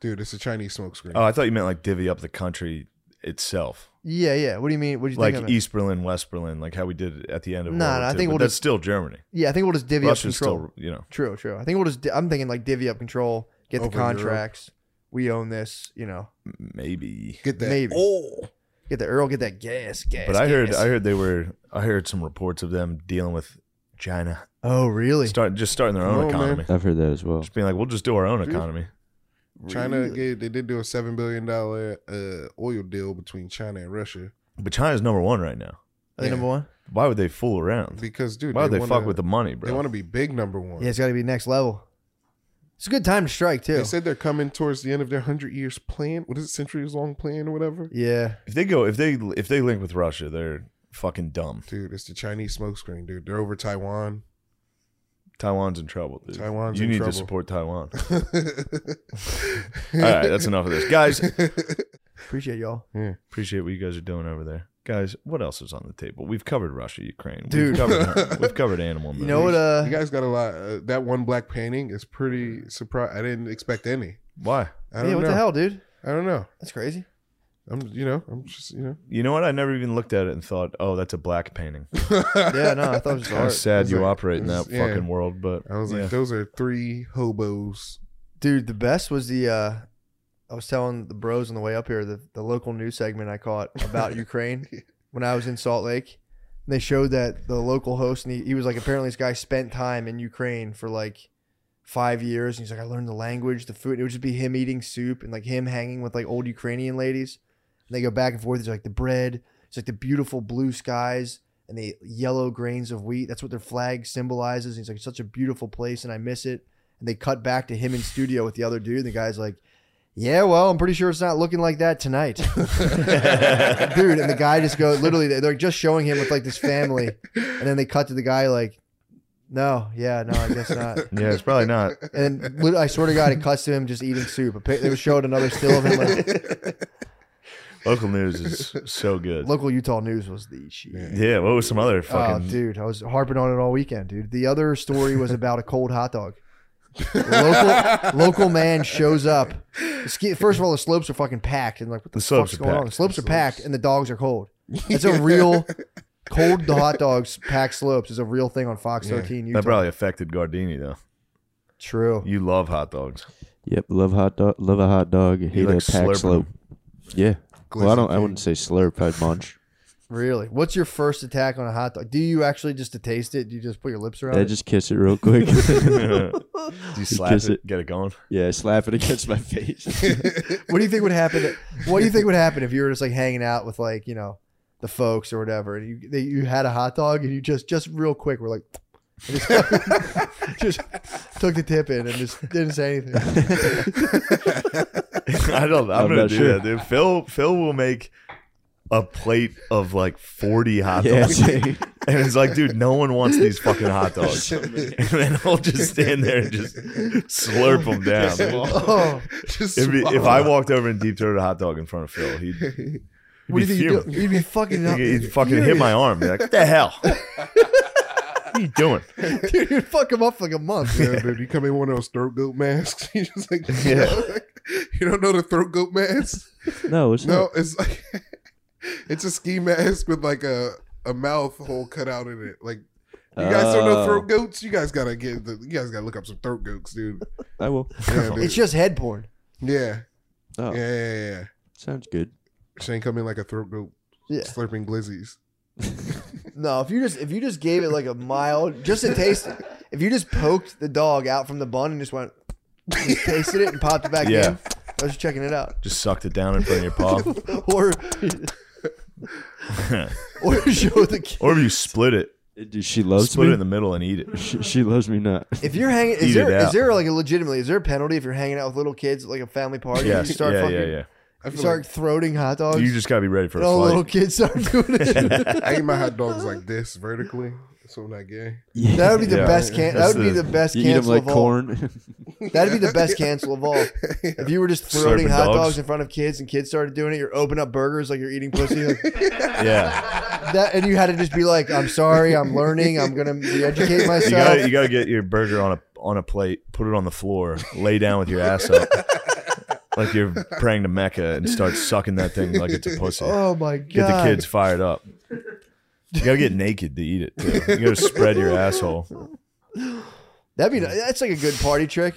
Speaker 3: dude, it's a Chinese smokescreen.
Speaker 2: oh, I thought you meant like divvy up the country itself,
Speaker 1: Yeah, yeah. What do you mean? What do you
Speaker 2: like
Speaker 1: think? I meant?
Speaker 2: East Berlin, West Berlin, like how we did it at the end of.
Speaker 1: Nah,
Speaker 2: World War
Speaker 1: nah, I
Speaker 2: II,
Speaker 1: think
Speaker 2: but
Speaker 1: we'll
Speaker 2: that's
Speaker 1: just-
Speaker 2: still Germany.
Speaker 1: Yeah, I think we'll just divvy up
Speaker 2: Russia's
Speaker 1: control.
Speaker 2: still, you know.
Speaker 1: True, true. I think we'll just. di- I'm thinking like divvy up control, get
Speaker 3: Over
Speaker 1: the
Speaker 3: Europe.
Speaker 1: contracts. We own this, you know.
Speaker 2: Maybe.
Speaker 3: Get that?
Speaker 1: Maybe.
Speaker 3: Oh,
Speaker 1: Get the Earl, get that gas, gas.
Speaker 2: But I heard
Speaker 1: gas.
Speaker 2: I heard they were I heard some reports of them dealing with China.
Speaker 1: Oh, really?
Speaker 2: Start just starting their own
Speaker 3: No, man.
Speaker 2: economy.
Speaker 4: I've heard that as well.
Speaker 2: Just being like, we'll just do our own
Speaker 3: Dude.
Speaker 2: economy.
Speaker 3: China gave, they did do a seven billion dollar uh, oil deal between China and Russia
Speaker 2: But China's number one right now.
Speaker 1: Are they number one?
Speaker 2: Why would they fool around?
Speaker 3: because dude,
Speaker 2: Why would they,
Speaker 3: wanna,
Speaker 2: fuck with the money, bro?
Speaker 3: They want to be big number one.
Speaker 1: Yeah, it's got to be next level. It's a good time to strike too.
Speaker 3: They said they're coming towards the end of their hundred years plan. What is it, centuries long plan or whatever?
Speaker 1: yeah,
Speaker 2: if they go, if they if they link with Russia, they're fucking dumb.
Speaker 3: Dude, it's the Chinese smokescreen, dude. They're over Taiwan.
Speaker 2: Taiwan's in trouble, dude.
Speaker 3: Taiwan's
Speaker 2: you
Speaker 3: in
Speaker 2: need
Speaker 3: trouble.
Speaker 2: to support Taiwan. All
Speaker 3: All
Speaker 2: right, that's enough of this, guys.
Speaker 1: appreciate y'all.
Speaker 2: Appreciate what you guys are doing over there, guys. What else is on the table? We've covered Russia, Ukraine,
Speaker 1: Dude.
Speaker 2: We've covered, we've covered animal.
Speaker 1: You know what? Uh,
Speaker 3: you guys got a lot. Uh, that one black painting is pretty surprised. I didn't expect any.
Speaker 2: Why?
Speaker 3: I don't
Speaker 1: yeah, what
Speaker 3: know.
Speaker 1: the hell, dude?
Speaker 3: I don't know.
Speaker 1: That's crazy.
Speaker 3: I'm, you know, I'm just, you know.
Speaker 2: You know what? I never even looked at it and thought, "Oh, that's a black painting."
Speaker 1: Yeah, no, I thought it was
Speaker 2: Kind
Speaker 1: art.
Speaker 2: of sad
Speaker 3: It's
Speaker 2: you
Speaker 3: like-
Speaker 2: operate in that
Speaker 3: it's- yeah.
Speaker 2: fucking world, but
Speaker 3: I was like,
Speaker 2: yeah.
Speaker 3: those are three hobos.
Speaker 1: Dude, the best was the uh I was telling the bros on the way up here the, the local news segment I caught about Ukraine when I was in Salt Lake. And they showed that the local host and he, he was like apparently this guy spent time in Ukraine for like five years and he's like, I learned the language, the food. It would just be him eating soup and like him hanging with like old Ukrainian ladies. And they go back and forth. It's like the bread, it's like the beautiful blue skies and the yellow grains of wheat. That's what their flag symbolizes. And he's like, such a beautiful place and I miss it and they cut back to him in studio with the other dude. And the guy's like, "Yeah, well, I'm pretty sure it's not looking like that tonight, dude." And the guy just goes, literally, they're just showing him with like this family, and then they cut to the guy like, "No, yeah, no, I guess not."
Speaker 2: yeah, it's probably not.
Speaker 1: And lit- I swear to God, it cuts to him just eating soup. A pic- They were showing another still of him. Like,
Speaker 2: Local news is so good.
Speaker 1: local Utah news was the shit.
Speaker 2: yeah, what was some other
Speaker 1: Oh,
Speaker 2: fucking?
Speaker 1: dude, I was harping on it all weekend, dude. The other story was about a cold hot dog. local local man shows up. The ski- First of all, the slopes are fucking packed, and like what the,
Speaker 2: The slopes
Speaker 1: fuck's
Speaker 2: are
Speaker 1: going on?
Speaker 2: packed.
Speaker 1: The slopes are packed, and the dogs are cold. It's a real cold. The hot dogs packed slopes is a real thing on Fox
Speaker 3: Yeah.
Speaker 1: 13. Utah.
Speaker 2: that probably affected Gardini though.
Speaker 1: True.
Speaker 2: You love hot dogs.
Speaker 4: Yep, love hot dog. Love a hot dog.
Speaker 2: You
Speaker 4: Hate
Speaker 2: like
Speaker 4: a pack
Speaker 2: slurping
Speaker 4: slope. Yeah. Well, I
Speaker 3: Glizzy
Speaker 4: don't. I
Speaker 3: king.
Speaker 4: wouldn't say slurp. I'd munch.
Speaker 1: Really. What's your first attack on a hot dog? Do you actually just to taste it? Do you just put your lips around
Speaker 4: I
Speaker 1: it?
Speaker 4: just kiss it real quick.
Speaker 2: Do you slap
Speaker 4: kiss
Speaker 2: it,
Speaker 4: it.
Speaker 2: get it going.
Speaker 4: yeah, slap it against my face.
Speaker 1: what do you think would happen? What do you think would happen if you were just like hanging out with like you know the folks or whatever, and you they, you had a hot dog and you just just real quick were like, and just, just took the tip in and just didn't say anything.
Speaker 2: I don't. I'm,
Speaker 4: I'm
Speaker 2: gonna
Speaker 4: not
Speaker 2: do
Speaker 4: sure.
Speaker 2: that, dude. Phil Phil will make a plate of like 40 hot
Speaker 4: Yeah,
Speaker 2: dogs, and it's like, dude, no one wants these fucking hot dogs. And then I'll just stand there and just slurp them down. dude.
Speaker 1: Oh,
Speaker 3: Just
Speaker 2: If, he- if
Speaker 3: swallow.
Speaker 2: I walked over and deep throated a hot dog in front of Phil, he'd, he'd
Speaker 1: what do
Speaker 2: be
Speaker 1: you think you
Speaker 2: fuming.
Speaker 1: do? You'd be fucking up.
Speaker 2: He'd, he'd fucking hit my arm. Be like, what the hell? what are you doing?
Speaker 1: Dude, you'd fuck him up for like a month.
Speaker 3: Yeah, dude, you come in one of those throat goat masks. You just like,
Speaker 2: Yeah.
Speaker 3: you don't know the throat goat mask?
Speaker 4: No, it's
Speaker 3: No,
Speaker 4: not.
Speaker 3: it's like, it's a ski mask with like a, a mouth hole cut out in it. Like, you guys don't know
Speaker 4: Oh.
Speaker 1: Uh.
Speaker 3: throat goats? You guys gotta get, the, you guys gotta look up some throat goats, dude.
Speaker 4: I will.
Speaker 3: Yeah, dude.
Speaker 1: It's just head porn.
Speaker 3: yeah.
Speaker 4: Oh,
Speaker 3: yeah, yeah, yeah, yeah.
Speaker 4: sounds good.
Speaker 3: Shane come in like a throat goat
Speaker 1: Yeah.
Speaker 3: slurping glizzies.
Speaker 1: No, if you just if you just gave it like a mild, just a taste. If you just poked the dog out from the bun and just went, just tasted it and popped it back
Speaker 2: Yeah.
Speaker 1: in, I was just checking it out.
Speaker 2: Just sucked it down in front of your paw.
Speaker 1: Or or show the kid.
Speaker 2: or if you split it,
Speaker 4: Dude, she loves
Speaker 2: split
Speaker 4: me.
Speaker 2: it in the middle and eat it.
Speaker 4: she, she loves me not.
Speaker 1: If you're hanging,
Speaker 2: Eat
Speaker 1: is there
Speaker 2: it
Speaker 1: is
Speaker 2: out.
Speaker 1: there like a legitimately is there a penalty if you're hanging out with little kids at like a family party?
Speaker 2: Yeah,
Speaker 1: and you start
Speaker 2: yeah,
Speaker 1: fucking,
Speaker 2: yeah, yeah.
Speaker 3: I
Speaker 1: You
Speaker 3: feel
Speaker 1: start throating hot dogs.
Speaker 2: You just gotta be ready for a
Speaker 1: and all the little
Speaker 2: flight.
Speaker 1: kids start doing it.
Speaker 3: like, I eat my hot dogs like this vertically, so I'm not gay.
Speaker 1: that would be the
Speaker 2: Yeah.
Speaker 1: best can.
Speaker 2: That's
Speaker 1: That would be
Speaker 2: the-
Speaker 1: the best
Speaker 4: You eat them
Speaker 1: cancel
Speaker 4: like
Speaker 1: of all.
Speaker 4: corn.
Speaker 1: That'd be the best cancel of all. If you were just throwing
Speaker 2: Slurping
Speaker 1: hot dogs.
Speaker 2: dogs.
Speaker 1: in front of kids and kids started doing it, you're opening up burgers like you're eating pussy. Like
Speaker 2: Yeah,
Speaker 1: that, and you had to just be like, "I'm sorry, I'm learning, I'm gonna re-educate
Speaker 2: you
Speaker 1: myself."
Speaker 2: gotta you gotta get your burger on a on a plate, put it on the floor, lay down with your ass up, like you're praying to Mecca, and start sucking that thing like it's a pussy.
Speaker 1: oh my god!
Speaker 2: Get the kids fired up. You gotta get naked to eat it. Too. You gotta spread your asshole.
Speaker 1: That'd be that's like a good party trick.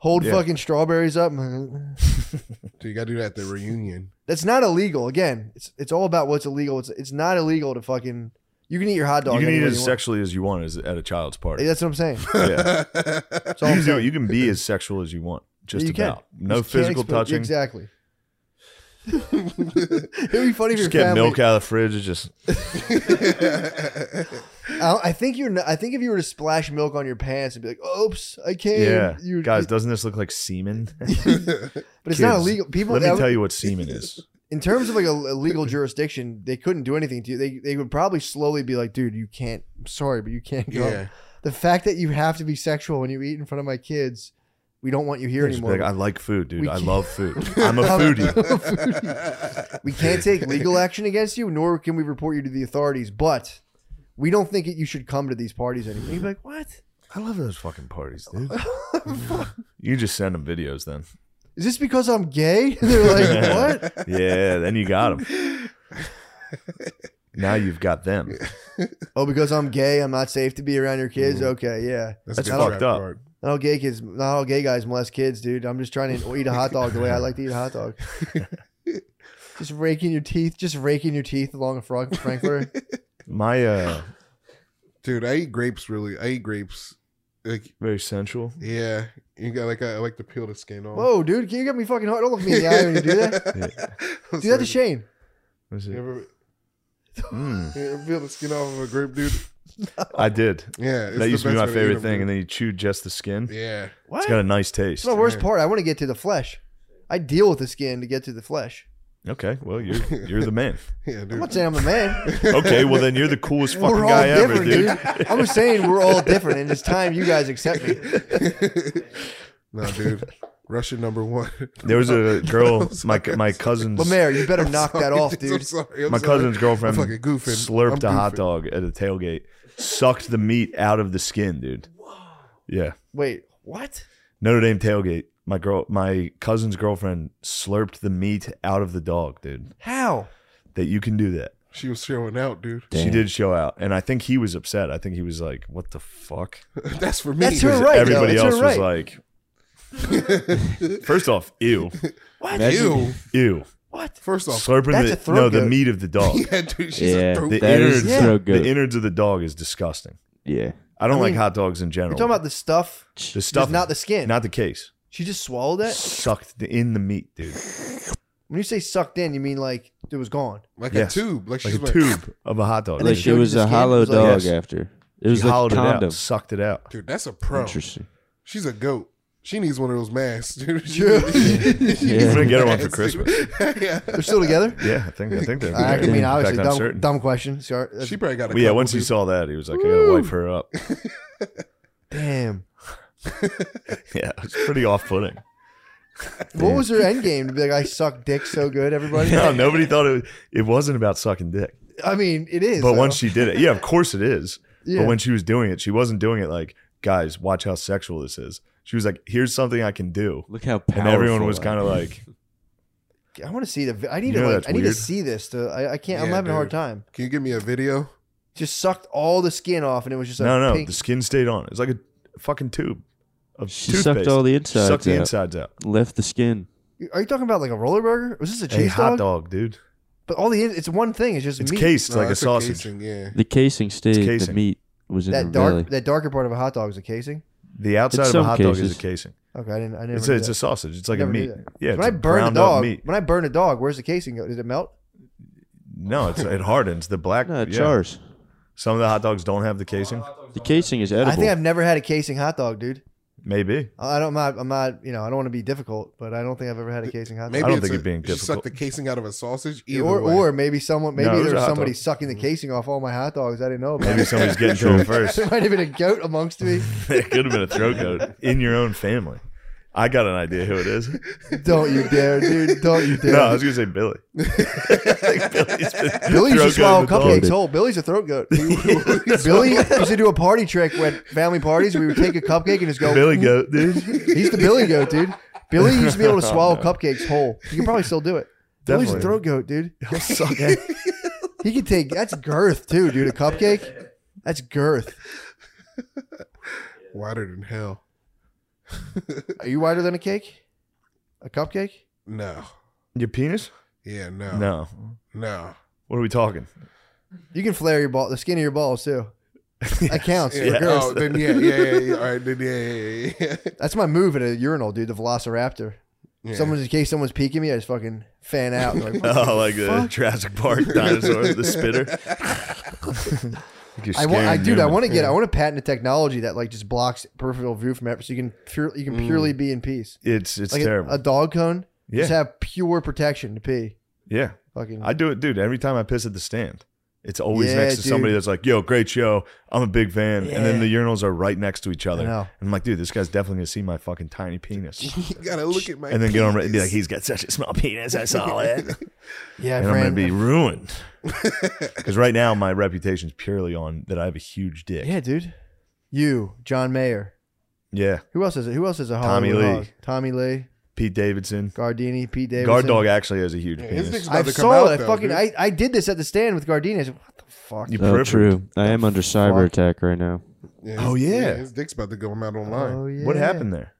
Speaker 1: Hold
Speaker 2: Yeah.
Speaker 1: fucking strawberries up.
Speaker 3: So you gotta do that at the reunion.
Speaker 1: That's not illegal. Again, it's it's all about what's illegal. It's it's not illegal to fucking. You can eat your hot dog.
Speaker 2: you can eat
Speaker 1: anywhere
Speaker 2: as
Speaker 1: want.
Speaker 2: sexually as you want as at a child's party.
Speaker 1: That's what I'm saying.
Speaker 2: Yeah.
Speaker 1: That's all
Speaker 2: You
Speaker 1: I'm
Speaker 2: can, do it.
Speaker 1: saying.
Speaker 2: you can be as sexual as you want. Just
Speaker 1: You can.
Speaker 2: about. No
Speaker 1: You can't
Speaker 2: physical
Speaker 1: expect-
Speaker 2: touching.
Speaker 1: Exactly. It'd be funny if your
Speaker 2: Just get
Speaker 1: family.
Speaker 2: milk out of the fridge. It's just
Speaker 1: I I think you're. Not, I think if you were to splash milk on your pants and be like, "Oops, I can't."
Speaker 2: yeah,
Speaker 1: you,
Speaker 2: guys.
Speaker 1: it-
Speaker 2: Doesn't this look like semen?
Speaker 1: but it's not
Speaker 2: kids,
Speaker 1: illegal. People,
Speaker 2: Let me
Speaker 1: that would-
Speaker 2: tell you what semen is.
Speaker 1: in terms of like a, a legal jurisdiction, they couldn't do anything to you. They they would probably slowly be like, "Dude, you can't. I'm sorry, but you can't go."
Speaker 3: yeah.
Speaker 1: The fact that you have to be sexual when you eat in front of my kids, we don't want you here
Speaker 2: Just be
Speaker 1: anymore.
Speaker 2: like, I like food, dude.
Speaker 1: We
Speaker 2: I
Speaker 1: can't-
Speaker 2: love food. I'm a foodie.
Speaker 1: We can't take legal action against you, nor can we report you to the authorities. But we don't think that you should come to these parties anymore. You'd be like, "What?
Speaker 2: I love those fucking parties, dude. you just send them videos then.
Speaker 1: Is this because I'm gay?" They're like, "What?"
Speaker 2: Yeah, then you got them. Now you've got them.
Speaker 1: Oh, because I'm gay, I'm not safe to be around your kids.
Speaker 2: Mm-hmm.
Speaker 1: Okay, yeah.
Speaker 3: That's, a
Speaker 2: That's
Speaker 3: good
Speaker 2: fucked
Speaker 3: trap
Speaker 2: up.
Speaker 3: card.
Speaker 1: Not all gay kids, not all gay guys molest kids, dude. I'm just trying to eat a hot dog the way I like to eat a hot dog. just raking your teeth, just raking your teeth along a frog frankfurter.
Speaker 2: My uh,
Speaker 3: Dude, I eat grapes really. I eat grapes. Like,
Speaker 2: very sensual.
Speaker 3: yeah. You got like I, I like to peel the skin off.
Speaker 1: Whoa, dude, can you get me fucking hard? Don't look me in the eye when you do that.
Speaker 3: Yeah.
Speaker 1: Do that to Shane.
Speaker 2: Was
Speaker 3: You
Speaker 2: it?
Speaker 3: ever,
Speaker 2: Mm,
Speaker 3: you ever peel the skin off of a grape, dude?
Speaker 2: I did.
Speaker 3: Yeah. it's
Speaker 2: that
Speaker 3: the
Speaker 2: used to be
Speaker 3: best
Speaker 2: my
Speaker 3: way eat
Speaker 2: favorite
Speaker 3: 'em,
Speaker 2: thing. And
Speaker 3: dude.
Speaker 2: then you chew just the skin.
Speaker 3: yeah.
Speaker 1: What?
Speaker 2: It's got a nice taste.
Speaker 1: It's the worst part. I want to get to the flesh. I deal with the skin to get to the flesh.
Speaker 2: Okay, well you're you're the man.
Speaker 3: Yeah,
Speaker 1: I'm not
Speaker 3: dude.
Speaker 1: saying I'm the man.
Speaker 2: Okay, well then you're the coolest fucking
Speaker 1: we're all
Speaker 2: guy ever,
Speaker 1: different,
Speaker 2: dude.
Speaker 1: dude. I'm just saying we're all different, and it's time you guys accept me.
Speaker 3: no, dude. Russian number one.
Speaker 2: There was a girl,
Speaker 3: I'm
Speaker 2: my
Speaker 3: sorry,
Speaker 2: my
Speaker 3: I'm
Speaker 2: cousin's
Speaker 1: Lemaire, you better
Speaker 3: I'm
Speaker 1: knock that
Speaker 3: sorry,
Speaker 1: off,
Speaker 3: dude.
Speaker 1: dude.
Speaker 3: I'm sorry, I'm
Speaker 2: my
Speaker 3: sorry.
Speaker 2: cousin's girlfriend
Speaker 3: I'm fucking goofing.
Speaker 2: slurped
Speaker 3: I'm
Speaker 2: a hot
Speaker 3: goofing.
Speaker 2: dog at a tailgate, sucked the meat out of the skin, dude. Yeah,
Speaker 1: Wait, what?
Speaker 2: Notre Dame tailgate. My girl, my cousin's girlfriend slurped the meat out of the dog, dude.
Speaker 1: How?
Speaker 2: That you can do that.
Speaker 3: She was showing out, dude.
Speaker 2: She did show out, and I think he was upset. I think he was like, "What the fuck?"
Speaker 3: That's for me.
Speaker 1: That's her right.
Speaker 2: Everybody
Speaker 1: though. It's her
Speaker 2: else was
Speaker 1: right.
Speaker 2: like, first off, ew,
Speaker 3: Ew.
Speaker 2: ew,
Speaker 1: what?
Speaker 3: First off,
Speaker 2: slurping
Speaker 1: That's a
Speaker 2: the
Speaker 1: throat
Speaker 2: no the
Speaker 1: goat.
Speaker 2: meat of the dog.
Speaker 3: yeah, dude, she's
Speaker 4: Yeah,
Speaker 3: a throat
Speaker 2: The
Speaker 4: that is
Speaker 2: innards,
Speaker 1: Yeah.
Speaker 4: so good.
Speaker 2: the innards of the dog is disgusting.
Speaker 4: yeah.
Speaker 2: I don't
Speaker 1: I
Speaker 2: like
Speaker 1: mean,
Speaker 2: hot dogs in general.
Speaker 1: You're talking about the stuff,
Speaker 2: the
Speaker 1: just
Speaker 2: stuff,
Speaker 1: not the skin.
Speaker 2: not the case.
Speaker 1: she just swallowed that.
Speaker 2: Sucked in the meat, dude,
Speaker 1: When you say sucked in, you mean like it was gone.
Speaker 3: like
Speaker 2: Yes.
Speaker 3: a tube. Like,
Speaker 2: like
Speaker 3: she's
Speaker 2: a tube of a hot dog.
Speaker 1: And they
Speaker 4: Like
Speaker 2: she
Speaker 4: it
Speaker 1: showed
Speaker 4: was
Speaker 1: you the
Speaker 4: a
Speaker 1: skin?
Speaker 4: hollow
Speaker 1: It was like-
Speaker 4: dog
Speaker 2: Yes.
Speaker 4: after. It was like
Speaker 2: hollowed
Speaker 4: a
Speaker 2: it
Speaker 4: condom.
Speaker 2: out, sucked it out.
Speaker 3: Dude, that's a pro.
Speaker 4: Interesting.
Speaker 3: She's a goat. She needs one of those masks, dude. yeah.
Speaker 2: I'm gonna get her one for Christmas.
Speaker 3: yeah.
Speaker 1: They're still together.
Speaker 2: Yeah, I think I think they're.
Speaker 1: I, I
Speaker 2: together.
Speaker 1: mean,
Speaker 2: In fact,
Speaker 1: obviously,
Speaker 2: I'm
Speaker 1: dumb,
Speaker 2: certain.
Speaker 1: dumb question. Sorry.
Speaker 3: She probably got a
Speaker 2: Well, yeah,
Speaker 3: couple,
Speaker 2: once he
Speaker 3: dude.
Speaker 2: saw that, he was like, "I gotta wipe her up."
Speaker 1: Damn.
Speaker 2: Yeah, it's pretty off-putting.
Speaker 1: What was their end game to be like? I suck dick so good, everybody.
Speaker 2: No, nobody thought it. It wasn't about sucking dick,
Speaker 1: I mean, it is.
Speaker 2: but
Speaker 1: though.
Speaker 2: once she did it, yeah, of course it is.
Speaker 1: yeah.
Speaker 2: But when she was doing it, she wasn't doing it like, "Guys, watch how sexual this is." She was like, "Here's something I can do,"
Speaker 4: Look how powerful.
Speaker 2: and everyone was
Speaker 4: I
Speaker 2: kind of
Speaker 4: am.
Speaker 2: like,
Speaker 1: I want to see the. vi- I need
Speaker 2: You
Speaker 1: to.
Speaker 2: know
Speaker 1: Like,
Speaker 2: that's
Speaker 1: I need
Speaker 2: weird.
Speaker 1: to see this. To, I, I can't. I'm
Speaker 3: Yeah,
Speaker 1: having a hard
Speaker 3: dude.
Speaker 1: time.
Speaker 3: Can you give me a video?
Speaker 1: Just sucked all the skin off, and it was just like
Speaker 2: "No, no,
Speaker 1: pink.
Speaker 2: the skin stayed on. It's like a fucking tube of
Speaker 4: She
Speaker 2: toothpaste.
Speaker 4: sucked all the insides
Speaker 2: sucked the
Speaker 4: out.
Speaker 2: insides out.
Speaker 4: left the skin.
Speaker 1: Are you talking about like a roller burger? Was this a
Speaker 2: Hey,
Speaker 1: cheese
Speaker 2: hot
Speaker 1: dog?
Speaker 2: dog, dude.
Speaker 1: But all the in- it's one thing. It's just
Speaker 2: It's
Speaker 1: meat.
Speaker 2: cased
Speaker 3: No,
Speaker 2: like a
Speaker 3: that's
Speaker 2: sausage.
Speaker 3: casing, yeah.
Speaker 4: The casing stayed. The
Speaker 2: casing.
Speaker 4: meat was in
Speaker 1: That
Speaker 4: the
Speaker 1: dark,
Speaker 4: belly.
Speaker 1: that darker part of a hot dog is a casing.
Speaker 2: the outside
Speaker 4: It's
Speaker 2: of a
Speaker 4: some
Speaker 2: hot dog
Speaker 4: cases.
Speaker 2: is a casing.
Speaker 1: Okay, I didn't. I never.
Speaker 2: It's
Speaker 1: knew
Speaker 2: a, it's
Speaker 1: that.
Speaker 2: a sausage. It's like a
Speaker 1: Never knew
Speaker 2: meat.
Speaker 1: that.
Speaker 2: Yeah,
Speaker 1: when I burn
Speaker 2: it's
Speaker 1: a
Speaker 2: ground up
Speaker 1: dog,
Speaker 2: meat.
Speaker 1: when I burn a dog, where's the casing go? Does it melt?
Speaker 2: No, it's, it hardens. The black.
Speaker 4: no, it
Speaker 2: yeah.
Speaker 4: jars.
Speaker 2: Some of the hot dogs don't have the casing.
Speaker 4: The casing is edible.
Speaker 1: I think I've never had a casing hot dog, dude.
Speaker 2: Maybe.
Speaker 1: I I don't. I'm not. I'm not you know, I don't want to be difficult, but I don't think I've ever had a casing hot dog.
Speaker 3: Maybe
Speaker 2: don't
Speaker 3: it's
Speaker 2: think
Speaker 3: a,
Speaker 2: it being
Speaker 3: she sucked
Speaker 2: difficult.
Speaker 3: the casing out of a sausage. Either
Speaker 1: Or,
Speaker 3: way.
Speaker 1: or maybe someone, maybe
Speaker 2: No, it was
Speaker 1: there
Speaker 2: a
Speaker 1: was
Speaker 2: hot
Speaker 1: somebody
Speaker 2: dog. Mm-hmm.
Speaker 1: sucking the casing off all my hot dogs. I didn't know. About
Speaker 2: Maybe
Speaker 1: it.
Speaker 2: somebody's getting to them first.
Speaker 1: there might have been a goat amongst me.
Speaker 2: it could have been a throat goat in your own family. I got an idea who it is.
Speaker 1: Don't you dare, dude. Don't you dare.
Speaker 2: No, I was gonna say Billy. Billy's been
Speaker 1: Billy used
Speaker 2: throat
Speaker 1: to swallow
Speaker 2: goating the dog.
Speaker 1: cupcakes whole. Billy's a throat goat. Billy used to do a party trick at family parties. We would take a cupcake and just go.
Speaker 2: Billy goat, dude.
Speaker 1: He's the Billy goat, dude. Billy used to be able to swallow cupcakes whole. You can probably still do it. Billy's a
Speaker 2: Definitely.
Speaker 1: throat goat, dude. He could take that's girth too, dude. A cupcake, that's girth.
Speaker 3: wider than hell.
Speaker 1: Are you wider than a cake? A cupcake?
Speaker 3: No.
Speaker 2: Your penis?
Speaker 3: Yeah. No. No.
Speaker 2: No. What are we talking?
Speaker 1: You can flare your ball, the skin of your balls too. That counts.
Speaker 3: Yeah.
Speaker 1: for girth.
Speaker 3: Oh, then yeah, yeah, yeah, yeah. All right, then yeah, yeah, yeah. yeah.
Speaker 1: That's my move at a urinal, dude. The Velociraptor.
Speaker 3: yeah.
Speaker 1: Someone's in case someone's peeking me, I just fucking fan out. Like, what the
Speaker 2: Oh, like the Jurassic Park dinosaurs, the spitter.
Speaker 1: I want, I, dude, I want to get, I want to patent a technology that like just blocks peripheral view from it, so you can pure, you can purely be in peace.
Speaker 2: It's Mm. it's
Speaker 1: like a-
Speaker 2: terrible.
Speaker 1: A, dog cone,
Speaker 2: yeah,
Speaker 1: just have pure protection to pee.
Speaker 2: yeah.
Speaker 1: Fucking,
Speaker 2: I do it, dude. Every time I piss at the stand, it's always
Speaker 1: Yeah,
Speaker 2: next to somebody
Speaker 1: dude.
Speaker 2: that's like, "Yo, great show. I'm a big fan." And then
Speaker 1: Yeah.
Speaker 2: the urinals are right next to each other.
Speaker 1: know.
Speaker 2: And I'm like, dude, this guy's definitely gonna see my fucking tiny penis.
Speaker 3: you gotta look at my.
Speaker 2: and then get on Reddit and be like,
Speaker 3: penis.
Speaker 2: "He's got such a small penis. I saw it."
Speaker 1: yeah,
Speaker 2: and I'm gonna
Speaker 1: friend.
Speaker 2: be ruined. Because right now my reputation's purely on that I have a huge dick.
Speaker 1: yeah, dude. You, John Mayer.
Speaker 2: Yeah.
Speaker 1: Who else is it? Who else is a
Speaker 2: Tommy
Speaker 1: Hollywood
Speaker 2: Lee.
Speaker 1: hog? Tommy Lee,
Speaker 2: Pete Davidson.
Speaker 1: Gardini, Pete Davidson.
Speaker 2: Guard dog actually has a huge
Speaker 3: Yeah, his
Speaker 2: penis.
Speaker 3: dick's
Speaker 1: I
Speaker 3: about to come
Speaker 1: saw
Speaker 3: out,
Speaker 1: it. I
Speaker 3: though,
Speaker 1: fucking,
Speaker 3: dude.
Speaker 1: I, I did this at the stand with Gardini. I said, what the fuck?
Speaker 2: You
Speaker 4: oh,
Speaker 2: pervert.
Speaker 4: true. I am under cyber
Speaker 1: Fuck.
Speaker 4: attack right now.
Speaker 3: Yeah,
Speaker 2: Oh,
Speaker 3: his-
Speaker 2: yeah. Oh,
Speaker 3: his dick's about to go out online.
Speaker 1: Oh, yeah.
Speaker 2: What happened there?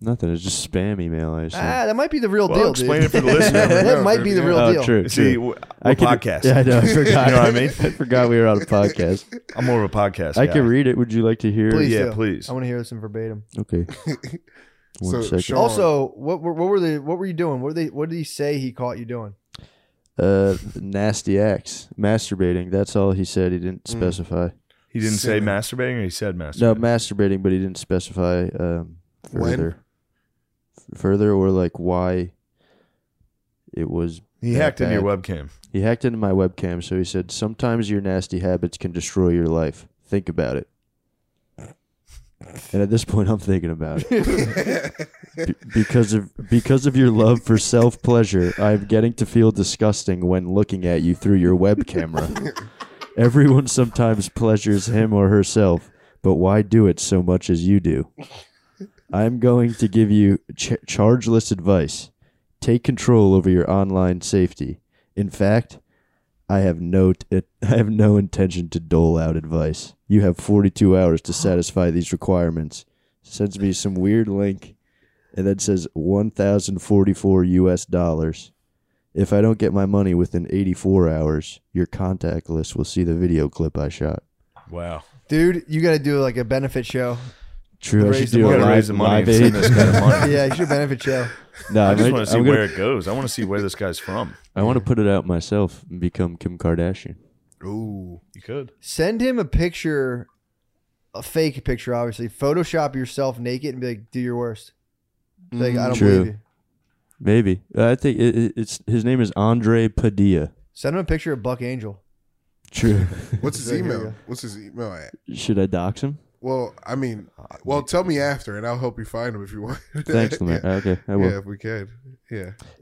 Speaker 4: Nothing. It's just spam email. I assume.
Speaker 1: Ah, that might be the real
Speaker 2: Well,
Speaker 1: deal.
Speaker 2: explain
Speaker 1: dude.
Speaker 2: it for the listener.
Speaker 1: that
Speaker 3: Yeah,
Speaker 1: might be the
Speaker 3: yeah.
Speaker 1: real
Speaker 4: oh,
Speaker 1: deal.
Speaker 4: true.
Speaker 2: See,
Speaker 4: true.
Speaker 2: w-
Speaker 4: I
Speaker 2: we're
Speaker 4: can-
Speaker 2: podcast.
Speaker 4: Yeah, I know. I forgot.
Speaker 2: You know what I mean?
Speaker 4: I forgot we were on a podcast.
Speaker 2: I'm more of a podcast.
Speaker 4: I
Speaker 2: guy.
Speaker 4: can read it. Would you like to hear?
Speaker 1: Please
Speaker 2: Yeah,
Speaker 1: do.
Speaker 2: please.
Speaker 1: I want to hear this in verbatim.
Speaker 4: Okay. One
Speaker 3: So,
Speaker 4: second.
Speaker 3: Sean-
Speaker 1: Also, what were, what were they? What were you doing? What did they? What did he say he caught you doing?
Speaker 4: Uh, nasty acts, masturbating. That's all he said. He didn't specify.
Speaker 2: He didn't say
Speaker 3: Sin.
Speaker 2: masturbating, or he said Mm. masturbating.
Speaker 4: No, masturbating, but he didn't specify um,
Speaker 3: When?
Speaker 4: further, F- further, or like why it was.
Speaker 2: he
Speaker 4: that
Speaker 2: hacked into your
Speaker 4: bad.
Speaker 2: webcam.
Speaker 4: He hacked into my webcam, so he said, "Sometimes your nasty habits can destroy your life. Think about it." And at this point, I'm thinking about it Be- because of because of your love for self pleasure. I'm getting to feel disgusting when looking at you through your web camera. Everyone sometimes pleasures him or herself, but why do it so much as you do? I'm going to give you ch- chargeless advice. Take control over your online safety. In fact, I have no t- I have no intention to dole out advice. You have 42 hours to satisfy these requirements. Sends me some weird link and then says 1044 US dollars. If I don't get my money within 84 hours, your contact list will see the video clip I shot.
Speaker 2: Wow.
Speaker 1: Dude, you got to do like a benefit show.
Speaker 4: True, I
Speaker 1: Raise
Speaker 4: should
Speaker 1: the
Speaker 4: do
Speaker 2: You
Speaker 4: a
Speaker 2: gotta
Speaker 4: live,
Speaker 2: raise the money
Speaker 4: live
Speaker 2: and send
Speaker 4: aid.
Speaker 2: this guy the money.
Speaker 1: Yeah, you should benefit show.
Speaker 4: No,
Speaker 2: I just
Speaker 4: might-
Speaker 2: want to see
Speaker 4: I'm
Speaker 2: where
Speaker 4: gonna,
Speaker 2: it goes. I want to see where this guy's from.
Speaker 4: I want to put it out myself and become Kim Kardashian.
Speaker 3: Ooh.
Speaker 2: You could.
Speaker 1: Send him a picture a fake picture, obviously. Photoshop yourself naked and be like, do your worst. Like,
Speaker 2: Mm,
Speaker 1: I don't
Speaker 4: True.
Speaker 1: believe you.
Speaker 4: Maybe I think it, it- it's his name is Andre Padilla.
Speaker 1: Send him a picture of Buck Angel.
Speaker 4: True.
Speaker 3: What's his
Speaker 1: There you go.
Speaker 3: email? What's his email at?
Speaker 4: Should I dox him?
Speaker 3: Well, I mean,
Speaker 2: Ah,
Speaker 3: well, tell me after, and I'll help you find him if you want.
Speaker 4: Thanks, Lamar.
Speaker 3: yeah.
Speaker 4: Okay, I will.
Speaker 3: yeah,
Speaker 4: Yeah.
Speaker 3: if we could.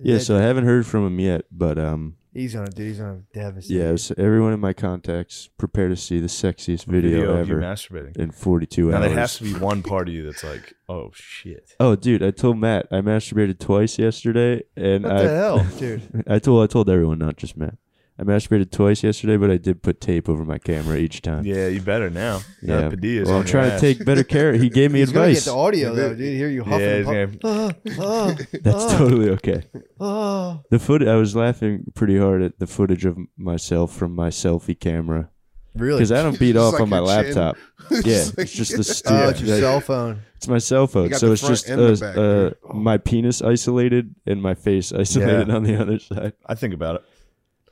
Speaker 3: Yeah.
Speaker 4: so I haven't heard from him yet, but um,
Speaker 1: He's gonna do. He's gonna devastate.
Speaker 4: yeah. So everyone in my contacts prepare to see the sexiest video,
Speaker 2: Video of you
Speaker 4: ever
Speaker 2: masturbating.
Speaker 4: in 42
Speaker 2: Now
Speaker 4: hours.
Speaker 2: there has to be one part of you that's like, oh shit.
Speaker 4: Oh, dude, I told Matt I masturbated twice yesterday, and
Speaker 1: What
Speaker 4: I
Speaker 1: the hell, dude?
Speaker 4: I told I told everyone, not just Matt. I masturbated twice yesterday, but I did put tape over my camera each time.
Speaker 2: Yeah, you better now. Yeah, now Padilla's
Speaker 4: well,
Speaker 2: on
Speaker 4: I'm
Speaker 2: your
Speaker 4: trying
Speaker 2: ass.
Speaker 4: to take better care. He gave me
Speaker 1: He's gonna get
Speaker 4: advice.
Speaker 1: the audio though, dude. Hear you huffing.
Speaker 2: Yeah,
Speaker 1: and
Speaker 2: he's
Speaker 1: puff-
Speaker 2: gonna,
Speaker 4: That's totally okay.
Speaker 1: Oh,
Speaker 4: The foot I was laughing pretty hard at the footage of myself from my selfie camera
Speaker 1: really?
Speaker 4: because I don't beat
Speaker 3: Just
Speaker 4: off
Speaker 3: like
Speaker 4: on my
Speaker 3: your chin.
Speaker 4: laptop. Yeah, it's just the
Speaker 1: Oh,
Speaker 4: stupid.
Speaker 1: it's your cell phone.
Speaker 4: It's my cell phone,
Speaker 3: got
Speaker 4: so
Speaker 3: the
Speaker 4: it's
Speaker 3: front
Speaker 4: just
Speaker 3: and the
Speaker 4: uh,
Speaker 3: back,
Speaker 4: uh,
Speaker 3: dude.
Speaker 4: my penis isolated and my face isolated
Speaker 2: Yeah.
Speaker 4: on the other side.
Speaker 2: I think about it.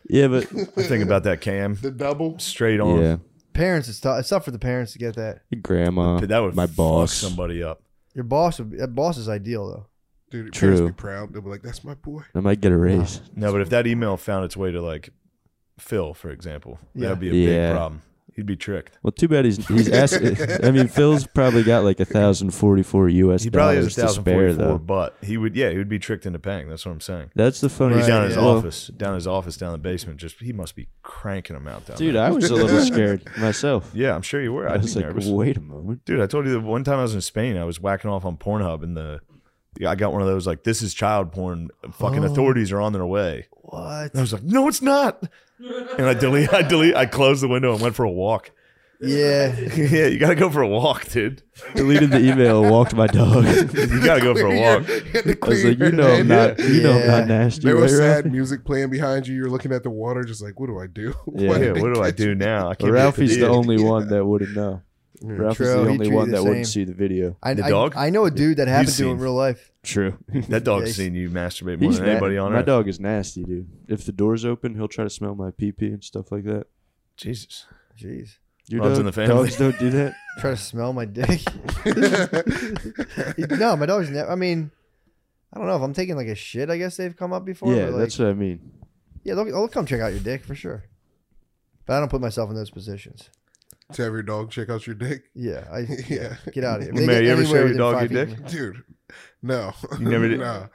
Speaker 4: Yeah, but
Speaker 2: I think about that cam
Speaker 3: The double.
Speaker 2: straight on.
Speaker 4: yeah,
Speaker 1: Parents, it's tough. It's tough for the parents to get that.
Speaker 4: grandma,
Speaker 2: That would
Speaker 4: my
Speaker 2: fuck
Speaker 4: boss,
Speaker 2: somebody up.
Speaker 1: Your boss would. Be, that boss is ideal though.
Speaker 3: Dude, your parents
Speaker 4: True.
Speaker 3: be proud. They'll be like, that's my boy.
Speaker 4: I might get a raise.
Speaker 2: No, but if that email found its way to like Phil, for example,
Speaker 1: Yeah.
Speaker 2: that'd be a
Speaker 4: Yeah.
Speaker 2: big problem. He'd be tricked.
Speaker 4: Well, too bad he's he's asking. I mean, Phil's probably got like a thousand forty four U.S.
Speaker 2: He probably has
Speaker 4: dollars to spare
Speaker 2: 1,044,
Speaker 4: though.
Speaker 2: but he would, yeah, he would be tricked into paying. That's what I'm saying.
Speaker 4: That's the funny.
Speaker 2: He's down in
Speaker 1: Right,
Speaker 2: his
Speaker 1: yeah.
Speaker 2: office, down in his office, down in the basement. Just he must be cranking them out down
Speaker 4: dude.
Speaker 2: there.
Speaker 4: I was a little scared myself.
Speaker 2: yeah, I'm sure you were.
Speaker 4: I
Speaker 2: I'd
Speaker 4: was
Speaker 2: be
Speaker 4: like,
Speaker 2: nervous.
Speaker 4: wait a moment.
Speaker 2: Dude, I told you that one time I was in Spain, I was whacking off on Pornhub, and the I got one of those like, "This is child porn." Fucking authorities are on their way.
Speaker 1: Oh. What?
Speaker 2: And I was like, "No, it's not." And I delete, I delete, I closed the window and went for a walk.
Speaker 1: Yeah.
Speaker 2: yeah, you gotta go for a walk, dude.
Speaker 4: Deleted the email. Walked my dog. I
Speaker 2: You gotta go for a walk.
Speaker 3: I
Speaker 4: was like, you know, I'm not. You know, I'm
Speaker 1: Yeah.
Speaker 4: not nasty.
Speaker 3: There was
Speaker 4: right,
Speaker 3: sad music playing behind you. You're looking at the water, just like, what do I do?
Speaker 4: Yeah.
Speaker 3: Why
Speaker 2: Yeah,
Speaker 3: did they
Speaker 2: what do I
Speaker 3: catch
Speaker 2: do
Speaker 3: me?
Speaker 2: now? I
Speaker 4: Ralph?
Speaker 2: can't
Speaker 4: Ralphie's the
Speaker 2: only.
Speaker 4: only one that wouldn't know. Ralphie's
Speaker 1: True,
Speaker 4: the
Speaker 1: he
Speaker 4: only
Speaker 1: treated
Speaker 4: one
Speaker 1: the
Speaker 4: that wouldn't
Speaker 1: same.
Speaker 4: see the video.
Speaker 1: I,
Speaker 2: The
Speaker 1: I-
Speaker 2: dog?
Speaker 1: I, know a dude that happened to
Speaker 2: seen-
Speaker 1: in real life.
Speaker 4: True.
Speaker 2: That dog's
Speaker 1: he's-
Speaker 2: seen you masturbate more than
Speaker 4: na-
Speaker 2: anybody on
Speaker 4: my
Speaker 2: earth.
Speaker 4: dog is nasty, dude. If the door's open, he'll try to smell my pee pee and stuff like that.
Speaker 2: Jesus.
Speaker 1: Jeez.
Speaker 4: Your
Speaker 2: Runs
Speaker 4: dog,
Speaker 2: Oh, in the family.
Speaker 4: dogs don't do that.
Speaker 1: Try to smell my dick. no, my dog's never. I mean, I don't know if I'm taking like a shit. I guess they've come up before.
Speaker 4: yeah,
Speaker 1: but, like,
Speaker 4: that's what I mean.
Speaker 1: yeah. They'll, they'll come check out your dick for sure. But I don't put myself in those positions.
Speaker 3: To have your dog check out your dick?
Speaker 1: Yeah, I
Speaker 3: Yeah.
Speaker 1: get out of here. If get
Speaker 2: Mary, you ever
Speaker 1: anywhere
Speaker 2: show your
Speaker 1: within
Speaker 2: dog
Speaker 1: five
Speaker 2: your
Speaker 1: feet
Speaker 2: dick?
Speaker 1: of me-
Speaker 3: Dude, no.
Speaker 2: You never did-
Speaker 3: No.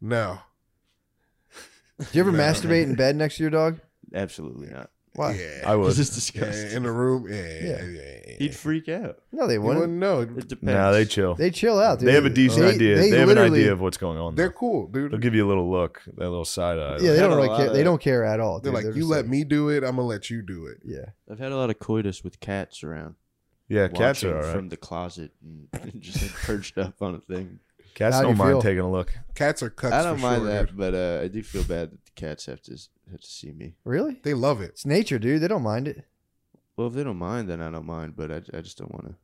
Speaker 3: No.
Speaker 1: Do you ever masturbate in bed next to your dog?
Speaker 4: Absolutely not.
Speaker 1: Why?
Speaker 3: Yeah.
Speaker 2: I was.
Speaker 4: This is
Speaker 3: Yeah,
Speaker 4: disgusting.
Speaker 3: in the room. Yeah.
Speaker 1: Yeah.
Speaker 3: yeah. yeah, yeah.
Speaker 4: He'd freak out.
Speaker 1: No, they
Speaker 3: You
Speaker 1: wouldn't.
Speaker 3: wouldn't know.
Speaker 4: It depends.
Speaker 2: Nah, they chill. They,
Speaker 1: They chill out. Dude.
Speaker 2: have a decent
Speaker 1: They-
Speaker 2: idea. They, have an
Speaker 1: literally-
Speaker 2: idea of what's going on.
Speaker 3: They're
Speaker 2: Though.
Speaker 3: cool, dude.
Speaker 2: They'll give you a little look, that little side eye.
Speaker 1: Yeah, they
Speaker 4: I've had
Speaker 1: don't
Speaker 4: a
Speaker 1: really
Speaker 4: lot
Speaker 1: care.
Speaker 4: of-
Speaker 1: they don't care at all.
Speaker 3: They're
Speaker 1: dude.
Speaker 3: like,
Speaker 1: They're
Speaker 3: you
Speaker 1: just
Speaker 3: let me do it, I'm going to let you do it.
Speaker 1: Yeah.
Speaker 4: I've had a lot of coitus with cats around.
Speaker 2: yeah cats
Speaker 4: watching
Speaker 2: are all right.
Speaker 4: from the closet and, and just like, perched up on a thing.
Speaker 2: Cats
Speaker 1: How do
Speaker 2: don't
Speaker 1: you
Speaker 2: mind
Speaker 1: feel?
Speaker 2: taking a look.
Speaker 3: Cats are cuts.
Speaker 4: I don't
Speaker 3: for
Speaker 4: mind
Speaker 3: sure,
Speaker 4: that,
Speaker 3: dude.
Speaker 4: but uh, I do feel bad that the cats have to s- have to see me.
Speaker 1: Really?
Speaker 3: They love it.
Speaker 1: It's nature, dude. They don't mind it.
Speaker 4: Well, if they don't mind, then I don't mind. But I, I just don't want to.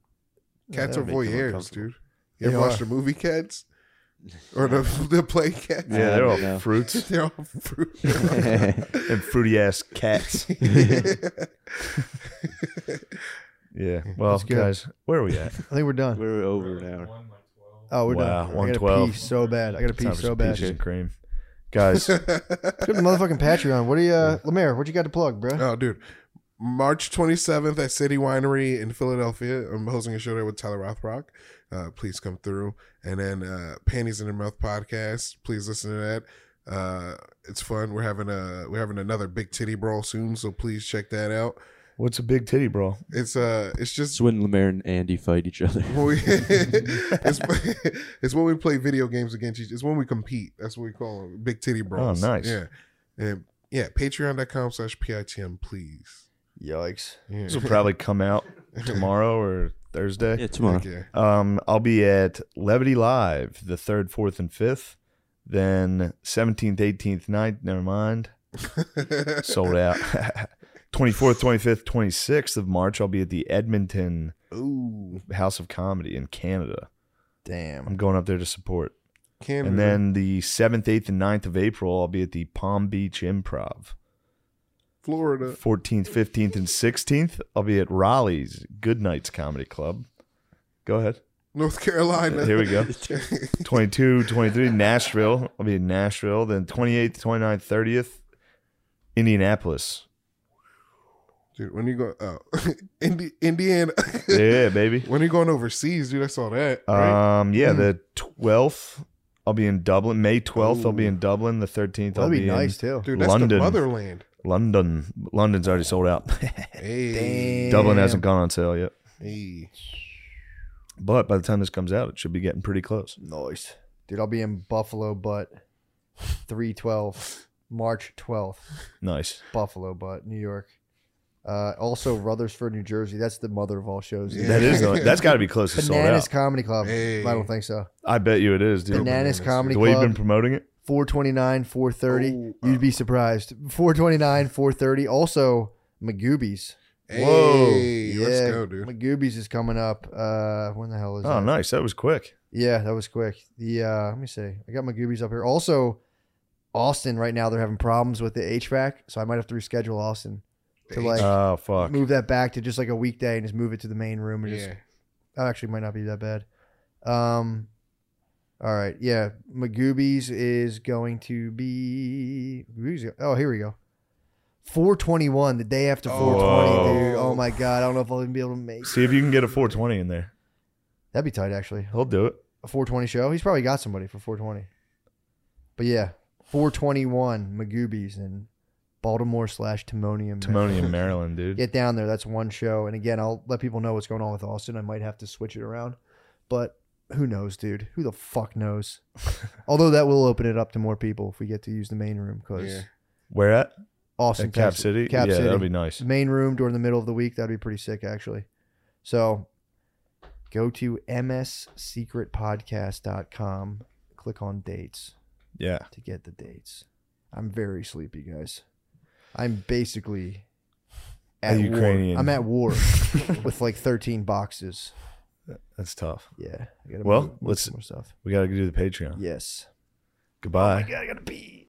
Speaker 3: Cats
Speaker 4: that'll
Speaker 3: are
Speaker 4: make them
Speaker 3: voyeurs,
Speaker 4: uncomfortable.
Speaker 3: dude. You
Speaker 1: They
Speaker 3: ever watched
Speaker 1: are.
Speaker 3: the movie Cats? Or the, the play Cats?
Speaker 2: Yeah,
Speaker 4: I
Speaker 2: they're all
Speaker 4: don't know.
Speaker 2: fruits
Speaker 3: They're all fruit.
Speaker 2: and fruity ass cats. Yeah. Well,
Speaker 1: That's good.
Speaker 2: guys, where are we at?
Speaker 1: I think we're done.
Speaker 4: We're over an hour.
Speaker 1: Oh, we're
Speaker 2: Wow,
Speaker 1: done. I gotta
Speaker 2: 112.
Speaker 1: pee so bad. I gotta pee
Speaker 2: Time for
Speaker 1: so
Speaker 2: some
Speaker 1: bad.
Speaker 2: peaches and cream. Guys,
Speaker 1: Go to motherfucking Patreon. What do you, uh, Lemaire? What you got to plug, bro?
Speaker 3: Oh, dude. March 27th at City Winery in Philadelphia. I'm hosting a show there with Tyler Rothrock. Uh, please come through. And then uh, Panties in Her Mouth podcast. Please listen to that. Uh, it's fun. We're having a we're having another big titty brawl soon, so please check that out.
Speaker 2: what's a big titty, bro?
Speaker 3: It's uh, it's
Speaker 4: It's
Speaker 3: just
Speaker 4: when Lemaire and Andy fight each other.
Speaker 3: when we it's, it's when we play video games against each. It's when we compete. That's what we call them, big titty brawls.
Speaker 2: Oh, nice.
Speaker 3: Yeah, and yeah, Patreon.com/slash pitm, please.
Speaker 1: Yikes!
Speaker 3: Yeah.
Speaker 2: This will probably come out tomorrow or Thursday.
Speaker 4: yeah, tomorrow.
Speaker 3: Yeah.
Speaker 2: Um, I'll be at Levity Live the third, fourth, and fifth. Then seventeenth, eighteenth, ninth. Never mind, sold out. Twenty fourth, twenty fifth, twenty sixth of March. I'll be at the Edmonton
Speaker 3: Ooh,
Speaker 2: House of Comedy in Canada. I'm
Speaker 1: Damn.
Speaker 2: going up there to support.
Speaker 3: Canada.
Speaker 2: And then the seventh, eighth, and 9th of April, I'll be at the Palm Beach Improv.
Speaker 3: Florida.
Speaker 2: 14th, 15th, and 16th. I'll be at Raleigh's Good Nights Comedy Club. Go ahead.
Speaker 3: North Carolina.
Speaker 2: Here we go. 22, 23, Nashville. I'll be in Nashville. Then 28th, 29th, 30th, Indianapolis.
Speaker 3: Dude, when you go, oh, Indi- Indiana.
Speaker 2: Yeah, baby.
Speaker 3: when you going overseas, dude, I saw that. Right?
Speaker 2: Um, yeah,
Speaker 1: Mm.
Speaker 2: the 12th, I'll be in Dublin. May 12th, I'll be in Dublin. The 13th, I'll
Speaker 1: That'd
Speaker 2: be,
Speaker 1: be nice too.
Speaker 3: dude, that's
Speaker 2: London.
Speaker 3: the motherland.
Speaker 2: in London. London's already sold out.
Speaker 3: Hey,
Speaker 2: Dublin hasn't gone on sale yet.
Speaker 3: hey.
Speaker 2: But by the time this comes out, it should be getting pretty close.
Speaker 1: Nice. Dude, I'll be in Buffalo Butt 312, March 12th,
Speaker 2: Nice.
Speaker 1: Buffalo Butt, New York. Uh, also, Rutherford, New Jersey. That's the mother of all shows. dude.
Speaker 2: That is the- that's got to be close to sold
Speaker 1: Bananas
Speaker 2: out.
Speaker 1: Comedy Club.
Speaker 3: Hey.
Speaker 1: I don't think so.
Speaker 2: I bet you it is, dude.
Speaker 1: Bananas Comedy
Speaker 2: the way you've
Speaker 1: Club.
Speaker 2: been promoting it.
Speaker 1: 429, 430.
Speaker 3: Oh,
Speaker 1: You'd be surprised. 429, 430. Also, Magoobies.
Speaker 2: Whoa.
Speaker 3: uh, Hey, let's go, dude.
Speaker 1: Magoobies is coming up. Uh, when the hell is
Speaker 2: Oh,
Speaker 1: that?
Speaker 2: nice. That was quick.
Speaker 1: Yeah, that was quick. The uh, let me see. I got my goobies up here. Also, Austin right now they're having problems with the HVAC, so I might have to reschedule Austin to like
Speaker 2: Oh, fuck.
Speaker 1: move that back to just like a weekday and just move it to the main room. And just
Speaker 3: Yeah.
Speaker 1: that actually might not be that bad. Um, all right, yeah. Magoobies is going to be. Magoobies- Oh, here we go. 421, the day after 420, dude.
Speaker 3: Whoa.
Speaker 1: Oh my god, I don't know if I'll even be able to make.
Speaker 2: See if you can get a 420 in there.
Speaker 1: That'd be tight, actually.
Speaker 2: He'll do it.
Speaker 1: a 420 show. He's probably got somebody for 420. But yeah, 421 Magoobies in Baltimore slash Timonium.
Speaker 2: Timonium, Maryland, dude.
Speaker 1: Get down there. That's one show. And again, I'll let people know what's going on with Austin. I might have to switch it around, but who knows, dude? Who the fuck knows? Although that will open it up to more people if we get to use the main room because
Speaker 3: Yeah.
Speaker 2: Where at?
Speaker 1: Austin,
Speaker 2: At Cap
Speaker 1: Texas-
Speaker 2: City?
Speaker 1: Cap
Speaker 2: yeah,
Speaker 1: City,
Speaker 2: that'll be nice.
Speaker 1: main room during the middle of the week. That'd be pretty sick, actually. So go to mssecretpodcast.com, click on dates
Speaker 2: Yeah.
Speaker 1: to get the dates. I'm very sleepy, guys. I'm basically at
Speaker 2: A Ukrainian.
Speaker 1: War. I'm at war with like 13 boxes.
Speaker 2: That's tough.
Speaker 1: Yeah. I gotta
Speaker 2: Well,
Speaker 1: move- move
Speaker 2: let's-
Speaker 1: some more stuff.
Speaker 2: We got to do the Patreon.
Speaker 1: Yes.
Speaker 2: Goodbye.
Speaker 1: I gotta pee.